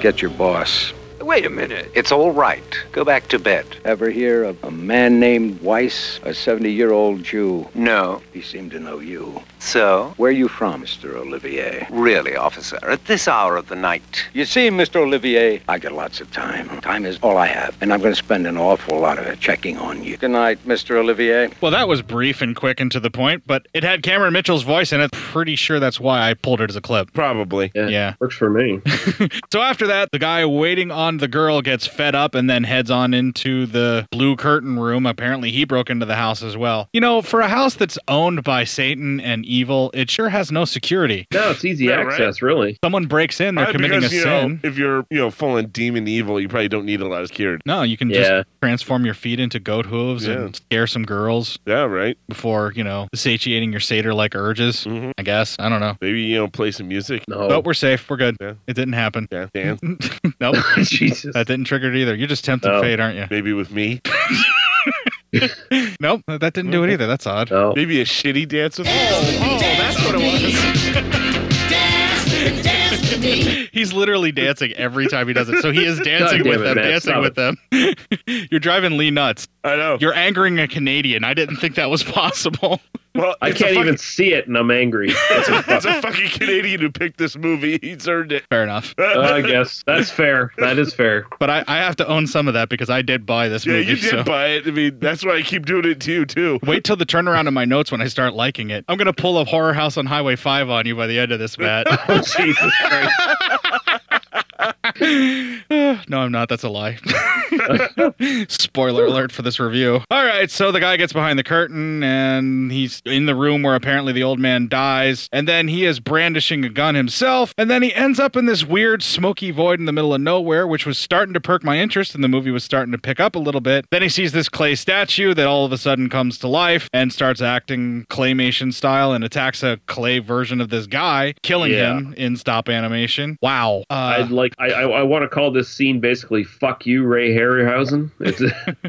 [SPEAKER 8] Get your boss. Wait a minute. It's all right. Go back to bed. Ever hear of a man named Weiss, a 70 year old Jew? No. He seemed to know you. So? Where you from, Mr. Olivier? Really, officer, at this hour of the night. You see, Mr. Olivier, I got lots of time. Time is all I have, and I'm going to spend an awful lot of it checking on you. Good night, Mr. Olivier.
[SPEAKER 1] Well, that was brief and quick and to the point, but it had Cameron Mitchell's voice in it. Pretty sure that's why I pulled it as a clip.
[SPEAKER 2] Probably.
[SPEAKER 1] Yeah.
[SPEAKER 9] Works for me.
[SPEAKER 1] So after that, the guy waiting on the girl gets fed up and then heads on into the blue curtain room. Apparently, he broke into the house as well. You know, for a house that's owned by Satan and evil, it sure has no security.
[SPEAKER 9] No, it's easy
[SPEAKER 2] Yeah, right.
[SPEAKER 9] access, really.
[SPEAKER 1] Someone breaks in, they're
[SPEAKER 2] Right,
[SPEAKER 1] committing
[SPEAKER 2] because,
[SPEAKER 1] a
[SPEAKER 2] you
[SPEAKER 1] sin.
[SPEAKER 2] Know, if you're, you know, full on demon evil, you probably don't need a lot of security.
[SPEAKER 1] No, you can
[SPEAKER 2] Yeah.
[SPEAKER 1] just transform your feet into goat hooves
[SPEAKER 2] Yeah.
[SPEAKER 1] and scare some girls.
[SPEAKER 2] Yeah, right. Mm-hmm.
[SPEAKER 1] Before, you know, satiating your satyr like urges, I guess. I don't know.
[SPEAKER 2] Maybe, you know, play some music.
[SPEAKER 9] No.
[SPEAKER 1] But we're safe. We're good. It didn't happen.
[SPEAKER 2] Yeah, Dan.
[SPEAKER 1] nope.
[SPEAKER 9] Jesus.
[SPEAKER 1] That didn't trigger it either. You're just tempting
[SPEAKER 2] No.
[SPEAKER 1] fate, aren't you?
[SPEAKER 2] Maybe with me.
[SPEAKER 1] nope. That didn't do it either. That's odd.
[SPEAKER 2] Maybe a shitty dance with me.
[SPEAKER 10] Oh, that's what it was. Dance with me. Dance with me.
[SPEAKER 1] He's literally dancing every time he does it. So he is dancing
[SPEAKER 2] God
[SPEAKER 1] with
[SPEAKER 2] damn it,
[SPEAKER 1] them,
[SPEAKER 2] Matt,
[SPEAKER 1] dancing
[SPEAKER 2] stop
[SPEAKER 1] with them. You're driving Lee nuts.
[SPEAKER 2] I know.
[SPEAKER 1] You're angering a Canadian. I didn't think that was possible.
[SPEAKER 2] Well,
[SPEAKER 9] I
[SPEAKER 2] it's a
[SPEAKER 9] can't
[SPEAKER 2] fucking-
[SPEAKER 9] even see it, and I'm angry.
[SPEAKER 2] It's a fucking Canadian who picked this movie. He's earned it.
[SPEAKER 1] Fair enough.
[SPEAKER 9] Uh, I guess that's fair. That is fair.
[SPEAKER 1] But I, I have to own some of that because I did buy this
[SPEAKER 2] Yeah,
[SPEAKER 1] movie.
[SPEAKER 2] you did
[SPEAKER 1] so-
[SPEAKER 2] buy it. I mean, that's why I keep doing it to you too.
[SPEAKER 1] Wait till the turnaround in my notes when I start liking it. I'm gonna pull a horror house on Highway Five on you by the end of this, Matt.
[SPEAKER 9] Jesus Christ.
[SPEAKER 1] no, I'm not. That's a lie. Spoiler alert for this review. All right, so the guy gets behind the curtain and he's in the room where apparently the old man dies, and then he is brandishing a gun himself, and then he ends up in this weird smoky void in the middle of nowhere, which was starting to perk my interest, and the movie was starting to pick up a little bit. Then he sees this clay statue that all of a sudden comes to life and starts acting claymation style and attacks a clay version of this guy, killing
[SPEAKER 9] Yeah.
[SPEAKER 1] him in stop animation. Wow. Uh,
[SPEAKER 9] I'd like. I, I, I want to call this scene basically "fuck you, Ray Harryhausen." It's,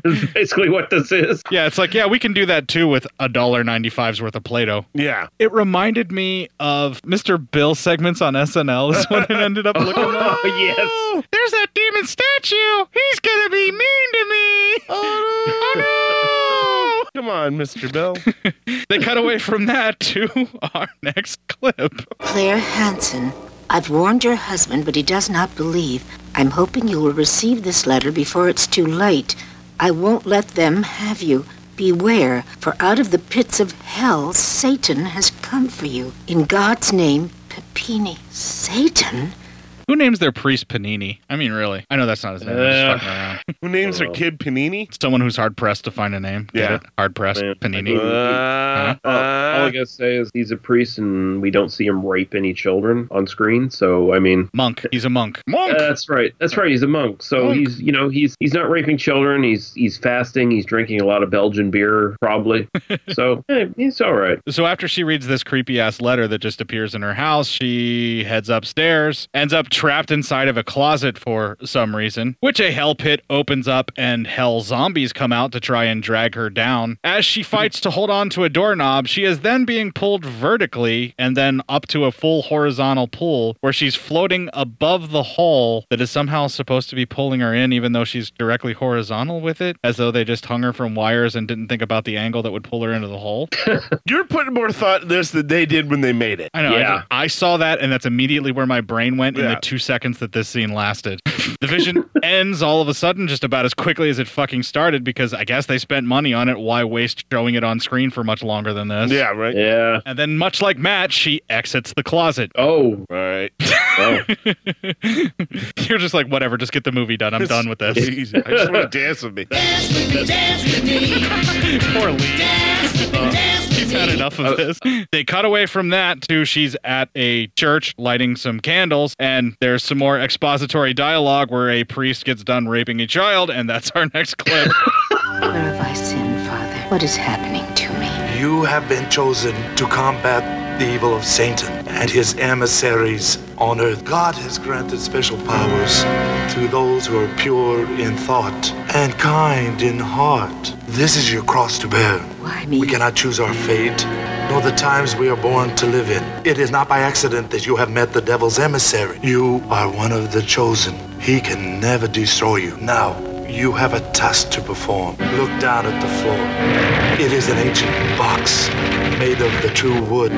[SPEAKER 9] it's basically what this is.
[SPEAKER 1] Yeah, it's like, yeah, we can do that too with a dollar ninety five's worth of Play-Doh.
[SPEAKER 2] Yeah.
[SPEAKER 1] It reminded me of Mr. Bill segments on SNL is what it ended up looking like.
[SPEAKER 9] Oh,
[SPEAKER 10] yes. There's that demon statue. He's going to be mean to me. Oh,
[SPEAKER 2] Oh, Come on, Mr. Bill.
[SPEAKER 1] They cut away from that to our next clip.
[SPEAKER 23] Claire Hanson, I've warned your husband, but he does not believe. I'm hoping you will receive this letter before it's too late. I won't let them have you. Beware, for out of the pits of hell Satan has come for you. In God's name, Peppini. Satan?
[SPEAKER 1] Who names their priest Panini? I mean, really? I know that's not his name. I'm just
[SPEAKER 2] Uh,
[SPEAKER 1] fucking around.
[SPEAKER 2] Who names their kid Panini?
[SPEAKER 1] Someone who's hard pressed to find a name. Get
[SPEAKER 2] Yeah.
[SPEAKER 1] it? hard pressed. Panini.
[SPEAKER 9] Uh, all, all I gotta say is he's a priest, and we don't see him rape any children on screen. So I mean,
[SPEAKER 1] monk. He's a monk. Monk.
[SPEAKER 9] that's right. That's right. He's a monk. So
[SPEAKER 1] Monk.
[SPEAKER 9] he's you know he's he's not raping children. He's he's fasting. He's drinking a lot of Belgian beer probably. so eh, he's all right.
[SPEAKER 1] So after she reads this creepy ass letter that just appears in her house, she heads upstairs, ends up trapped inside of a closet for some reason, which a hell pit opens up and hell zombies come out to try and drag her down. As she fights to hold on to a doorknob, she is then being pulled vertically and then up to a full horizontal pull where she's floating above the hole that is somehow supposed to be pulling her in even though she's directly horizontal with it, as though they just hung her from wires and didn't think about the angle that would pull her into the hole.
[SPEAKER 2] You're putting more thought in this than they did when they made it.
[SPEAKER 1] I know. I did- I, saw that, and that's immediately where my brain went in
[SPEAKER 2] Yeah.
[SPEAKER 1] the two seconds that this scene lasted. the vision ends all of a sudden, just about as quickly as it fucking started, because I guess they spent money on it. Why waste showing it on screen for much longer than this?
[SPEAKER 2] Yeah, right.
[SPEAKER 9] Yeah.
[SPEAKER 1] And then, much like Matt, she exits the closet.
[SPEAKER 9] Oh,
[SPEAKER 2] all right.
[SPEAKER 1] You're just like, whatever. Just get the movie done. I'm done with this. Uh,
[SPEAKER 2] Jeez, I just wanna dance with me.
[SPEAKER 1] Poor Lee. He's had enough
[SPEAKER 2] Uh,
[SPEAKER 1] of this. They cut away from that to she's at a church lighting some candles, and there's some more expository dialogue where a priest gets done raping a child, and that's our next clip.
[SPEAKER 23] Where have I sinned, Father? What is happening to me?
[SPEAKER 16] You have been chosen to combat the evil of Satan and his emissaries on earth. God has granted special powers to those who are pure in thought and kind in heart. This is your cross to bear. Why me? We cannot choose our fate, nor the times we are born to live in. It is not by accident that you have met the devil's emissary. You are one of the chosen. He can never destroy you. Now, you have a task to perform. Look down at the floor. It is an ancient box made of the true wood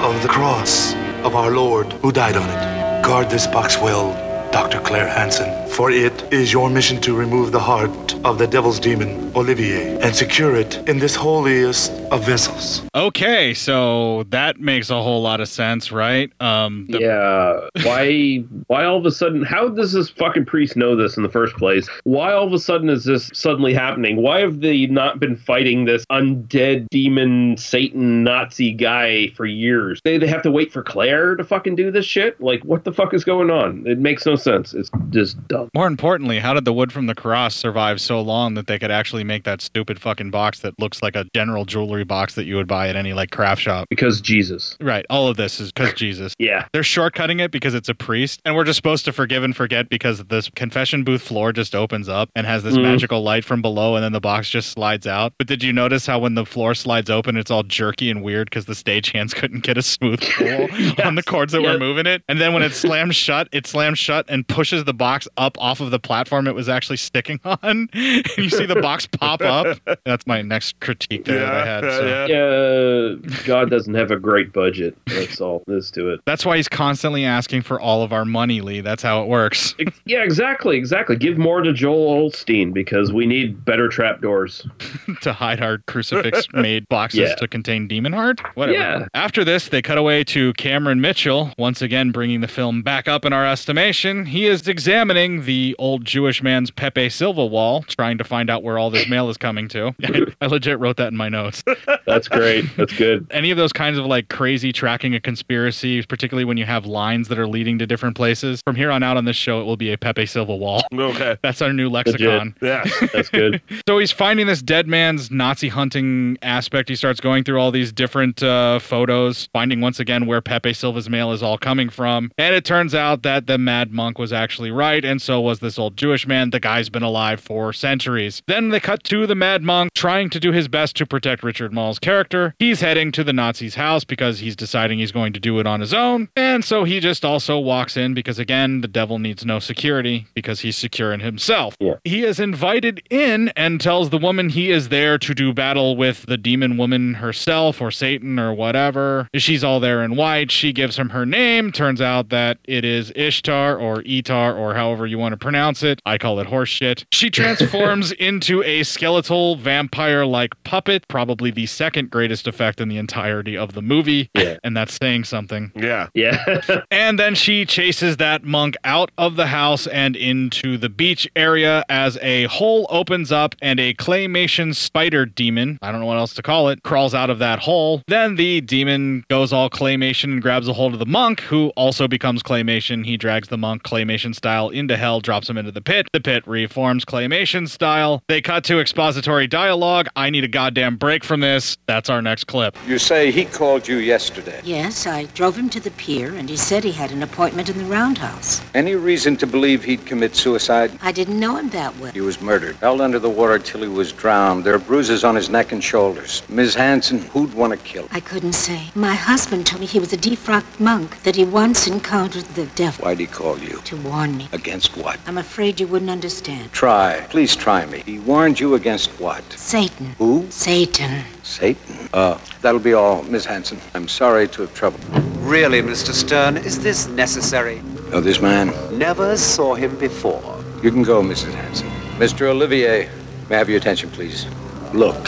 [SPEAKER 16] of the cross of our Lord who died on it. Guard this box well, Dr. Claire Hansen, for it is your mission to remove the heart of the devil's demon, Olivier, and secure it in this holiest of vessels.
[SPEAKER 1] okay, so that makes a whole lot of sense, right? Um, the-
[SPEAKER 9] Yeah. Why? Why all of a sudden? How does this fucking priest know this in the first place? Why all of a sudden is this suddenly happening? Why have they not been fighting this undead demon Satan Nazi guy for years? They they have to wait for Claire to fucking do this shit. Like, what the fuck is going on? It makes no sense. It's just dumb.
[SPEAKER 1] More importantly, how did the wood from the cross survive so long that they could actually make that stupid fucking box that looks like a general jewelry box that you would buy at any like craft shop?
[SPEAKER 9] Because Jesus.
[SPEAKER 1] Right. All of this is because Jesus.
[SPEAKER 9] yeah.
[SPEAKER 1] They're shortcutting it because it's a priest, and we're just supposed to forgive and forget because this confession booth floor just opens up and has this
[SPEAKER 9] Mm.
[SPEAKER 1] magical light from below, and then the box just slides out. But did you notice how when the floor slides open, it's all jerky and weird because the stagehands couldn't get a smooth pull on the cords that were
[SPEAKER 9] Yes.
[SPEAKER 1] moving it? And then when it slams shut, it slams shut and pushes the box up off of the platform it was actually sticking on. and you see the box pop up. That's my next critique there that I had. so.
[SPEAKER 9] Yeah, God doesn't have a great budget. That's all there is to it.
[SPEAKER 1] That's why he's constantly asking for all of our money, Lee. That's how it works.
[SPEAKER 9] Yeah, exactly, exactly. Give more to Joel Olstein because we need better trapdoors.
[SPEAKER 1] to hide our crucifix made boxes
[SPEAKER 9] Yeah.
[SPEAKER 1] to contain demon heart. Whatever.
[SPEAKER 9] Yeah.
[SPEAKER 1] After this, they cut away to Cameron Mitchell, once again bringing the film back up in our estimation. He is examining the old Jewish man's Pepe Silva wall, trying to find out where all this mail is coming to. I legit wrote that in my notes.
[SPEAKER 9] That's great. That's good.
[SPEAKER 1] Any of those kinds of like crazy tracking a conspiracy, particularly when you have lines that are leading to different places. From here on out on this show, it will be a Pepe Silva wall.
[SPEAKER 2] Okay.
[SPEAKER 1] That's our new lexicon.
[SPEAKER 2] Yeah.
[SPEAKER 9] That's good.
[SPEAKER 1] So he's finding this dead man's Nazi hunting aspect. He starts going through all these different uh, photos, finding once again where Pepe Silva's mail is all coming from. And it turns out that the mad monk was actually right, and so was this old Jewish man. The guy's been alive for centuries. Then they cut to the mad monk trying to do his best to protect Richard Mall's character. He's heading to the Nazi's house because he's deciding he's going to do it on his own. And so he just also walks in because, again, the devil needs no security because he's secure in himself. He is invited in and tells the woman he is there to do battle with the demon woman herself or Satan or whatever. She's all there in white. She gives him her name. Turns out that it is Ishtar or Etar or however you you want to pronounce it. I call it horseshit. She transforms into a skeletal vampire like puppet, probably the second greatest effect in the entirety of the movie.
[SPEAKER 9] Yeah.
[SPEAKER 1] And that's saying something.
[SPEAKER 2] Yeah.
[SPEAKER 9] Yeah.
[SPEAKER 1] and then she chases that monk out of the house and into the beach area as a hole opens up and a claymation spider demon, I don't know what else to call it, crawls out of that hole. Then the demon goes all claymation and grabs a hold of the monk, who also becomes claymation. He drags the monk claymation style into hell, drops him into the pit. The pit reforms claymation style. They cut to expository dialogue. I need a goddamn break from this. That's our next clip.
[SPEAKER 17] You say he called you yesterday.
[SPEAKER 23] Yes, I drove him to the pier, and he said he had an appointment in the roundhouse.
[SPEAKER 17] Any reason to believe he'd commit suicide?
[SPEAKER 23] I didn't know him that well.
[SPEAKER 17] He was murdered, held under the water till he was drowned. There are bruises on his neck and shoulders. Ms. Hanson, who'd want to kill him?
[SPEAKER 23] I couldn't say. My husband told me he was a defrocked monk, that he once encountered the devil.
[SPEAKER 17] Why'd he call you?
[SPEAKER 23] To warn me.
[SPEAKER 17] Against what?
[SPEAKER 23] I'm afraid you wouldn't understand.
[SPEAKER 17] Try. Please try me. He warned you against what?
[SPEAKER 23] Satan.
[SPEAKER 17] Who?
[SPEAKER 23] Satan.
[SPEAKER 17] Satan. Uh, that'll be all, Miss Hanson. I'm sorry to have troubled.
[SPEAKER 6] Really, Mr. Stern, is this necessary?
[SPEAKER 17] Know this man?
[SPEAKER 6] Never saw him before.
[SPEAKER 17] You can go, Mrs. Hanson. Mr. Olivier, may I have your attention, please? Look.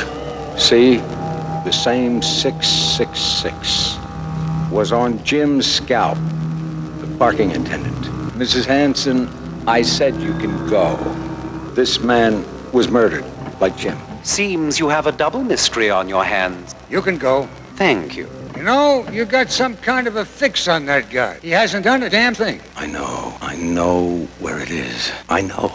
[SPEAKER 17] See? The same 666 was on Jim Scalp, the parking attendant. Mrs. Hanson, I said you can go. This man was murdered, like Jim.
[SPEAKER 6] Seems you have a double mystery on your hands.
[SPEAKER 18] You can go.
[SPEAKER 6] Thank you.
[SPEAKER 18] You know, you got some kind of a fix on that guy. He hasn't done a damn thing.
[SPEAKER 17] I know. I know where it is. I know.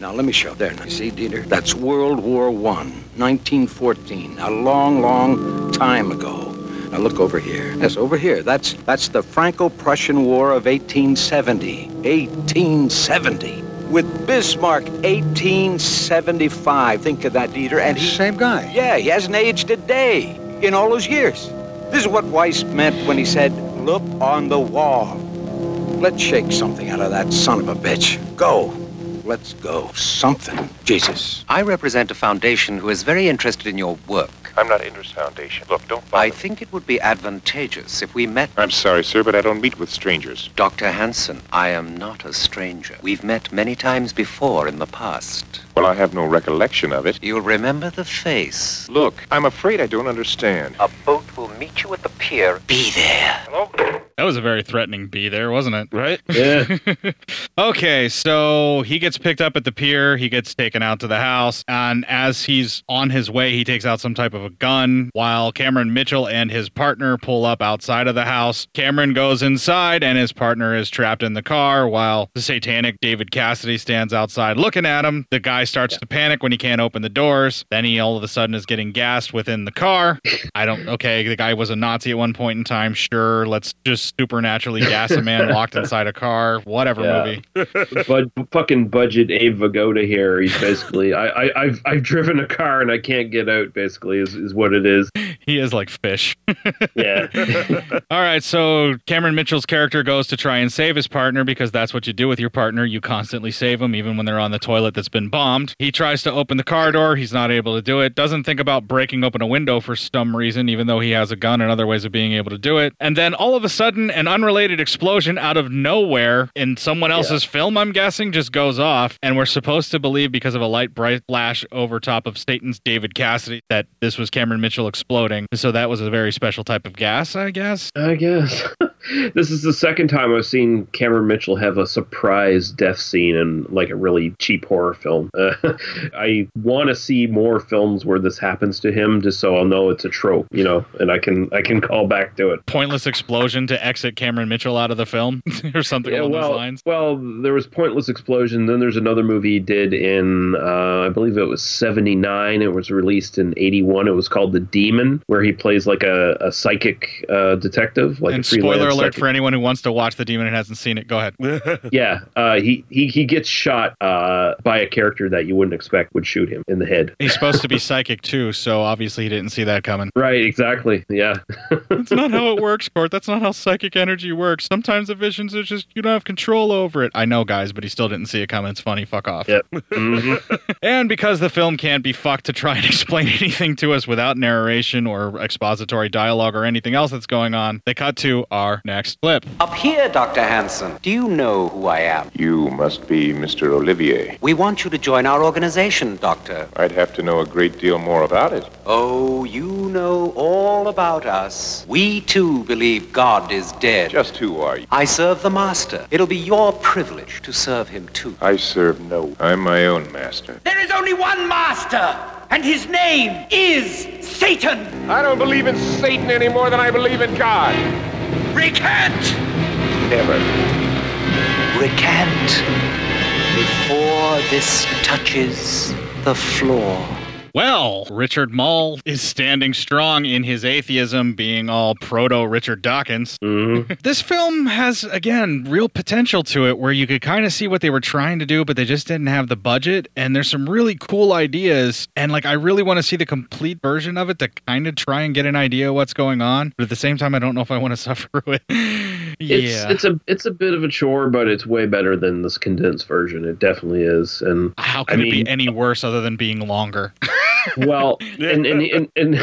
[SPEAKER 17] Now let me show. There. Now, see, Dieter? That's World War One, 1914. A long, long time ago. Now look over here. Yes, over here. That's that's the Franco-Prussian War of 1870. 1870. With Bismarck, 1875. Think of that, Dieter. And he,
[SPEAKER 18] Same guy.
[SPEAKER 17] yeah, he hasn't aged a day in all those years. This is what Weiss meant when he said, "Look on the wall." Let's shake something out of that son of a bitch. Go. Let's go. Oh, Something. Jesus.
[SPEAKER 6] I represent a foundation who is very interested in your work.
[SPEAKER 21] I'm not Indra's Foundation. Look, don't
[SPEAKER 6] I think it would be advantageous if we met.
[SPEAKER 21] I'm sorry, sir, but I don't meet with strangers.
[SPEAKER 6] Dr. Hanson, I am not a stranger. We've met many times before in the past.
[SPEAKER 21] Well, I have no recollection of it.
[SPEAKER 6] You'll remember the face.
[SPEAKER 21] Look, I'm afraid I don't understand.
[SPEAKER 6] A boat will meet you at the pier. Be there.
[SPEAKER 21] Hello?
[SPEAKER 1] That was a very threatening bee there, wasn't it?
[SPEAKER 2] Right?
[SPEAKER 1] Yeah. okay, so he gets picked up at the pier. He gets taken out to the house. And as he's on his way, he takes out some type of a gun while Cameron Mitchell and his partner pull up outside of the house. Cameron goes inside, and his partner is trapped in the car while the satanic David Cassidy stands outside looking at him. The guy starts to panic when he can't open the doors. Then he all of a sudden is getting gassed within the car. I don't, okay, the guy was a Nazi at one point in time. Sure, let's just supernaturally gas a man locked inside a car, whatever
[SPEAKER 9] Yeah.
[SPEAKER 1] movie.
[SPEAKER 9] but fucking budget Abe Vigoda here. He's basically I, I I've I've driven a car and I can't get out. Basically, is, is what it is.
[SPEAKER 1] He is like fish.
[SPEAKER 9] yeah.
[SPEAKER 1] All right, so Cameron Mitchell's character goes to try and save his partner because that's what you do with your partner. You constantly save them, even when they're on the toilet that's been bombed. He tries to open the car door. He's not able to do it. Doesn't think about breaking open a window for some reason, even though he has a gun and other ways of being able to do it. And then all of a sudden, an unrelated explosion out of nowhere in someone else's film, I'm guessing, just goes off. And we're supposed to believe because of a light bright flash over top of Satan's David Cassidy that this was Cameron Mitchell exploding. So that was a very special type of gas, I guess.
[SPEAKER 9] I guess. this is the second time I've seen Cameron Mitchell have a surprise death scene in like a really cheap horror film. Uh, I want to see more films where this happens to him, just so I'll know it's a trope, you know, and I can I can call back to it.
[SPEAKER 1] Pointless explosion to exit Cameron Mitchell out of the film or something
[SPEAKER 9] Yeah,
[SPEAKER 1] along
[SPEAKER 9] well,
[SPEAKER 1] those lines.
[SPEAKER 9] well, there was pointless explosion. Then there's another movie he did in, uh, I believe it was '79. It was released in '81. It was called The Demon, where he plays like a, a psychic uh, detective, like a
[SPEAKER 1] and
[SPEAKER 9] freelance
[SPEAKER 1] spoiler alert
[SPEAKER 9] psychic.
[SPEAKER 1] for anyone who wants to watch The Demon and hasn't seen it, go ahead.
[SPEAKER 9] yeah, uh, he, he he gets shot uh, by a character that you wouldn't expect would shoot him in the head.
[SPEAKER 1] He's supposed to be psychic too, so obviously he didn't see that coming.
[SPEAKER 9] Right, exactly. Yeah.
[SPEAKER 1] That's not how it works, Court. That's not how psychic energy works. Sometimes the visions are just you don't have control over it. I know, guys, but he still didn't see it coming. It's funny. Fuck off.
[SPEAKER 9] Yep. Mm-hmm.
[SPEAKER 1] and because the film can't be fucked to try and explain anything to us without narration or expository dialogue or anything else that's going on, they cut to our next clip.
[SPEAKER 6] Up here, Dr. Hanson. Do you know who I am?
[SPEAKER 21] You must be Mr. Olivier.
[SPEAKER 6] We want you to join our organization, Doctor.
[SPEAKER 21] I'd have to know a great deal more about it.
[SPEAKER 6] Oh, you know all about us. We too believe God is dead.
[SPEAKER 21] Just who are you?
[SPEAKER 6] I serve the Master. It'll be your privilege to serve him too.
[SPEAKER 21] I serve no. I'm my own master.
[SPEAKER 10] There is only one master, and his name is Satan.
[SPEAKER 22] I don't believe in Satan any more than I believe in God.
[SPEAKER 10] Recant!
[SPEAKER 21] Never.
[SPEAKER 6] Recant before this touches the floor.
[SPEAKER 1] Well, Richard Mull is standing strong in his atheism, being all proto Richard Dawkins.
[SPEAKER 9] Mm-hmm.
[SPEAKER 1] this film has, again, real potential to it where you could kind of see what they were trying to do, but they just didn't have the budget. And there's some really cool ideas. And, like, I really want to see the complete version of it to kind of try and get an idea what's going on. But at the same time, I don't know if I want to suffer with it.
[SPEAKER 9] It's,
[SPEAKER 1] yeah.
[SPEAKER 9] it's a it's a bit of a chore, but it's way better than this condensed version. It definitely is. And
[SPEAKER 1] How can
[SPEAKER 9] I mean,
[SPEAKER 1] it be any worse other than being longer?
[SPEAKER 9] well, and and and, and,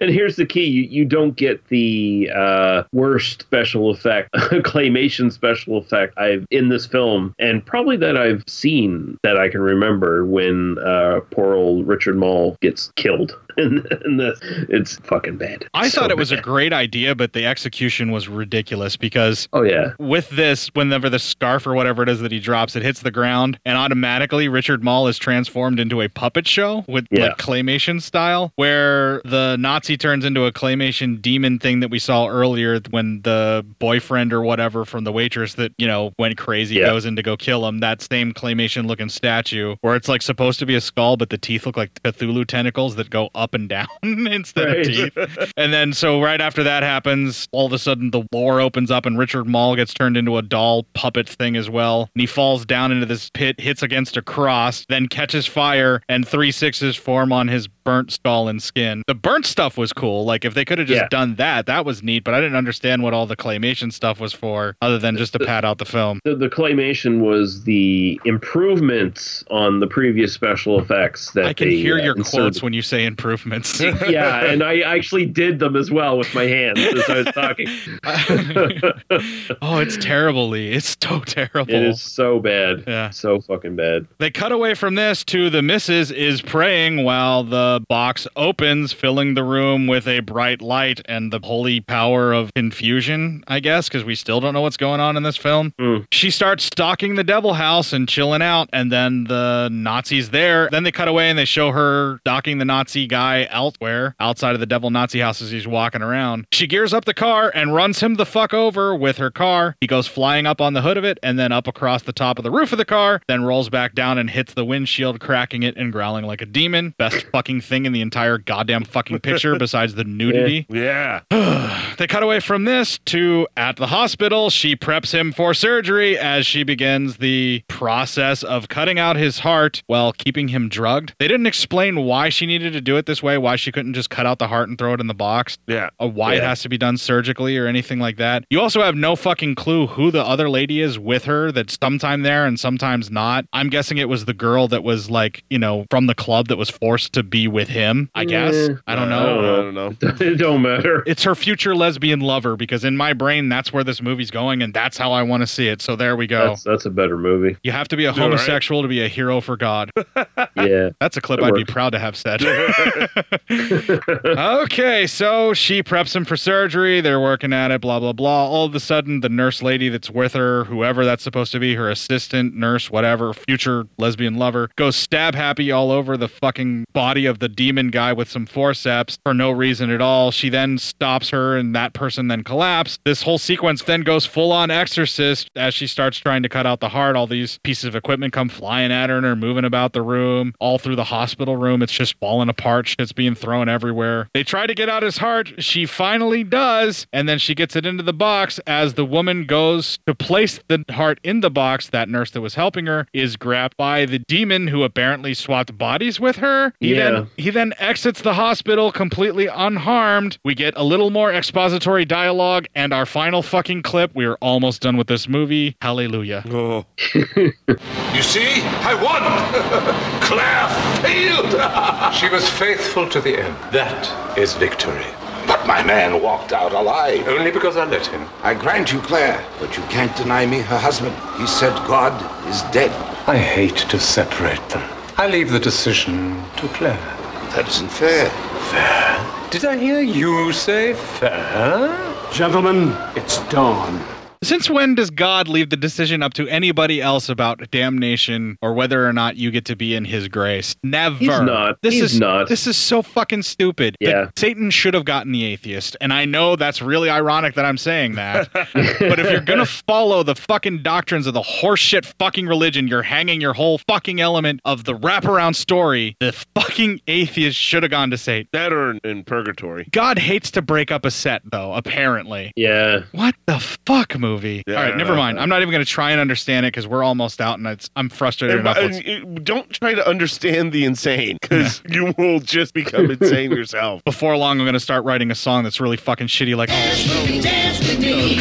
[SPEAKER 9] and here's the key: you, you don't get the uh, worst special effect, claymation special effect I've in this film, and probably that I've seen that I can remember when uh, poor old Richard Mall gets killed. And, and the, it's fucking bad.
[SPEAKER 1] I
[SPEAKER 9] So
[SPEAKER 1] thought it was
[SPEAKER 9] bad.
[SPEAKER 1] a great idea, but the execution was ridiculous because
[SPEAKER 9] Oh, yeah.
[SPEAKER 1] with this, whenever the scarf or whatever it is that he drops, it hits the ground, and automatically Richard Mall is transformed into a puppet show with
[SPEAKER 9] Yeah.
[SPEAKER 1] like claymation style, where the Nazi turns into a claymation demon thing that we saw earlier when the boyfriend or whatever from the waitress that you know went crazy
[SPEAKER 9] Yeah.
[SPEAKER 1] goes in to go kill him. That same claymation looking statue, where it's like supposed to be a skull, but the teeth look like Cthulhu tentacles that go up and down instead of
[SPEAKER 9] Right.
[SPEAKER 1] teeth. And then, so right after that happens, all of a sudden the lore opens up and Richard Mall gets turned into a doll puppet thing as well. And he falls down into this pit, hits against a cross, then catches fire, and three sixes form on his burnt skull and skin. The burnt stuff was cool. Like, if they could have just
[SPEAKER 9] Yeah.
[SPEAKER 1] done that, that was neat, but I didn't understand what all the claymation stuff was for other than just to pad out the film.
[SPEAKER 9] The, the claymation was the improvements on the previous special effects that
[SPEAKER 1] I can
[SPEAKER 9] they,
[SPEAKER 1] hear
[SPEAKER 9] uh,
[SPEAKER 1] your
[SPEAKER 9] inserted.
[SPEAKER 1] quotes when you say improvements.
[SPEAKER 9] yeah, and I actually did them as well with my hands as I was talking.
[SPEAKER 1] oh, it's terrible, Lee. It's so terrible.
[SPEAKER 9] It is so bad.
[SPEAKER 1] Yeah.
[SPEAKER 9] So fucking bad.
[SPEAKER 1] They cut away from this to the missus is praying while the box opens, filling the room with a bright light and the holy power of confusion, I guess, because we still don't know what's going on in this film. She starts stalking the devil house and chilling out, and then the Nazis there. Then they cut away and they show her stalking the Nazi guy elsewhere, outside of the devil Nazi house as he's walking around. She gears up the car and runs him the fuck over with her car. He goes flying up on the hood of it and then up across the top of the roof of the car, then rolls back down and hits the windshield, cracking it and growling like a demon. Best fucking thing in the entire goddamn fucking picture besides the nudity.
[SPEAKER 2] Yeah.
[SPEAKER 1] They cut away from this to at the hospital. She preps him for surgery as she begins the process of cutting out his heart while keeping him drugged. They didn't explain why she needed to do it this way, why she couldn't just cut out the heart and throw it in the box.
[SPEAKER 2] Yeah.
[SPEAKER 1] Or why it
[SPEAKER 2] Yeah.
[SPEAKER 1] has to be done surgically or anything like that. You also have no fucking clue who the other lady is with her that's sometime there and sometimes not. I'm guessing it was the girl that was like, you know, from the club that was forced to be with him, I guess.
[SPEAKER 9] Yeah.
[SPEAKER 1] I don't know.
[SPEAKER 2] know.
[SPEAKER 9] it don't matter.
[SPEAKER 1] It's her future lesbian lover because in my brain that's where this movie's going and that's how I want to see it. So there we go.
[SPEAKER 9] That's, that's a better movie.
[SPEAKER 1] you have to be a
[SPEAKER 9] Is that right?
[SPEAKER 1] homosexual to be a hero for God.
[SPEAKER 9] Yeah.
[SPEAKER 1] That's a clip
[SPEAKER 9] That
[SPEAKER 1] I'd be
[SPEAKER 9] works.
[SPEAKER 1] proud to have said. okay, so she preps him for surgery. They're working at it, blah, blah, blah. All of a sudden, the nurse lady that's with her, whoever that's supposed to be, her assistant, nurse, whatever, future lesbian lover, goes stab happy all over the fucking body of the demon guy with some forceps for no reason at all. She then stops her, and that person then collapsed. This whole sequence then goes full on exorcist as she starts trying to cut out the heart. All these pieces of equipment come flying at her and are moving about the room, all through the hospital room. It's just falling apart. Shit's being thrown everywhere. They try to get out his heart. She finally does. And then she gets it into the box. As the woman goes to place the heart in the box, that nurse that was helping her is grabbed by the demon who apparently swapped bodies with her. He
[SPEAKER 9] Yeah.
[SPEAKER 1] then He then exits the hospital completely unharmed. We get a little more expository dialogue and our final fucking clip. We are almost done with this movie. Hallelujah.
[SPEAKER 3] You see, I won! Claire failed! she was faithful to the end.
[SPEAKER 4] That is victory. But my man walked out alive. Only because I let him. I grant you, Claire, but you can't deny me her husband. He said God is dead.
[SPEAKER 3] I hate to separate them. I leave the decision to Claire.
[SPEAKER 4] That isn't fair.
[SPEAKER 3] Fair? Did I hear you say fair? Gentlemen, it's dawn.
[SPEAKER 1] Since when does God leave the decision up to anybody else about damnation or whether or not you get to be in his grace? Never.
[SPEAKER 9] He's not.
[SPEAKER 1] This
[SPEAKER 9] He's
[SPEAKER 1] is
[SPEAKER 9] not.
[SPEAKER 1] This is so fucking stupid. that
[SPEAKER 9] Yeah.
[SPEAKER 1] Satan should have gotten the atheist. And I know that's really ironic that I'm saying that. but if you're going to follow the fucking doctrines of the horseshit fucking religion, you're hanging your whole fucking element of the wraparound story. The fucking atheist should have gone to Satan.
[SPEAKER 2] That or in purgatory.
[SPEAKER 1] God hates to break up a set, though, apparently.
[SPEAKER 9] Yeah.
[SPEAKER 1] What the fuck movie?
[SPEAKER 2] Yeah,
[SPEAKER 1] All
[SPEAKER 2] I
[SPEAKER 1] right,
[SPEAKER 2] don't
[SPEAKER 1] never
[SPEAKER 2] know.
[SPEAKER 1] mind. I'm not even going to try and understand it because we're almost out and it's, I'm
[SPEAKER 2] And,
[SPEAKER 1] frustrated enough.
[SPEAKER 2] and, uh,
[SPEAKER 1] with-
[SPEAKER 2] don't try to understand the insane because you will just become insane yourself.
[SPEAKER 1] Before long, I'm going to start writing a song that's really fucking shitty. Like,
[SPEAKER 10] Dance with me.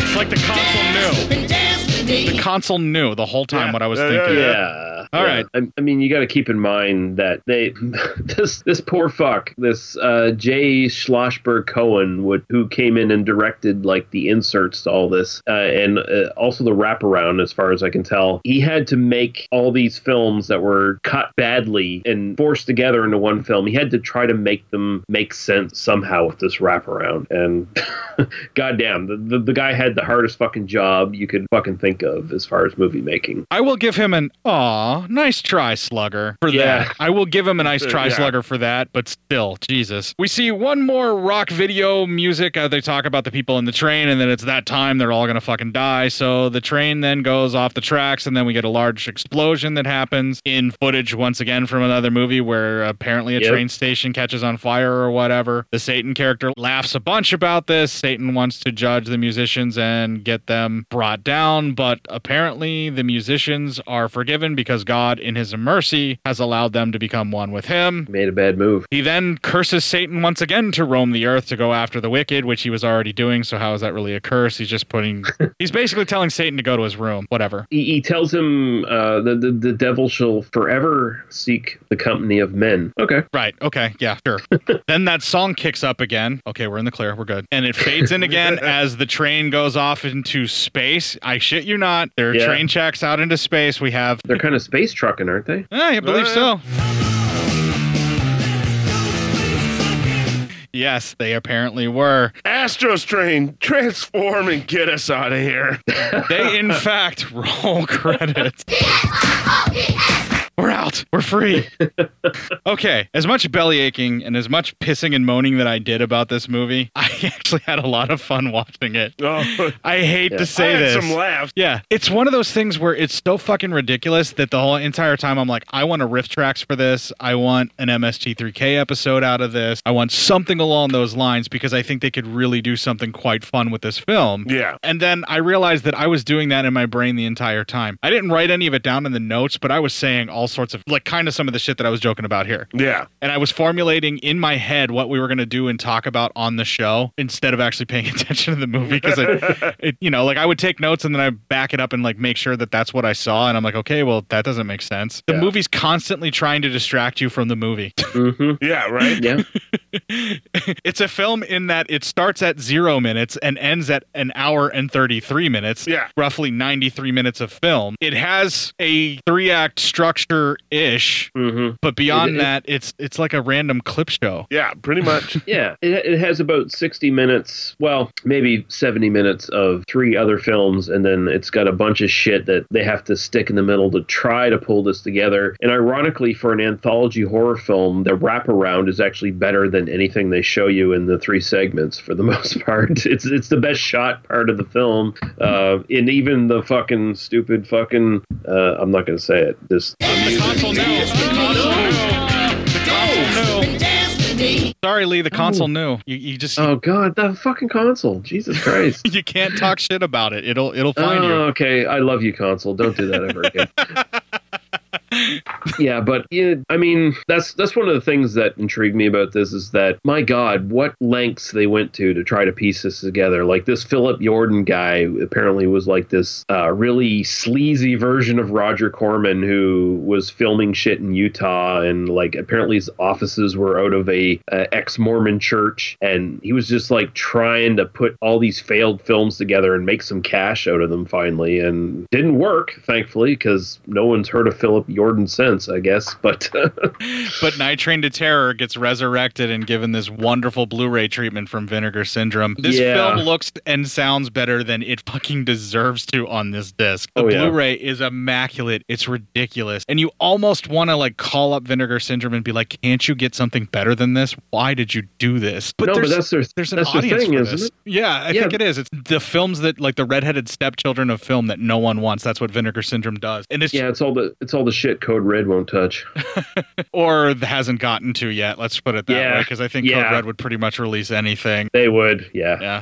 [SPEAKER 1] It's like the console
[SPEAKER 10] knew. Dance with me.
[SPEAKER 1] the console knew the whole time what I was thinking.
[SPEAKER 9] Yeah.
[SPEAKER 1] All
[SPEAKER 9] Yeah.
[SPEAKER 1] right.
[SPEAKER 9] I, I mean, you got to keep in mind that they this this poor fuck, this uh, Jay Schlossberg Cohen, would who came in and directed like the inserts to all this, uh, and uh, also the wraparound, as far as I can tell. He had to make all these films that were cut badly and forced together into one film. He had to try to make them make sense somehow with this wraparound. And goddamn, the, the the guy had the hardest fucking job you could fucking think of as far as movie making.
[SPEAKER 1] I will give him an aw, nice try, Slugger, for
[SPEAKER 9] Yeah.
[SPEAKER 1] that. I will give him a nice try,
[SPEAKER 9] Yeah.
[SPEAKER 1] Slugger, for that, but still, Jesus. We see one more rock video music. Uh, they talk about the people in the train, and then it's that time they're all going to fucking die. So the train then goes off the tracks, and then we get a large explosion that happens in footage once again from another movie where apparently a
[SPEAKER 9] Yep.
[SPEAKER 1] train station catches on fire or whatever. The Satan character laughs a bunch about this. Satan wants to judge the musicians and get them brought down, but apparently the musicians are forgiven because God, in his mercy, has allowed them to become one with him.
[SPEAKER 9] Made a bad move.
[SPEAKER 1] He then curses Satan once again to roam the earth to go after the wicked, which he was already doing. So, how is that really a curse? He's just putting, he's basically telling Satan to go to his room, whatever.
[SPEAKER 9] he, he tells him uh, the, the the devil shall forever seek the company of men. Okay.
[SPEAKER 1] Right. Okay. Yeah. Sure. then that song kicks up again. Okay, we're in the clear. We're good. And it fades in again as the train goes off into space. I shit you not. There are
[SPEAKER 9] Yeah.
[SPEAKER 1] train checks out into space. We have.
[SPEAKER 9] They're kind of space trucking, aren't they?
[SPEAKER 1] Yeah, I Ah, believe so. Yes, they apparently were.
[SPEAKER 2] Astros train, transform and get us out of here.
[SPEAKER 1] They, in fact, roll credits. We're out. We're free. okay. As much belly aching and as much pissing and moaning that I did about this movie, I actually had a lot of fun watching it. I hate
[SPEAKER 2] Oh. Yeah.
[SPEAKER 1] to say
[SPEAKER 2] I had
[SPEAKER 1] this.
[SPEAKER 2] some laughs.
[SPEAKER 1] Yeah. It's one of those things where it's so fucking ridiculous that the whole entire time I'm like, I want a riff tracks for this. I want an MST3K episode out of this. I want something along those lines because I think they could really do something quite fun with this film.
[SPEAKER 2] Yeah.
[SPEAKER 1] And then I realized that I was doing that in my brain the entire time. I didn't write any of it down in the notes, but I was saying all sorts of like kind of some of the shit that I was joking about here.
[SPEAKER 2] Yeah.
[SPEAKER 1] And I was formulating in my head what we were going to do and talk about on the show instead of actually paying attention to the movie because it, it, you know, like I would take notes and then I back it up and like make sure that that's what I saw. And I'm like, okay, well, that doesn't make sense. The
[SPEAKER 2] Yeah.
[SPEAKER 1] movie's constantly trying to distract you from the movie.
[SPEAKER 2] Yeah, right?
[SPEAKER 9] Mm-hmm. Yeah.
[SPEAKER 1] it's a film in that it starts at zero minutes and ends at an hour and 33 minutes. Yeah. Roughly 93 minutes of film. It has a three act structure ish,
[SPEAKER 9] Mm-hmm.
[SPEAKER 1] but beyond
[SPEAKER 9] It- it-
[SPEAKER 1] that, it's it's like a random clip show.
[SPEAKER 2] Yeah, pretty much.
[SPEAKER 9] yeah, it, it has about 60 minutes, well, maybe 70 minutes of three other films, and then it's got a bunch of shit that they have to stick in the middle to try to pull this together. And ironically, for an anthology horror film, the wraparound is actually better than anything they show you in the three segments for the most part. It's it's the best shot part of the film, uh, and even the fucking stupid fucking uh, I'm not gonna say it. This
[SPEAKER 1] Sorry, Lee, the console knew. You, you just
[SPEAKER 9] oh god, the fucking console, Jesus Christ.
[SPEAKER 1] you can't talk shit about it. It'll it'll find
[SPEAKER 9] oh,
[SPEAKER 1] you.
[SPEAKER 9] Okay, I love you, console. Don't do that ever again. yeah, but it, I mean, that's that's one of the things that intrigued me about this is that my God, what lengths they went to to try to piece this together. Like this Philip Jordan guy apparently was like this uh, really sleazy version of Roger Corman who was filming shit in Utah and like apparently his offices were out of a uh, ex Mormon church and he was just like trying to put all these failed films together and make some cash out of them finally and didn't work thankfully because no one's heard of Philip Jordan since I guess but
[SPEAKER 1] But Night Train to Terror gets resurrected and given this wonderful Blu-ray treatment from Vinegar Syndrome. This
[SPEAKER 9] Yeah.
[SPEAKER 1] film looks and sounds better than it fucking deserves to on this disc. The
[SPEAKER 9] Oh, yeah.
[SPEAKER 1] Blu-ray is immaculate. It's ridiculous. And you almost want to like call up Vinegar Syndrome and be like, "Can't you get something better than this? Why did you do this?"
[SPEAKER 9] No, but
[SPEAKER 1] there's-
[SPEAKER 9] that's their-
[SPEAKER 1] there's an
[SPEAKER 9] that's their
[SPEAKER 1] audience
[SPEAKER 9] thing,
[SPEAKER 1] for
[SPEAKER 9] isn't
[SPEAKER 1] this.
[SPEAKER 9] it?
[SPEAKER 1] Yeah, I
[SPEAKER 9] Yeah.
[SPEAKER 1] think it is. It's the films that like the redheaded stepchildren of film that no one wants. That's what Vinegar Syndrome does. And it's
[SPEAKER 9] yeah it's all the it's all the shit Code Red won't touch
[SPEAKER 1] or hasn't gotten to yet. Let's put it that
[SPEAKER 9] Yeah.
[SPEAKER 1] way, because I think
[SPEAKER 9] Yeah.
[SPEAKER 1] Code Red would pretty much release anything.
[SPEAKER 9] They would, yeah.
[SPEAKER 1] Yeah.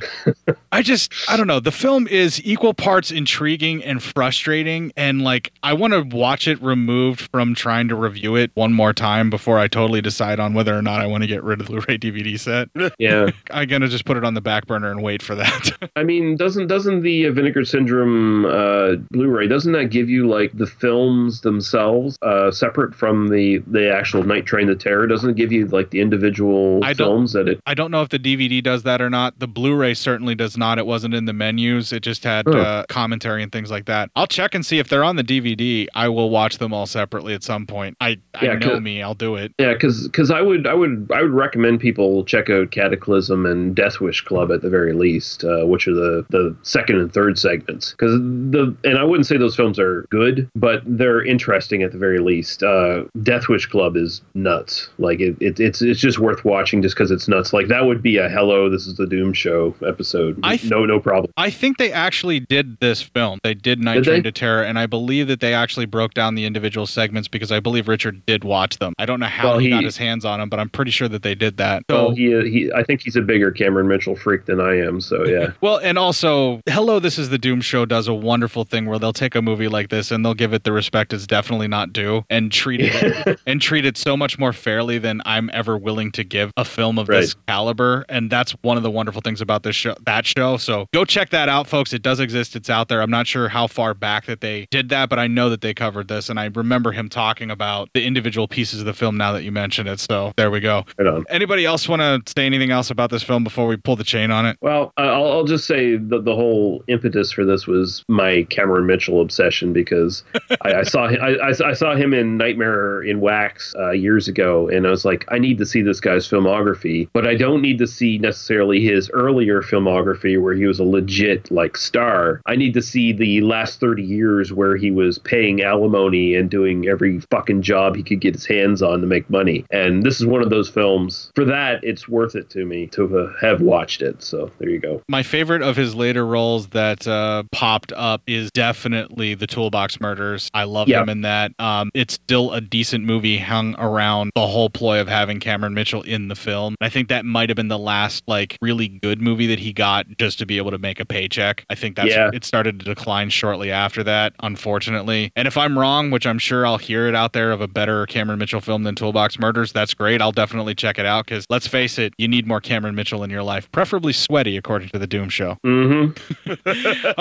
[SPEAKER 1] I just, I don't know. The film is equal parts intriguing and frustrating, and like I want to watch it removed from trying to review it one more time before I totally decide on whether or not I want to get rid of the Blu-ray DVD set.
[SPEAKER 9] Yeah.
[SPEAKER 1] I'm gonna just put it on the back burner and wait for that.
[SPEAKER 9] I mean, doesn't doesn't the uh, Vinegar Syndrome uh, Blu-ray doesn't that give you like the films themselves uh, separate from the the actual Night Train to Terror? Doesn't it give you like the individual
[SPEAKER 1] I don't-
[SPEAKER 9] films that it?
[SPEAKER 1] I don't know if the DVD does that or not. The Blu-ray certainly does not. It wasn't in the menus. It just had
[SPEAKER 9] Huh.
[SPEAKER 1] uh, commentary and things like that. I'll check and see if they're on the DVD. I will watch them all separately at some point. I, I
[SPEAKER 9] Yeah,
[SPEAKER 1] know
[SPEAKER 9] 'cause-
[SPEAKER 1] me. I'll do it.
[SPEAKER 9] Yeah, because I would I would I would recommend people check out Cataclysm and Death Wish Club at the very least, uh, which are the the second and third segments. Because the and I wouldn't say those films are good, but they're interesting at the very least. Uh, Death Wish Club is nuts. Like it, it it's it's just worth watching just because it's nuts. Like that would be a hello, this is the Doom Show episode.
[SPEAKER 1] I th-
[SPEAKER 9] no no problem.
[SPEAKER 1] I think they actually did this film. They did Night
[SPEAKER 9] Did
[SPEAKER 1] Train
[SPEAKER 9] they?
[SPEAKER 1] to Terror, and I believe that they actually broke down the individual segments because I believe Richard did watch them. I don't know how
[SPEAKER 9] Well,
[SPEAKER 1] he, got
[SPEAKER 9] he-
[SPEAKER 1] his hands on them, but I'm pretty sure that they did that. So,
[SPEAKER 9] So he, he I think he's a bigger Cameron Mitchell freak than I am. So yeah.
[SPEAKER 1] Well, and also, Hello, This is the Doom Show does a wonderful thing where they'll take a movie like this and they'll give it the respect it's definitely not due and treat it and treat it so much more fairly than I'm ever willing to give a film of this
[SPEAKER 9] Right.
[SPEAKER 1] caliber. And that's one of the wonderful things about this show that show. So go check that out, folks. It does exist. It's out there. I'm not sure how far back that they did that, but I know that they covered this and I remember him talking about the individual pieces of the film now that you mentioned it. So there we go.
[SPEAKER 9] Right on.
[SPEAKER 1] Anybody else want to say anything else about this film before we pull the chain on it?
[SPEAKER 9] Well, I- I'll, I'll just say the, the whole impetus for this was my Cameron Mitchell obsession because I, I saw him, I, I saw- I saw him in Nightmare in Wax uh, years ago, and I was like, I need to see this guy's filmography, but I don't need to see necessarily his earlier filmography where he was a legit like star. I need to see the last thirty years where he was paying alimony and doing every fucking job he could get his hands on to make money. And this is one of those films. For that, it's worth it to me to uh, have watched it. So there you go.
[SPEAKER 1] My favorite of his later roles that uh, popped up is definitely the Toolbox Murders. I love
[SPEAKER 9] Yeah.
[SPEAKER 1] him in that. Um, it's still a decent movie hung around the whole ploy of having Cameron Mitchell in the film. I think that might have been the last like really good movie that he got just to be able to make a paycheck. I think that's
[SPEAKER 9] Yeah.
[SPEAKER 1] it started to decline shortly after that, unfortunately. And if I'm wrong, which I'm sure I'll hear it out there of a better Cameron Mitchell film than Toolbox Murders, that's great. I'll definitely check it out because let's face it, you need more Cameron Mitchell in your life, preferably sweaty, according to the Doom Show.
[SPEAKER 9] Mm-hmm.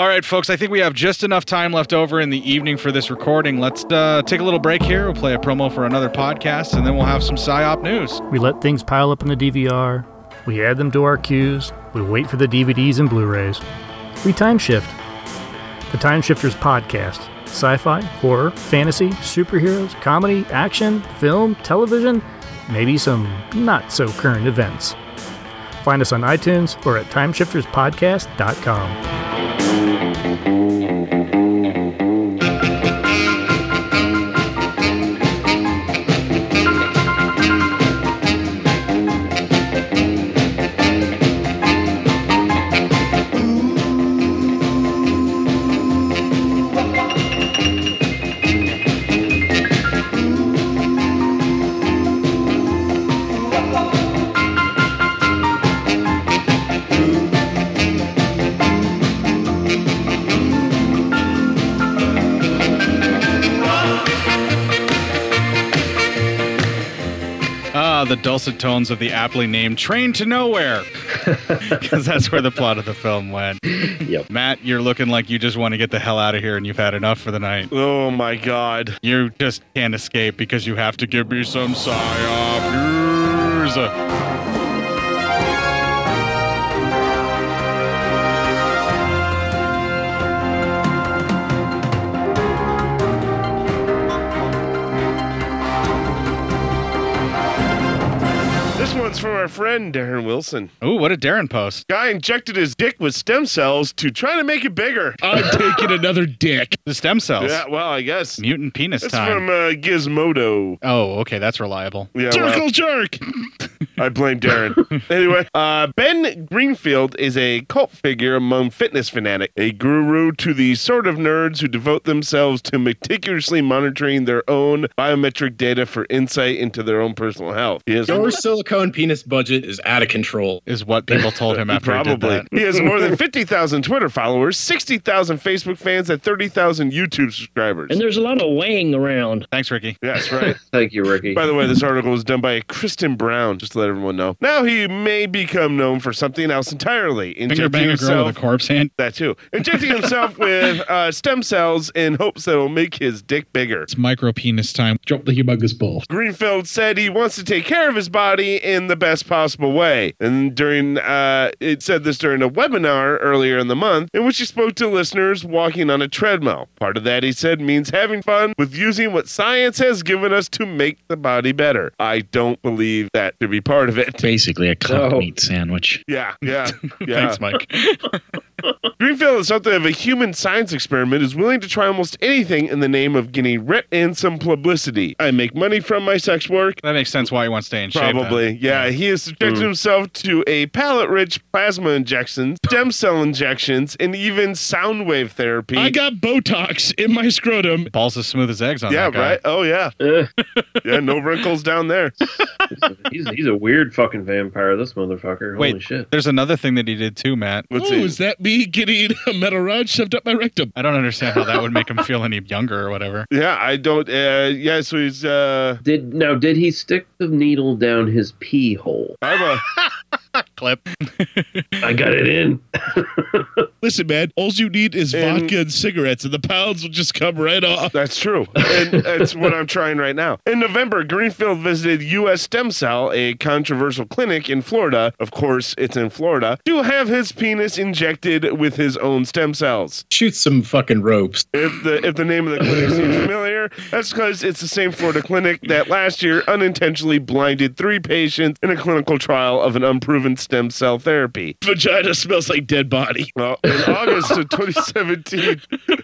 [SPEAKER 1] All right, folks, I think we have just enough time left over in the evening for this recording. Let's uh, take a little break here. We'll play a promo for another podcast, and then we'll have some PSYOP news.
[SPEAKER 5] We let things pile up in the DVR. We add them to our queues. We wait for the DVDs and Blu rays. We time shift. The Time Shifters Podcast sci fi, horror, fantasy, superheroes, comedy, action, film, television, maybe some not so current events. Find us on iTunes or at timeshifterspodcast.com.
[SPEAKER 1] Ah, the dulcet tones of the aptly named Train to Nowhere. Because that's where the plot of the film went.
[SPEAKER 9] Yep.
[SPEAKER 1] Matt, you're looking like you just want to get the hell out of here and you've had enough for the night.
[SPEAKER 2] Oh my god.
[SPEAKER 1] You just can't escape because you have to give me some psyop news.
[SPEAKER 2] This one's from our friend Darren Wilson.
[SPEAKER 1] Ooh, what a Darren post.
[SPEAKER 2] Guy injected his dick with stem cells to try to make it bigger. I'm taking another dick.
[SPEAKER 1] The stem cells.
[SPEAKER 2] Yeah, well, I guess.
[SPEAKER 1] Mutant penis
[SPEAKER 2] It's
[SPEAKER 1] time.
[SPEAKER 2] from uh, Gizmodo.
[SPEAKER 1] Oh, okay, that's reliable.
[SPEAKER 2] Yeah,
[SPEAKER 1] Circle
[SPEAKER 2] well.
[SPEAKER 1] jerk.
[SPEAKER 2] I blame Darren. anyway, uh, Ben Greenfield is a cult figure among fitness fanatics, a guru to the sort of nerds who devote themselves to meticulously monitoring their own biometric data for insight into their own personal health. He has
[SPEAKER 12] Your silicone penis budget is out of control.
[SPEAKER 1] Is what people told him after
[SPEAKER 12] he did
[SPEAKER 2] Probably.
[SPEAKER 12] that.
[SPEAKER 2] He has more than 50,000 Twitter followers, 60,000 Facebook fans, and 30,000 YouTube subscribers.
[SPEAKER 26] And there's a lot of weighing around.
[SPEAKER 1] Thanks, Ricky.
[SPEAKER 2] That's right.
[SPEAKER 9] Thank you, Ricky.
[SPEAKER 2] By the way, this article was done by Kristen Brown, just to let everyone know. Now he may become known for something else entirely.
[SPEAKER 1] Finger bang a girl with a corpse hand.
[SPEAKER 2] That too. Injecting himself with uh, stem cells in hopes that it'll make his dick bigger.
[SPEAKER 26] It's micro penis time.
[SPEAKER 12] Drop the humongous ball.
[SPEAKER 2] Greenfield said he wants to take care of his body in the best possible way. And during, uh, it said this during a webinar earlier in the month in which he spoke to listeners walking on a treadmill. Part of that, he said, means having fun with using what science has given us to make the body better. I don't believe that to be part of it.
[SPEAKER 26] Basically, a cock meat sandwich.
[SPEAKER 2] Yeah, yeah, yeah.
[SPEAKER 26] Thanks, Mike.
[SPEAKER 2] Greenfield is something of a human science experiment, is willing to try almost anything in the name of getting rent and some publicity. I make money from my sex work.
[SPEAKER 1] That makes sense why he wants to stay in shape.
[SPEAKER 2] Probably.
[SPEAKER 1] then.
[SPEAKER 2] Yeah, he has subjected
[SPEAKER 1] Mm.
[SPEAKER 2] himself to a palate rich plasma injections, stem cell injections, and even sound wave therapy.
[SPEAKER 20] I got Botox in my scrotum.
[SPEAKER 1] Balls as smooth as eggs on
[SPEAKER 2] yeah,
[SPEAKER 1] that guy.
[SPEAKER 2] right? Oh, yeah. yeah, no wrinkles down there.
[SPEAKER 9] Eh. he's, he's a weird fucking vampire, this motherfucker. Holy
[SPEAKER 1] Wait,
[SPEAKER 9] shit.
[SPEAKER 1] there's another thing that he did too, Matt.
[SPEAKER 2] What's
[SPEAKER 20] Oh, is that me getting a metal rod shoved up my rectum?
[SPEAKER 1] I don't understand how that would make him feel any younger or whatever.
[SPEAKER 2] Yeah, I don't. Uh, yeah, so he's. Uh,
[SPEAKER 9] Did now? Did he stick the needle down his pee hole?
[SPEAKER 2] I'm a
[SPEAKER 1] clip.
[SPEAKER 9] I got it in.
[SPEAKER 20] Listen, man, all you need is vodka and cigarettes, and the pounds will just come right off.
[SPEAKER 2] That's true. and that's what I'm trying right now. In November, Greenfield visited U.S. Stem Cell, a controversial clinic in Florida. Of course, it's in Florida, to have his penis injected with his own stem cells.
[SPEAKER 12] Shoot some fucking ropes.
[SPEAKER 2] If the if the name of the clinic seems familiar, that's because it's the same Florida clinic that last year unintentionally blinded three patients in a clinical trial of an unproven stem cell therapy.
[SPEAKER 20] Vagina smells like dead body.
[SPEAKER 2] Well, in August of 2017,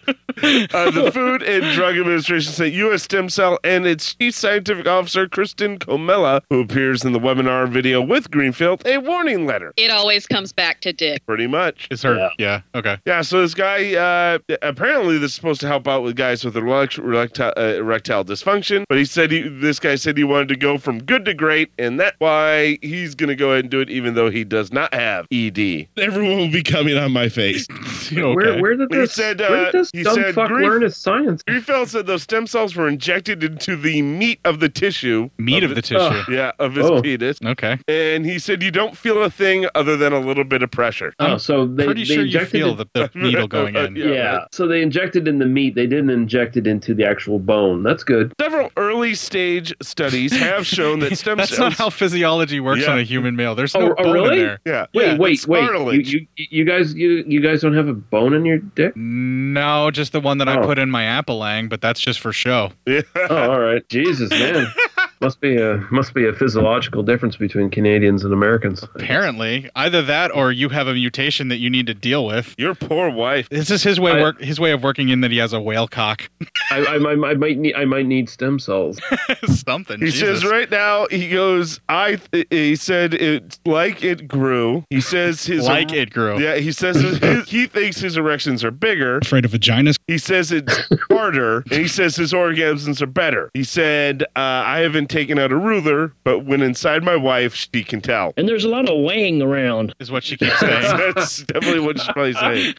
[SPEAKER 2] uh, the Food and Drug Administration said U.S. Stem Cell and its chief scientific officer, Kristen Comella, who appears in the webinar video with Greenfield, a warning letter.
[SPEAKER 24] It always comes back to dick.
[SPEAKER 2] Pretty much.
[SPEAKER 1] It's her. Yeah. Okay.
[SPEAKER 2] Yeah, so this guy, uh, apparently this is supposed to help out with guys with erect- erectile, uh, erectile dysfunction, but he said he, this guy said he wanted to go from good to great, and that's why he's going to go ahead and do it even though he does not have E ED.
[SPEAKER 20] Everyone will be coming on my face.
[SPEAKER 9] Where, where did
[SPEAKER 2] He
[SPEAKER 9] this?
[SPEAKER 2] said,
[SPEAKER 9] where
[SPEAKER 2] uh,
[SPEAKER 9] did this
[SPEAKER 2] he
[SPEAKER 9] dumb
[SPEAKER 2] said
[SPEAKER 9] fuck
[SPEAKER 2] grief-
[SPEAKER 9] learn his science?
[SPEAKER 2] Greenfield said those stem cells were injected into the meat of the tissue.
[SPEAKER 1] Meat of the tissue.
[SPEAKER 2] Yeah, of his
[SPEAKER 1] Oh.
[SPEAKER 2] penis.
[SPEAKER 1] Okay.
[SPEAKER 2] And he said you don't feel a thing other than a little bit of pressure.
[SPEAKER 9] Oh, so they,
[SPEAKER 1] pretty
[SPEAKER 9] they
[SPEAKER 1] sure you
[SPEAKER 9] injected
[SPEAKER 1] feel
[SPEAKER 9] it-
[SPEAKER 1] the, the needle going in.
[SPEAKER 9] Yeah. So they injected in the meat. They didn't inject it into the actual bone. That's good.
[SPEAKER 2] Several early stage studies have shown that stem
[SPEAKER 1] That's
[SPEAKER 2] cells.
[SPEAKER 1] not how physiology works
[SPEAKER 2] Yeah.
[SPEAKER 1] on a human male. There's no bone in there.
[SPEAKER 2] Yeah.
[SPEAKER 9] Oh, Wait,
[SPEAKER 2] Yeah,
[SPEAKER 9] wait,
[SPEAKER 2] it's
[SPEAKER 9] wait.
[SPEAKER 2] cartilage.
[SPEAKER 9] You, you, you guys, you, you guys don't have a bone in your dick?
[SPEAKER 1] No, just the one that I
[SPEAKER 9] Oh.
[SPEAKER 1] put in my Appalang, but that's just for show.
[SPEAKER 9] oh, all right. Jesus, man. Must be a must be a physiological difference between Canadians and Americans.
[SPEAKER 1] Apparently, either that or you have a mutation that you need to deal with.
[SPEAKER 2] Your poor wife.
[SPEAKER 1] This is his way
[SPEAKER 9] I-
[SPEAKER 1] work his way of working in that he has a whale cock.
[SPEAKER 9] I, I, I, I might need I might need stem cells.
[SPEAKER 1] Something.
[SPEAKER 2] He
[SPEAKER 1] Jesus.
[SPEAKER 2] says right now he goes. I. Th- he said it like it grew. He says his er-,
[SPEAKER 1] Like it grew.
[SPEAKER 2] Yeah. He says his, his- he thinks his erections are bigger.
[SPEAKER 26] Afraid of vaginas?
[SPEAKER 2] He says it's harder, and he says his orgasms are better. He said, uh, "I haven't taken out a ruler, but when inside my wife, she can tell."
[SPEAKER 26] And there's a lot of weighing around.
[SPEAKER 1] Is what she keeps
[SPEAKER 2] That's, that's definitely what she's probably saying.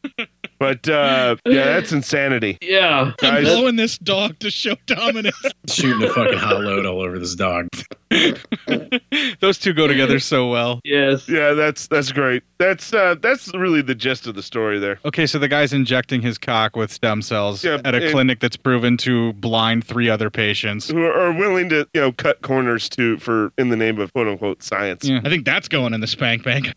[SPEAKER 2] But uh, yeah, that's insanity.
[SPEAKER 9] Yeah,
[SPEAKER 20] I'm
[SPEAKER 2] guys.
[SPEAKER 20] blowing this dog to show dominance.
[SPEAKER 26] Shooting a fucking hot load all over this dog.
[SPEAKER 1] Those two go together so well.
[SPEAKER 9] Yes.
[SPEAKER 2] Yeah, that's that's great. That's uh that's really the gist of the story there.
[SPEAKER 1] Okay, so the guy's injecting his cock with stem cells
[SPEAKER 2] Yeah,
[SPEAKER 1] at a
[SPEAKER 2] and-
[SPEAKER 1] clinic that's proven to blind three other patients.
[SPEAKER 2] Who are willing to, you know, cut corners to for in the name of quote unquote science.
[SPEAKER 1] Yeah, I think that's going in the spank bank.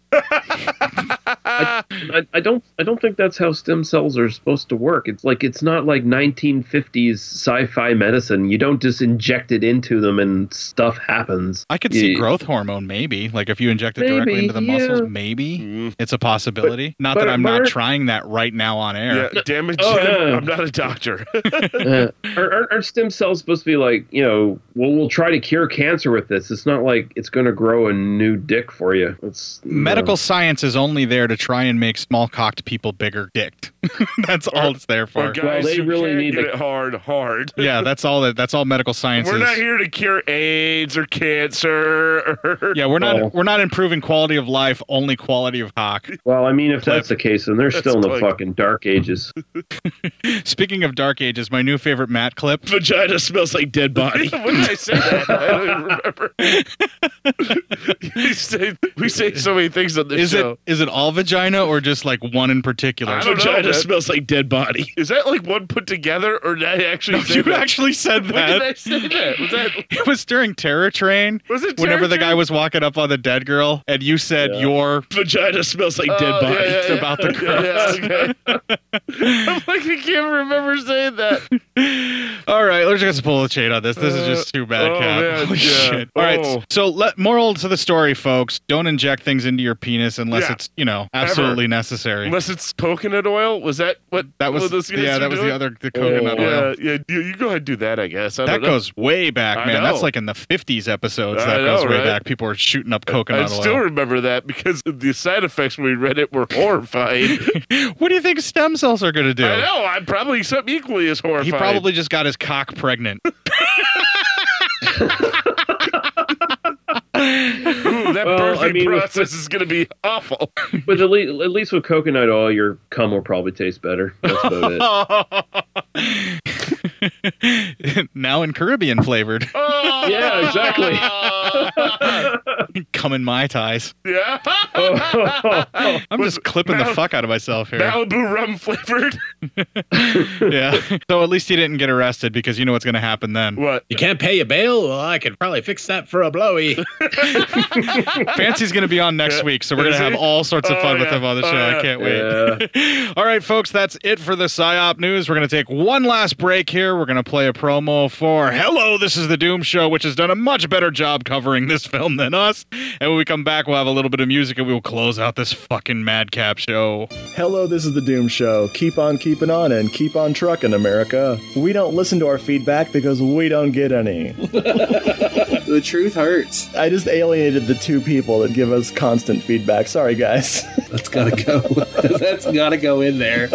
[SPEAKER 9] I, I don't I don't think that's how stem cells are supposed to work. It's like it's not like 1950s sci-fi medicine. You don't just inject it into them and stuff happens.
[SPEAKER 1] I could see
[SPEAKER 9] You-
[SPEAKER 1] growth hormone, maybe. Like if you inject it directly
[SPEAKER 9] Maybe,
[SPEAKER 1] into the
[SPEAKER 9] yeah.
[SPEAKER 1] muscles, maybe
[SPEAKER 20] Mm-hmm.
[SPEAKER 1] it's a possibility. not
[SPEAKER 9] but-
[SPEAKER 1] that I'm
[SPEAKER 9] but-
[SPEAKER 1] not trying that right now on air.
[SPEAKER 9] Yeah, damn it, Oh, Jim, yeah. I'm
[SPEAKER 2] not a doctor.
[SPEAKER 9] Uh, are, are, are stem cells supposed to be like you know? Well, we'll try to cure cancer with this. It's not like it's going to grow a new dick for you. It's
[SPEAKER 1] Medical science is only there to try and make small cocked people bigger dicked. that's all it's there for.
[SPEAKER 2] Or guys who can't get it hard, hard.
[SPEAKER 1] yeah, that's all that that's all medical science
[SPEAKER 2] We're
[SPEAKER 1] is.
[SPEAKER 2] not here to cure AIDS or cancer. Or
[SPEAKER 1] yeah, we're not
[SPEAKER 9] Oh.
[SPEAKER 1] we're not improving quality of life, only quality of cock.
[SPEAKER 9] Well, I mean, if that's the case, then they're still in the
[SPEAKER 1] That's like-
[SPEAKER 9] fucking dark ages.
[SPEAKER 1] Speaking of dark ages, my new favorite Matt clip.
[SPEAKER 20] Vagina smells like dead body.
[SPEAKER 2] when did I say that? I don't even remember. we, say, we say so many things on this
[SPEAKER 1] Is
[SPEAKER 2] show.
[SPEAKER 1] it is it all vagina or just like one in particular?
[SPEAKER 20] I don't know, Vagina man. smells like dead body.
[SPEAKER 2] Is that like one put together, or did I actually?
[SPEAKER 1] No,
[SPEAKER 2] say
[SPEAKER 1] you
[SPEAKER 2] that?
[SPEAKER 1] actually said
[SPEAKER 2] When did
[SPEAKER 1] that.
[SPEAKER 2] I say that? Was that?
[SPEAKER 1] It was during Terror Train.
[SPEAKER 2] Was it
[SPEAKER 1] whenever
[SPEAKER 2] Terror
[SPEAKER 1] the guy
[SPEAKER 2] Train?
[SPEAKER 1] was walking up on the dead girl and you said your
[SPEAKER 20] vagina smells like
[SPEAKER 2] Oh,
[SPEAKER 1] dead
[SPEAKER 2] yeah,
[SPEAKER 1] body.
[SPEAKER 2] yeah,
[SPEAKER 1] It's
[SPEAKER 2] yeah.
[SPEAKER 1] about the
[SPEAKER 2] Yeah, yeah,
[SPEAKER 1] girl.
[SPEAKER 2] okay. I'm like I can't remember saying that.
[SPEAKER 1] All right, we're just gonna pull the chain on this. This is just too
[SPEAKER 2] Uh,
[SPEAKER 1] bad,
[SPEAKER 2] oh,
[SPEAKER 1] Cap.
[SPEAKER 2] man,
[SPEAKER 1] Holy
[SPEAKER 2] yeah.
[SPEAKER 1] shit! All right,
[SPEAKER 2] Oh.
[SPEAKER 1] so let, moral to the story, folks: don't inject things into your penis unless
[SPEAKER 2] Yeah.
[SPEAKER 1] it's you know absolutely
[SPEAKER 2] Ever.
[SPEAKER 1] necessary.
[SPEAKER 2] Unless it's coconut oil. Was that what?
[SPEAKER 1] That was-
[SPEAKER 2] what those guys
[SPEAKER 1] yeah,
[SPEAKER 2] were
[SPEAKER 1] that was the
[SPEAKER 2] doing?
[SPEAKER 1] other- the coconut
[SPEAKER 2] yeah,
[SPEAKER 1] oil.
[SPEAKER 2] Yeah, you, you go ahead and do that. I guess I
[SPEAKER 1] that
[SPEAKER 2] don't know.
[SPEAKER 1] goes way back,
[SPEAKER 2] I
[SPEAKER 1] man.
[SPEAKER 2] know.
[SPEAKER 1] That's like in the '50s episodes.
[SPEAKER 2] I
[SPEAKER 1] That goes
[SPEAKER 2] know,
[SPEAKER 1] way
[SPEAKER 2] right?
[SPEAKER 1] back. People were shooting up
[SPEAKER 2] I
[SPEAKER 1] coconut
[SPEAKER 2] still
[SPEAKER 1] oil.
[SPEAKER 2] remember that because the side effects when we read it were horrifying.
[SPEAKER 1] What do you think stem cells are gonna do?
[SPEAKER 2] I know. I'm probably something equally as horrifying.
[SPEAKER 1] He probably just got his cock pregnant.
[SPEAKER 2] Ooh, that
[SPEAKER 9] Well,
[SPEAKER 2] birthing
[SPEAKER 9] I mean, with-
[SPEAKER 2] process is going to be awful.
[SPEAKER 9] But at least, at least with coconut oil, your cum will probably taste better. That's about it.
[SPEAKER 1] now in Caribbean flavored.
[SPEAKER 9] yeah, exactly.
[SPEAKER 1] Come in my ties.
[SPEAKER 2] Yeah.
[SPEAKER 1] Oh, I'm just clipping the fuck out of myself here.
[SPEAKER 2] Malibu rum flavored.
[SPEAKER 1] yeah. So at least he didn't get arrested because you know what's going to happen then.
[SPEAKER 2] What?
[SPEAKER 12] You can't pay your bail? Well, I could probably fix that for a blowy.
[SPEAKER 1] Fancy's going to be on next week, so we're going to have all sorts of fun with him on the
[SPEAKER 2] Oh,
[SPEAKER 1] show. I can't wait. all right, folks, that's it for the PSYOP news. We're going to take one last break here. We're going to play a promo for Hello, This is the Doom Show, which has done a much better job covering this film than us. And when we come back, we'll have a little bit of music and we will close out this fucking madcap show.
[SPEAKER 7] Hello, this is the Doom Show. Keep on keeping on and keep on trucking, America. We don't listen to our feedback because we don't get any.
[SPEAKER 13] The truth hurts.
[SPEAKER 7] I just alienated the two people that give us constant feedback. Sorry, guys. That's gotta go.
[SPEAKER 13] That's gotta go in there.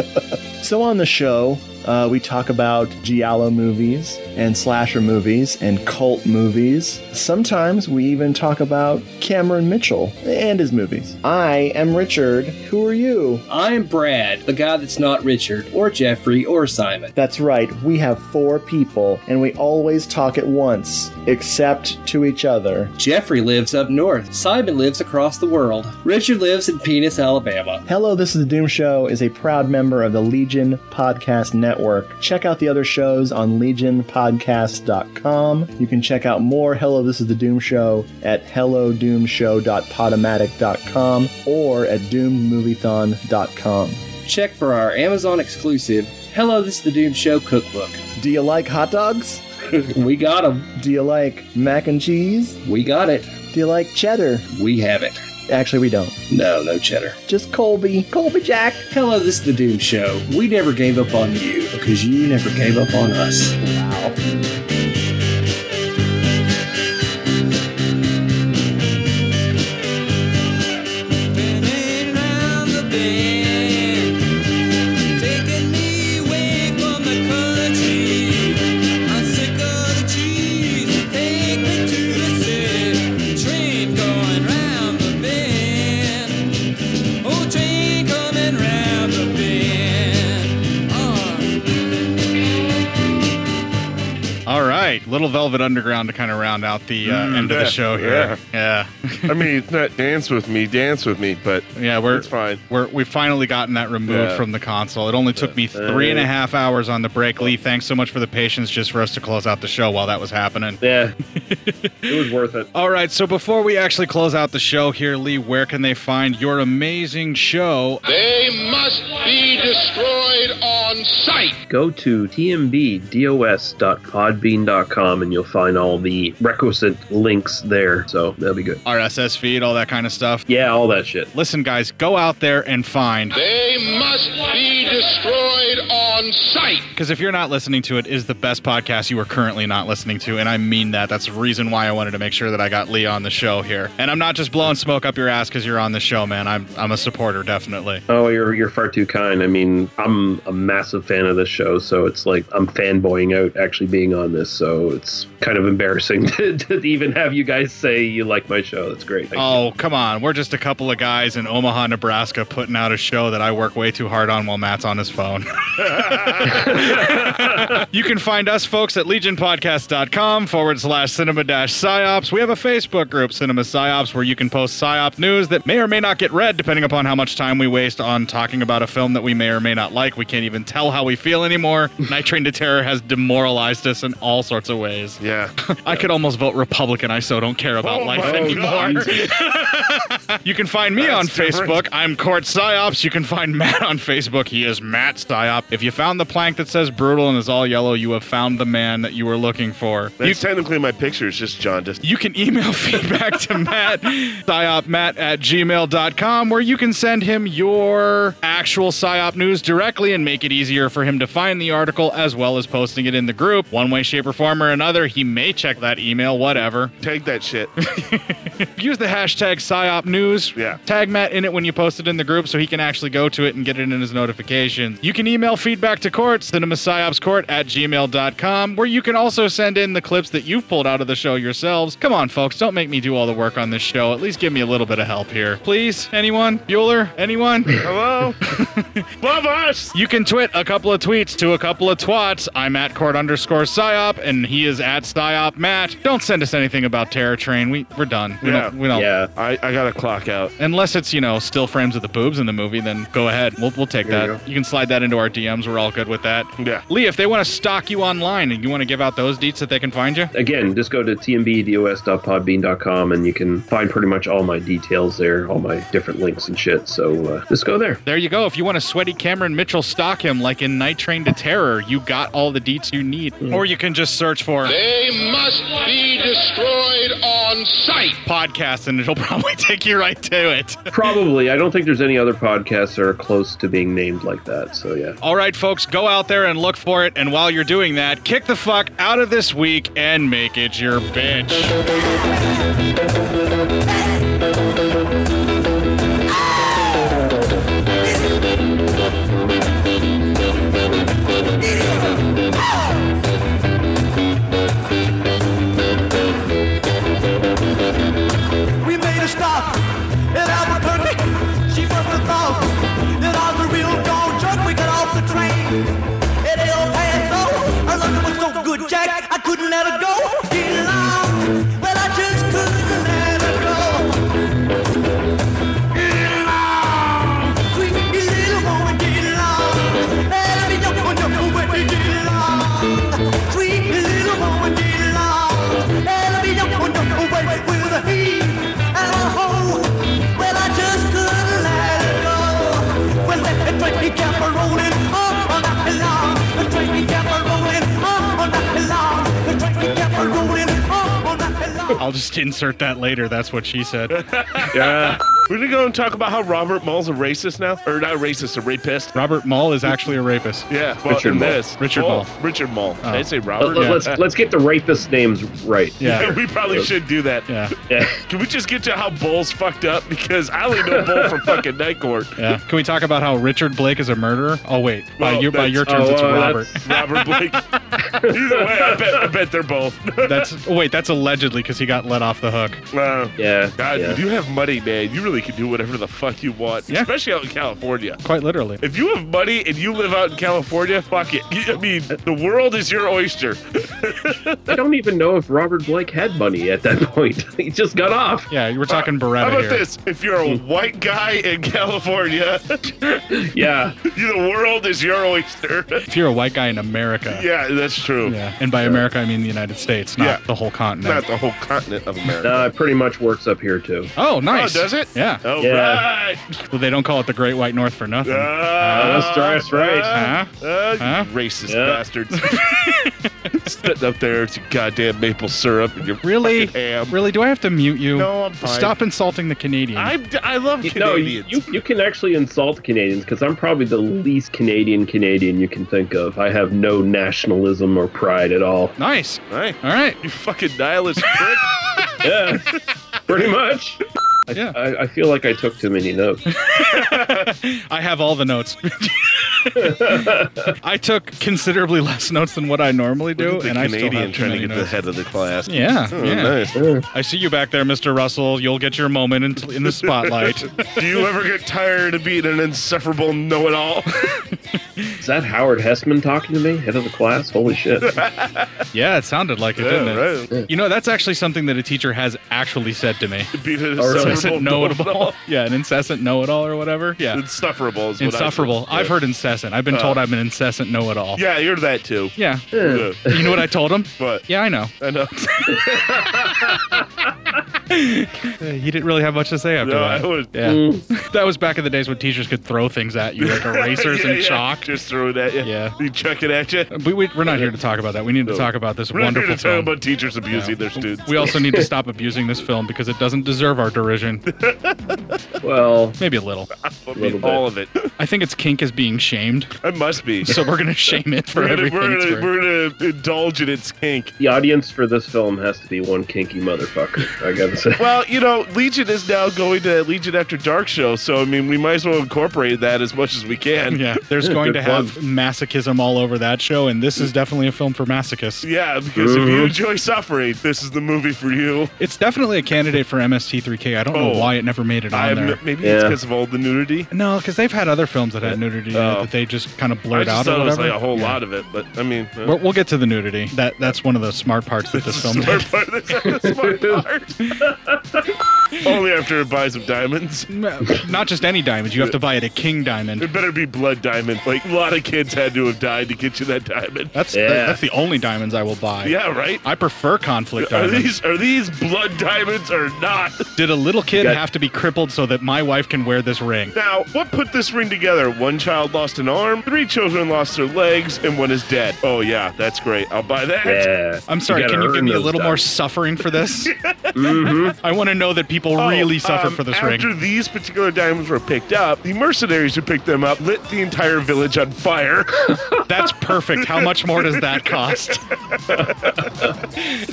[SPEAKER 7] So on the show, uh, we talk about giallo movies and slasher movies and cult movies. Sometimes we even talk about Cameron Mitchell and his movies. I am Richard. Who are you?
[SPEAKER 13] I'm Brad, the guy that's not Richard or Jeffrey or Simon.
[SPEAKER 7] That's right, we have four people, and we always talk at once, except to each other.
[SPEAKER 13] Jeffrey lives up north. Simon lives across the world. Richard lives in Penis, Alabama.
[SPEAKER 7] Hello, this is the Doom Show is a proud member of the Legion Podcast Network. Check out the other shows on legionpodcast.com. You can check out more Hello, this is the Doom Show at hellodoomshow.podomatic.com or at doommoviethon.com.
[SPEAKER 13] Check for our Amazon exclusive Hello, This is the Doom Show cookbook.
[SPEAKER 7] Do you like hot dogs?
[SPEAKER 13] we got them.
[SPEAKER 7] Do you like mac and cheese?
[SPEAKER 13] We got it.
[SPEAKER 7] Do you like cheddar?
[SPEAKER 13] We have it.
[SPEAKER 7] Actually, we don't.
[SPEAKER 13] No, no cheddar.
[SPEAKER 7] Just Colby. Colby Jack.
[SPEAKER 13] Hello, this is the Doom Show. We never gave up on you because you never gave up on us. Wow.
[SPEAKER 10] Oh,
[SPEAKER 1] All right. Little Velvet Underground to kind of round out the uh,
[SPEAKER 2] Mm,
[SPEAKER 1] end of the
[SPEAKER 2] yeah,
[SPEAKER 1] show here.
[SPEAKER 2] Yeah. I mean, it's not dance with me, dance with me, but
[SPEAKER 1] yeah, we're
[SPEAKER 2] it's fine.
[SPEAKER 1] We're we've finally gotten that removed
[SPEAKER 2] Yeah. Uh,
[SPEAKER 1] from the console. It only took me three and a half hours on the break. Lee, thanks so much for the patience just for us to close out the show while that was happening.
[SPEAKER 9] Yeah, it was worth it.
[SPEAKER 1] All right, so before we actually close out the show here, Lee, where can they find your amazing show?
[SPEAKER 8] They must be destroyed on sight.
[SPEAKER 9] Go to tmbdos.podbean.com and you'll find all the requisite links there. So that'll be good.
[SPEAKER 1] RSS feed, all that kind of stuff.
[SPEAKER 9] Yeah, all that shit.
[SPEAKER 1] Listen, guys, go out there and find.
[SPEAKER 8] They must be destroyed on sight.
[SPEAKER 1] Because if you're not listening to it, it, is the best podcast you are currently not listening to, and I mean that. That's the reason why I wanted to make sure that I got Lee on the show here. And I'm not just blowing smoke up your ass because you're on the show, man. I'm I'm a supporter, definitely.
[SPEAKER 9] Oh, you're you're far too kind. I mean, I'm a massive fan of this show, so it's like I'm fanboying out actually being on this. So it's kind of embarrassing to, to even have you guys say you like my show. That's great. Thank
[SPEAKER 1] Oh, come on. We're just a couple of guys in Omaha, Nebraska putting out a show that I work way too hard on while Matt's on his phone.
[SPEAKER 10] Oh.
[SPEAKER 1] you can find us, folks, at legionpodcast.com forward slash cinema dash psyops. We have a Facebook group, Cinema Psyops, where you can post psyop news that may or may not get read, depending upon how much time we waste on talking about a film that we may or may not like. We can't even tell how we feel anymore. Night Train to Terror has demoralized us in all sorts of ways.
[SPEAKER 2] Yeah.
[SPEAKER 1] I could almost vote Republican. I so don't care
[SPEAKER 10] Oh
[SPEAKER 1] about life anymore. You can find me on
[SPEAKER 2] different.
[SPEAKER 1] Facebook. I'm Court Psyops. You can find Matt on Facebook. He is Matt Psyop. If you found the plank that says brutal and is all yellow, you have found the man that you were looking for.
[SPEAKER 2] That's technically my picture. It's just jaundiced.
[SPEAKER 1] You can email feedback to Matt, psyopmatt at gmail.com, where you can send him your actual psyop news directly and make it easier for him to find the article as well as posting it in the group. One way, shape, or form or another, he may check that email, whatever.
[SPEAKER 2] Take that shit.
[SPEAKER 1] Use the hashtag PsyOp News. Yeah. Tag Matt in it when you post it in the group so he can actually go to it and get it in his notifications. You can email feedback to court, cinemasciopscourt at gmail.com, where you can also send in the clips that you've pulled out of the show yourselves. Come on, folks, don't make me do all the work on this show. At least give me a little bit of help here. Please, anyone? Bueller? Anyone?
[SPEAKER 2] Hello? Love us!
[SPEAKER 1] You can twit a couple of tweets to a couple of twats. I'm at court underscore psyop, and he is at psyop Matt. Don't send us anything about Terror Train. We we're done. We
[SPEAKER 2] Yeah.
[SPEAKER 1] don't. We don't.
[SPEAKER 2] Yeah. I, I got to clock out.
[SPEAKER 1] Unless it's you know still frames of the boobs in the movie, then go ahead. We'll we'll take
[SPEAKER 2] There
[SPEAKER 1] that.
[SPEAKER 2] you
[SPEAKER 1] You, can slide that into our DMs. We're all good with that.
[SPEAKER 2] Yeah.
[SPEAKER 1] Lee, if they want to stalk you online and you want to give out those deets that they can find you.
[SPEAKER 9] you. Again, just go to tmbdos.podbean.com and you can find pretty much all my details there, all my different links and shit. So uh, just go there.
[SPEAKER 1] There you go. If you want a sweaty Cameron Mitchell stalk him like in Night Train to Terror, you got all the deets you need.
[SPEAKER 2] Mm.
[SPEAKER 1] Or you can just search for
[SPEAKER 8] They must be destroyed on sight.
[SPEAKER 1] podcast and it'll probably take you right to it.
[SPEAKER 9] Probably. I don't think there's any other podcasts that are close to being named like that. So yeah.
[SPEAKER 1] All right, folks, go out there and look for it. And while you're doing that, kick the fuck out of this week and make it your bitch.
[SPEAKER 15] We made a stop at Albuquerque. She first thought that I was a real dog jerk. We got off the train at El Paso. Her luck was so good, Jack, I couldn't let her go. Get along. Well, I just couldn't let her go. Get along. Sweet little woman, get along. Let me jump on your woman, get along. Sweet little woman, get along. Let me jump on your woman with a heave. And a hoe. Well, I just couldn't let it go. Well, let the train kept a rolling on all night long. The train kept a rolling on all night long. The train kept a rolling on all night long.
[SPEAKER 1] I'll just insert that later. That's what she said.
[SPEAKER 2] yeah. We're going to go and talk about how Robert Mull's a racist now. Or not racist, a rapist.
[SPEAKER 1] Robert Mull is actually a rapist.
[SPEAKER 2] Yeah. Well,
[SPEAKER 1] Richard
[SPEAKER 2] in
[SPEAKER 1] Mull.
[SPEAKER 2] this.
[SPEAKER 1] Richard Oh.
[SPEAKER 2] Mull.
[SPEAKER 1] Mull.
[SPEAKER 2] Richard Mull. Did I say Robert?
[SPEAKER 9] Let- Let's, let's get the rapist names right.
[SPEAKER 2] Yeah, we probably should do that.
[SPEAKER 1] Yeah.
[SPEAKER 2] Can we just get to how Bull's fucked up? Because I only know Bull from fucking Night Court.
[SPEAKER 1] Yeah. Can we talk about how Richard Blake is a murderer? Oh wait, by
[SPEAKER 2] Well,
[SPEAKER 1] your by
[SPEAKER 2] that's-
[SPEAKER 1] your terms,
[SPEAKER 2] oh,
[SPEAKER 1] it's
[SPEAKER 2] uh,
[SPEAKER 1] Robert.
[SPEAKER 2] that's Robert Blake. Either way, I bet, I bet they're both.
[SPEAKER 1] That's oh, wait, that's allegedly because he got let off the hook.
[SPEAKER 2] Wow.
[SPEAKER 9] Yeah.
[SPEAKER 2] God,
[SPEAKER 1] yeah.
[SPEAKER 2] you have money, man. You really literally can do whatever the fuck you want, especially out in California.
[SPEAKER 1] Quite literally.
[SPEAKER 2] If you have money and you live out in California, fuck it. You- I mean, the world is your oyster.
[SPEAKER 9] I don't even know if Robert Blake had money at that point. he just got off.
[SPEAKER 1] Yeah, you were talking
[SPEAKER 2] Uh, How
[SPEAKER 1] Beretta
[SPEAKER 2] about
[SPEAKER 1] here.
[SPEAKER 2] this? If you're a white guy in California,
[SPEAKER 9] yeah,
[SPEAKER 2] the world is your oyster.
[SPEAKER 1] If you're a white guy in America,
[SPEAKER 2] yeah, that's true.
[SPEAKER 1] Yeah, and by America I mean the United States, not
[SPEAKER 9] Yeah.
[SPEAKER 1] the whole continent.
[SPEAKER 2] Not the whole continent of America.
[SPEAKER 9] Uh, it pretty much works up here too.
[SPEAKER 1] Oh, nice.
[SPEAKER 2] Oh, does it?
[SPEAKER 1] Yeah.
[SPEAKER 2] Oh,
[SPEAKER 1] yeah.
[SPEAKER 2] right.
[SPEAKER 1] Well, they don't call it the Great White North for nothing.
[SPEAKER 2] that's right, Oh, that's right.
[SPEAKER 1] Huh?
[SPEAKER 2] Uh, you
[SPEAKER 1] Huh?
[SPEAKER 2] Racist bastards. Spitting up there, it's your goddamn maple syrup and your
[SPEAKER 1] Really? Really? Do I have to mute you?
[SPEAKER 2] No, I'm fine.
[SPEAKER 1] Stop insulting the Canadian.
[SPEAKER 2] I love
[SPEAKER 9] No, you, you, you can actually insult Canadians because I'm probably the least Canadian Canadian you can think of. I have no nationalism or pride at all.
[SPEAKER 1] Nice.
[SPEAKER 2] All right.
[SPEAKER 1] All right.
[SPEAKER 2] You fucking nihilist prick.
[SPEAKER 9] yeah, pretty much. I, I, I feel like I took too many notes.
[SPEAKER 1] I have all the notes. I took considerably less notes than what I normally do,
[SPEAKER 2] Look at the
[SPEAKER 1] and I still
[SPEAKER 2] Canadian
[SPEAKER 1] have too
[SPEAKER 2] trying to
[SPEAKER 1] many
[SPEAKER 2] get the
[SPEAKER 1] notes.
[SPEAKER 2] head of the class.
[SPEAKER 1] Yeah,
[SPEAKER 2] Oh,
[SPEAKER 1] yeah.
[SPEAKER 2] nice.
[SPEAKER 1] I see you back there, Mr. Russell. You'll get your moment in, in the spotlight.
[SPEAKER 2] Do you ever get tired of being an insufferable know-it-all?
[SPEAKER 9] Is that Howard Hessman talking to me, head of the class? Holy shit!
[SPEAKER 1] yeah, it sounded like it,
[SPEAKER 9] Yeah,
[SPEAKER 1] didn't it?
[SPEAKER 9] right.
[SPEAKER 1] You know, that's actually something that a teacher has actually said to me.
[SPEAKER 2] Being an
[SPEAKER 1] Or
[SPEAKER 2] insufferable
[SPEAKER 1] incessant know-it-all.
[SPEAKER 2] know-it-all.
[SPEAKER 1] yeah, an incessant know-it-all or whatever. Yeah,
[SPEAKER 2] insufferable. Is what I-
[SPEAKER 1] insufferable.
[SPEAKER 2] Yeah.
[SPEAKER 1] I've heard incessant. I've been
[SPEAKER 2] Uh,
[SPEAKER 1] told I'm an incessant know-it-all.
[SPEAKER 2] Yeah, you're that too.
[SPEAKER 1] Yeah.
[SPEAKER 2] Yeah.
[SPEAKER 1] You know what I told him?
[SPEAKER 2] What?
[SPEAKER 1] Yeah, I know.
[SPEAKER 2] I know.
[SPEAKER 1] Uh, You didn't really have much to say after
[SPEAKER 2] No,
[SPEAKER 1] that.
[SPEAKER 2] I was-
[SPEAKER 1] yeah.
[SPEAKER 2] Mm.
[SPEAKER 1] that was back in the days when teachers could throw things at you, like erasers
[SPEAKER 2] Yeah,
[SPEAKER 1] and
[SPEAKER 2] yeah.
[SPEAKER 1] chalk.
[SPEAKER 2] Just throw it at you.
[SPEAKER 1] Yeah.
[SPEAKER 2] You chuck it at you.
[SPEAKER 1] We, we, we're not here to talk about that. We need to
[SPEAKER 2] No.
[SPEAKER 1] talk about this
[SPEAKER 2] We're not here
[SPEAKER 1] wonderful
[SPEAKER 2] to talk
[SPEAKER 1] film.
[SPEAKER 2] about teachers abusing their students.
[SPEAKER 1] we also need to stop abusing this film because it doesn't deserve our derision.
[SPEAKER 9] Well,
[SPEAKER 1] maybe a little.
[SPEAKER 2] I mean, all of it.
[SPEAKER 1] I think its kink is being shamed.
[SPEAKER 2] It must be.
[SPEAKER 1] So we're gonna shame it for
[SPEAKER 2] we're gonna,
[SPEAKER 1] everything.
[SPEAKER 2] We're
[SPEAKER 1] it's
[SPEAKER 2] gonna,
[SPEAKER 1] worth.
[SPEAKER 2] we're gonna indulge in its kink.
[SPEAKER 9] The audience for this film has to be one kinky motherfucker. I gotta say.
[SPEAKER 2] Well, you know, Legion is now going to Legion After Dark show, so I mean, we might as well incorporate that as much as we can.
[SPEAKER 1] yeah, there's going to have masochism all over that show, and this is definitely a film for masochists.
[SPEAKER 2] Yeah, because if you enjoy suffering, this is the movie for you.
[SPEAKER 1] It's definitely a candidate for MST3K. I don't
[SPEAKER 2] Oh.
[SPEAKER 1] know why it never made it on
[SPEAKER 2] I'm-
[SPEAKER 1] there.
[SPEAKER 2] maybe it's because of all the nudity.
[SPEAKER 1] No, because they've had other films that had nudity in it
[SPEAKER 2] Oh.
[SPEAKER 1] that they just kind of
[SPEAKER 2] I
[SPEAKER 1] blurred
[SPEAKER 2] just
[SPEAKER 1] out
[SPEAKER 2] thought
[SPEAKER 1] or
[SPEAKER 2] it was
[SPEAKER 1] whatever.
[SPEAKER 2] like a whole
[SPEAKER 1] Yeah.
[SPEAKER 2] lot of it, but I mean, uh,
[SPEAKER 1] We'll, we'll get to the nudity. That that's one of the smart parts that this film
[SPEAKER 2] smart
[SPEAKER 1] did.
[SPEAKER 2] part. That's the smart part. Only after it buys some diamonds.
[SPEAKER 1] Not just any diamond. You have to buy it a king diamond.
[SPEAKER 2] It better be blood diamond. Like a lot of kids had to have died to get you that diamond.
[SPEAKER 1] That's that's the only diamonds I will buy.
[SPEAKER 2] Yeah, right?
[SPEAKER 1] I prefer conflict
[SPEAKER 2] Are
[SPEAKER 1] diamonds.
[SPEAKER 2] these are these blood diamonds or not?
[SPEAKER 1] Did a little kid
[SPEAKER 2] Got-
[SPEAKER 1] have to be crippled so that my wife can wear this ring?
[SPEAKER 2] Now, what put this ring together? One child lost an arm, three children lost their legs, and one is dead. Oh yeah, that's great. I'll buy that.
[SPEAKER 1] I'm sorry. can you give me a little more suffering for this? Mm-hmm. I want to know that people really suffer
[SPEAKER 2] Um,
[SPEAKER 1] for this
[SPEAKER 2] after
[SPEAKER 1] ring.
[SPEAKER 2] these particular diamonds were picked up, the mercenaries who picked them up lit the entire village on fire.
[SPEAKER 1] That's perfect. How much more does that cost?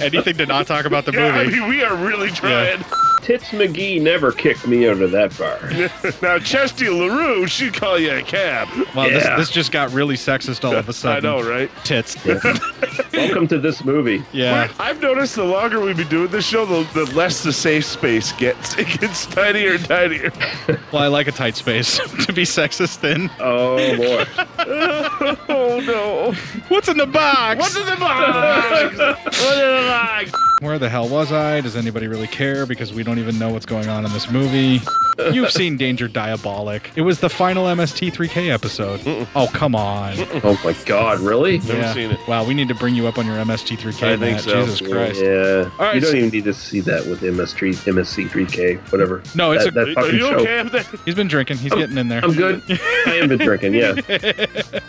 [SPEAKER 1] Anything to not talk about the
[SPEAKER 2] Yeah, I
[SPEAKER 1] movie.
[SPEAKER 2] mean, we are really trying.
[SPEAKER 9] Tits McGee never kicked me out of that bar.
[SPEAKER 2] now, Chesty LaRue, she'd call you a cab.
[SPEAKER 1] Wow, this, this just got really sexist all of a sudden.
[SPEAKER 2] know, right?
[SPEAKER 1] Tits.
[SPEAKER 9] Welcome to this movie.
[SPEAKER 1] Yeah.
[SPEAKER 2] I've noticed the longer we've been doing this show, the, the less the safe space gets. It gets tinier and tinier.
[SPEAKER 1] Well, I like a tight space to be sexist in.
[SPEAKER 9] Oh boy.
[SPEAKER 2] oh no.
[SPEAKER 1] What's in the box?
[SPEAKER 2] What's in the box? What's in the box?
[SPEAKER 1] Where the hell was I? Does anybody really care? Because we don't even know what's going on in this movie. You've seen Danger Diabolic. It was the final MST3K episode. Oh, come on.
[SPEAKER 9] Oh my god, really?
[SPEAKER 1] Yeah. Wow, we need to bring you up on your MST3K.
[SPEAKER 9] I
[SPEAKER 1] Matt.
[SPEAKER 9] think so.
[SPEAKER 1] Jesus Christ.
[SPEAKER 9] Yeah.
[SPEAKER 1] All right,
[SPEAKER 9] you don't
[SPEAKER 1] so-
[SPEAKER 9] even need to see that with MS3, MSC3K, whatever.
[SPEAKER 1] No, it's
[SPEAKER 9] that,
[SPEAKER 1] a.
[SPEAKER 9] that fucking show.
[SPEAKER 1] He's been drinking. He's getting in there.
[SPEAKER 9] I'm good. I am been drinking. Yeah.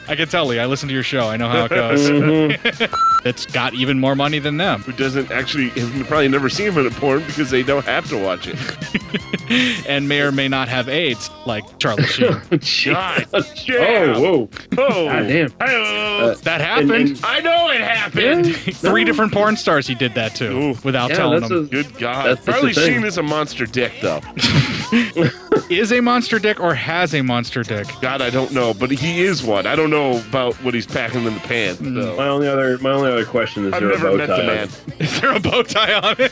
[SPEAKER 1] I can tell, Lee. I listen to your show. I know how it goes.
[SPEAKER 9] Mm-hmm.
[SPEAKER 2] Mm-hmm.
[SPEAKER 1] it's got even more money than them.
[SPEAKER 2] Who doesn't actually, have probably never seen him in a porn because they don't have to watch it.
[SPEAKER 1] and may or may not have AIDS, like Charlie Sheen.
[SPEAKER 2] God
[SPEAKER 1] Oh, whoa.
[SPEAKER 2] Oh.
[SPEAKER 1] God damn.
[SPEAKER 2] Hello.
[SPEAKER 1] Uh, That happened. and- and-
[SPEAKER 2] I know it happened.
[SPEAKER 1] Three different porn stars he did that to without
[SPEAKER 2] Yeah,
[SPEAKER 1] telling
[SPEAKER 2] that's
[SPEAKER 1] them.
[SPEAKER 2] a- Good God. that's- that's Charlie the thing. Sheen is a monster dick, though.
[SPEAKER 1] is a monster dick or has a monster dick?
[SPEAKER 2] God, I don't know, but he is one. I don't know about what he's packing in the pants.
[SPEAKER 1] Mm.
[SPEAKER 9] My only other my only other question is
[SPEAKER 2] Hmm. I've
[SPEAKER 9] there a
[SPEAKER 2] never
[SPEAKER 9] bow
[SPEAKER 2] met
[SPEAKER 9] tie
[SPEAKER 2] the
[SPEAKER 9] on
[SPEAKER 2] man.
[SPEAKER 9] it?
[SPEAKER 1] Is there a bow tie on it?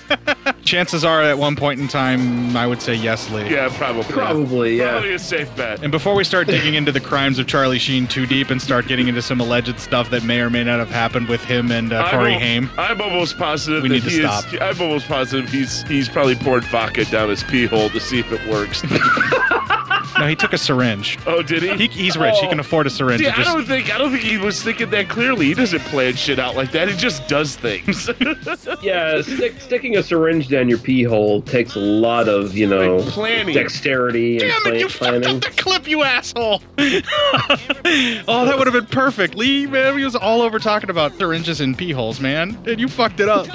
[SPEAKER 1] Chances are, at one point in time, I would say yes, Lee.
[SPEAKER 2] Yeah, probably.
[SPEAKER 9] Probably, yeah.
[SPEAKER 2] Probably a safe bet.
[SPEAKER 1] And before we start digging into the crimes of Charlie Sheen too deep and start getting into some alleged stuff that may or may not have happened with him and uh,
[SPEAKER 2] I'm
[SPEAKER 1] Corey
[SPEAKER 2] al-
[SPEAKER 1] Haim,
[SPEAKER 2] I'm almost positive
[SPEAKER 1] We
[SPEAKER 2] that
[SPEAKER 1] need to
[SPEAKER 2] he
[SPEAKER 1] stop.
[SPEAKER 2] is. I'm almost positive he's he's probably poured vodka down his pee hole to see if it works.
[SPEAKER 1] no, he took a syringe.
[SPEAKER 2] Oh, did he? Oh.
[SPEAKER 1] he's rich. He can afford a syringe.
[SPEAKER 2] See,
[SPEAKER 1] It just-
[SPEAKER 2] I don't think I don't think he was thinking that clearly. He doesn't plan shit out like that. He just does things.
[SPEAKER 9] yeah, stick, sticking a syringe down your pee hole takes a lot of you know
[SPEAKER 2] planning.
[SPEAKER 9] dexterity and
[SPEAKER 2] Damn it,
[SPEAKER 9] plan-
[SPEAKER 2] you
[SPEAKER 9] planning.
[SPEAKER 1] clip, you asshole. oh, that would have been perfect. Lee, man, he was all over talking about syringes and pee holes, man. And you fucked it up.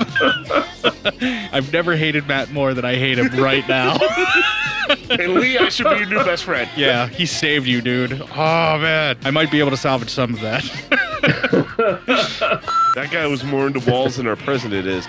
[SPEAKER 1] I've never hated Matt more than I hate him right now.
[SPEAKER 2] and Lee, I should be your new best friend.
[SPEAKER 1] yeah, he saved you, dude. Oh, man. I might be able to salvage some of that.
[SPEAKER 2] That guy was more into walls than our president is.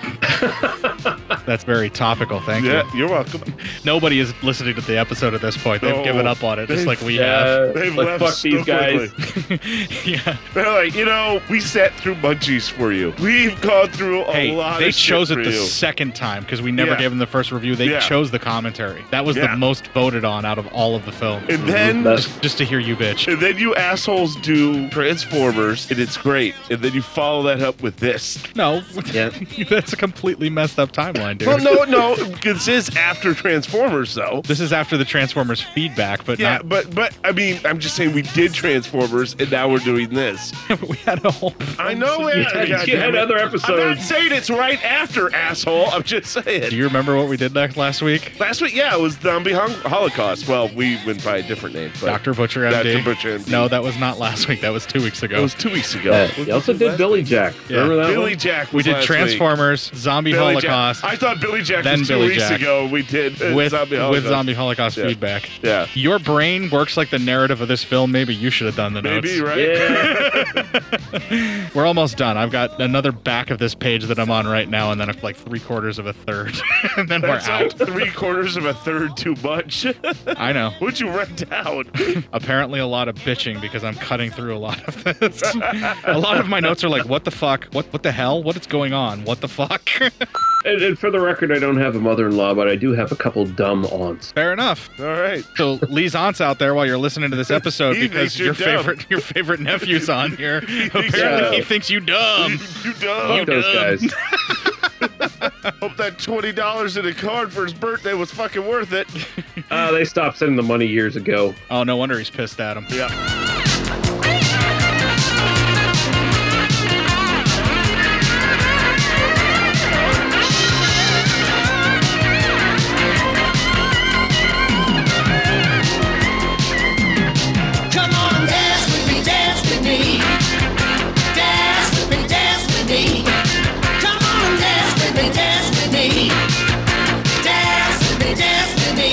[SPEAKER 1] That's very topical. Thank
[SPEAKER 2] yeah,
[SPEAKER 1] you.
[SPEAKER 2] you're welcome.
[SPEAKER 1] Nobody is listening to the episode at this point. They've
[SPEAKER 2] No.
[SPEAKER 1] given up on it, just
[SPEAKER 2] They've-
[SPEAKER 1] like we have.
[SPEAKER 2] They've left so quickly.
[SPEAKER 1] yeah.
[SPEAKER 2] They're like, you know, we sat through munchies for you. We've gone through a
[SPEAKER 1] Hey,
[SPEAKER 2] lot
[SPEAKER 1] they
[SPEAKER 2] of shit
[SPEAKER 1] chose it
[SPEAKER 2] for
[SPEAKER 1] the
[SPEAKER 2] you.
[SPEAKER 1] second time because we never
[SPEAKER 2] Yeah.
[SPEAKER 1] gave them the first review. They
[SPEAKER 2] Yeah.
[SPEAKER 1] chose the commentary. That was
[SPEAKER 2] Yeah.
[SPEAKER 1] the most voted on out of all of the films.
[SPEAKER 2] And then-
[SPEAKER 1] just, just to hear you bitch.
[SPEAKER 2] And then you assholes do Transformers, and it's great. And then you follow that up with this.
[SPEAKER 1] No, that's a completely messed up timeline, dude.
[SPEAKER 2] Well, no, no, this is after Transformers, though.
[SPEAKER 1] This is after the Transformers feedback, but
[SPEAKER 2] yeah,
[SPEAKER 1] not
[SPEAKER 2] but but I mean, I'm just saying we did Transformers, and now we're doing this.
[SPEAKER 1] we had a whole.
[SPEAKER 2] I know it.
[SPEAKER 1] You had-
[SPEAKER 2] God
[SPEAKER 1] you
[SPEAKER 2] damn
[SPEAKER 1] had
[SPEAKER 2] it.
[SPEAKER 1] other
[SPEAKER 2] I'm not
[SPEAKER 1] episodes.
[SPEAKER 2] saying it's right after, asshole. I'm just saying.
[SPEAKER 1] Do you remember what we did next last week?
[SPEAKER 2] Last week, yeah, it was Zombie Hol- Holocaust. Well, we went by a different name. But
[SPEAKER 1] Dr. Butcher MD.
[SPEAKER 2] Dr. Butcher MD.
[SPEAKER 1] No, that was not last week. That was two weeks ago.
[SPEAKER 2] It was two weeks ago.
[SPEAKER 1] Yeah.
[SPEAKER 2] Was
[SPEAKER 1] You also
[SPEAKER 2] it
[SPEAKER 1] did
[SPEAKER 2] last
[SPEAKER 1] Billy
[SPEAKER 2] week?
[SPEAKER 1] Jack. Remember that
[SPEAKER 2] Billy
[SPEAKER 1] one?
[SPEAKER 2] Jack.
[SPEAKER 1] We
[SPEAKER 2] was
[SPEAKER 1] did
[SPEAKER 2] last week.
[SPEAKER 1] Transformers, Zombie
[SPEAKER 2] Billy
[SPEAKER 1] Holocaust,
[SPEAKER 2] Jack. I thought Billy Jack
[SPEAKER 1] then
[SPEAKER 2] was two
[SPEAKER 1] Billy
[SPEAKER 2] weeks
[SPEAKER 1] Jack.
[SPEAKER 2] ago. We did uh,
[SPEAKER 1] with
[SPEAKER 2] Zombie Holocaust.
[SPEAKER 1] with zombie Holocaust
[SPEAKER 2] Yeah.
[SPEAKER 1] feedback.
[SPEAKER 2] Yeah.
[SPEAKER 1] Your brain works like the narrative of this film. Maybe you should have done the notes.
[SPEAKER 2] Maybe right. Yeah.
[SPEAKER 1] We're almost done. I've got another back of this page that I'm on right now, and then like three quarters of a third, and then
[SPEAKER 2] That's
[SPEAKER 1] we're out.
[SPEAKER 2] like three quarters of a third too much.
[SPEAKER 1] I know.
[SPEAKER 2] What'd you write down?
[SPEAKER 1] Apparently, a lot of bitching because I'm cutting through a lot of this. a lot of my notes are like, "What the fuck? What what the hell? What is going on? What the fuck?"
[SPEAKER 9] And, and for the record, I don't have a mother-in-law, but I do have a couple dumb aunts.
[SPEAKER 1] Fair enough.
[SPEAKER 2] All right.
[SPEAKER 1] So Lee's aunt's out there while you're listening to this episode
[SPEAKER 9] He
[SPEAKER 1] because
[SPEAKER 9] thinks you're
[SPEAKER 1] your
[SPEAKER 9] dumb.
[SPEAKER 1] favorite your favorite nephew's on here. Apparently, he
[SPEAKER 9] dumb.
[SPEAKER 1] thinks you dumb.
[SPEAKER 2] You dumb.
[SPEAKER 1] You dumb.
[SPEAKER 2] Hope that twenty dollars in a card for his birthday was fucking worth it.
[SPEAKER 9] Uh, they stopped sending the money years ago.
[SPEAKER 1] Oh, no wonder he's pissed at him.
[SPEAKER 2] Yeah.
[SPEAKER 10] Come on and dance with me, dance with me. Dance with me, dance with me. Come on and dance with me, dance with me. Dance with me, dance with me.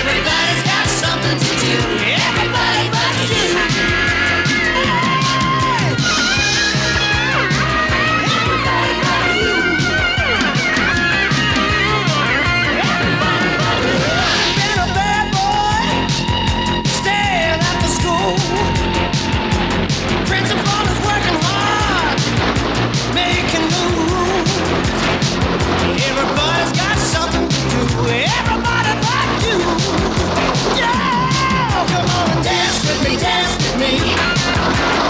[SPEAKER 10] Everybody's got something to do. Everybody Oh,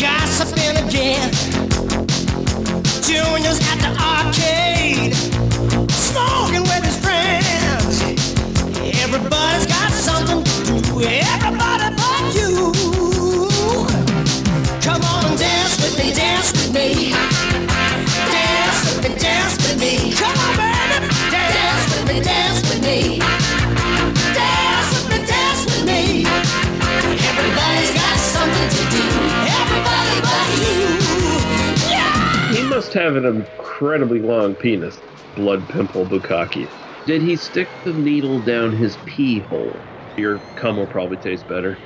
[SPEAKER 10] man. Junior's at the arcade, smoking with his friends. Everybody's got something to do. Everybody but you. Come on and dance with me, dance with me. Dance with me, dance with me. Come on, baby. Dance with me, dance with me. Dance with me, dance with me. Everybody's got something to do. Everybody but you. Yeah.
[SPEAKER 9] He must have an incredibly long penis. Blood pimple bukkake. Did he stick the needle down his pee hole? Your cum will probably taste better.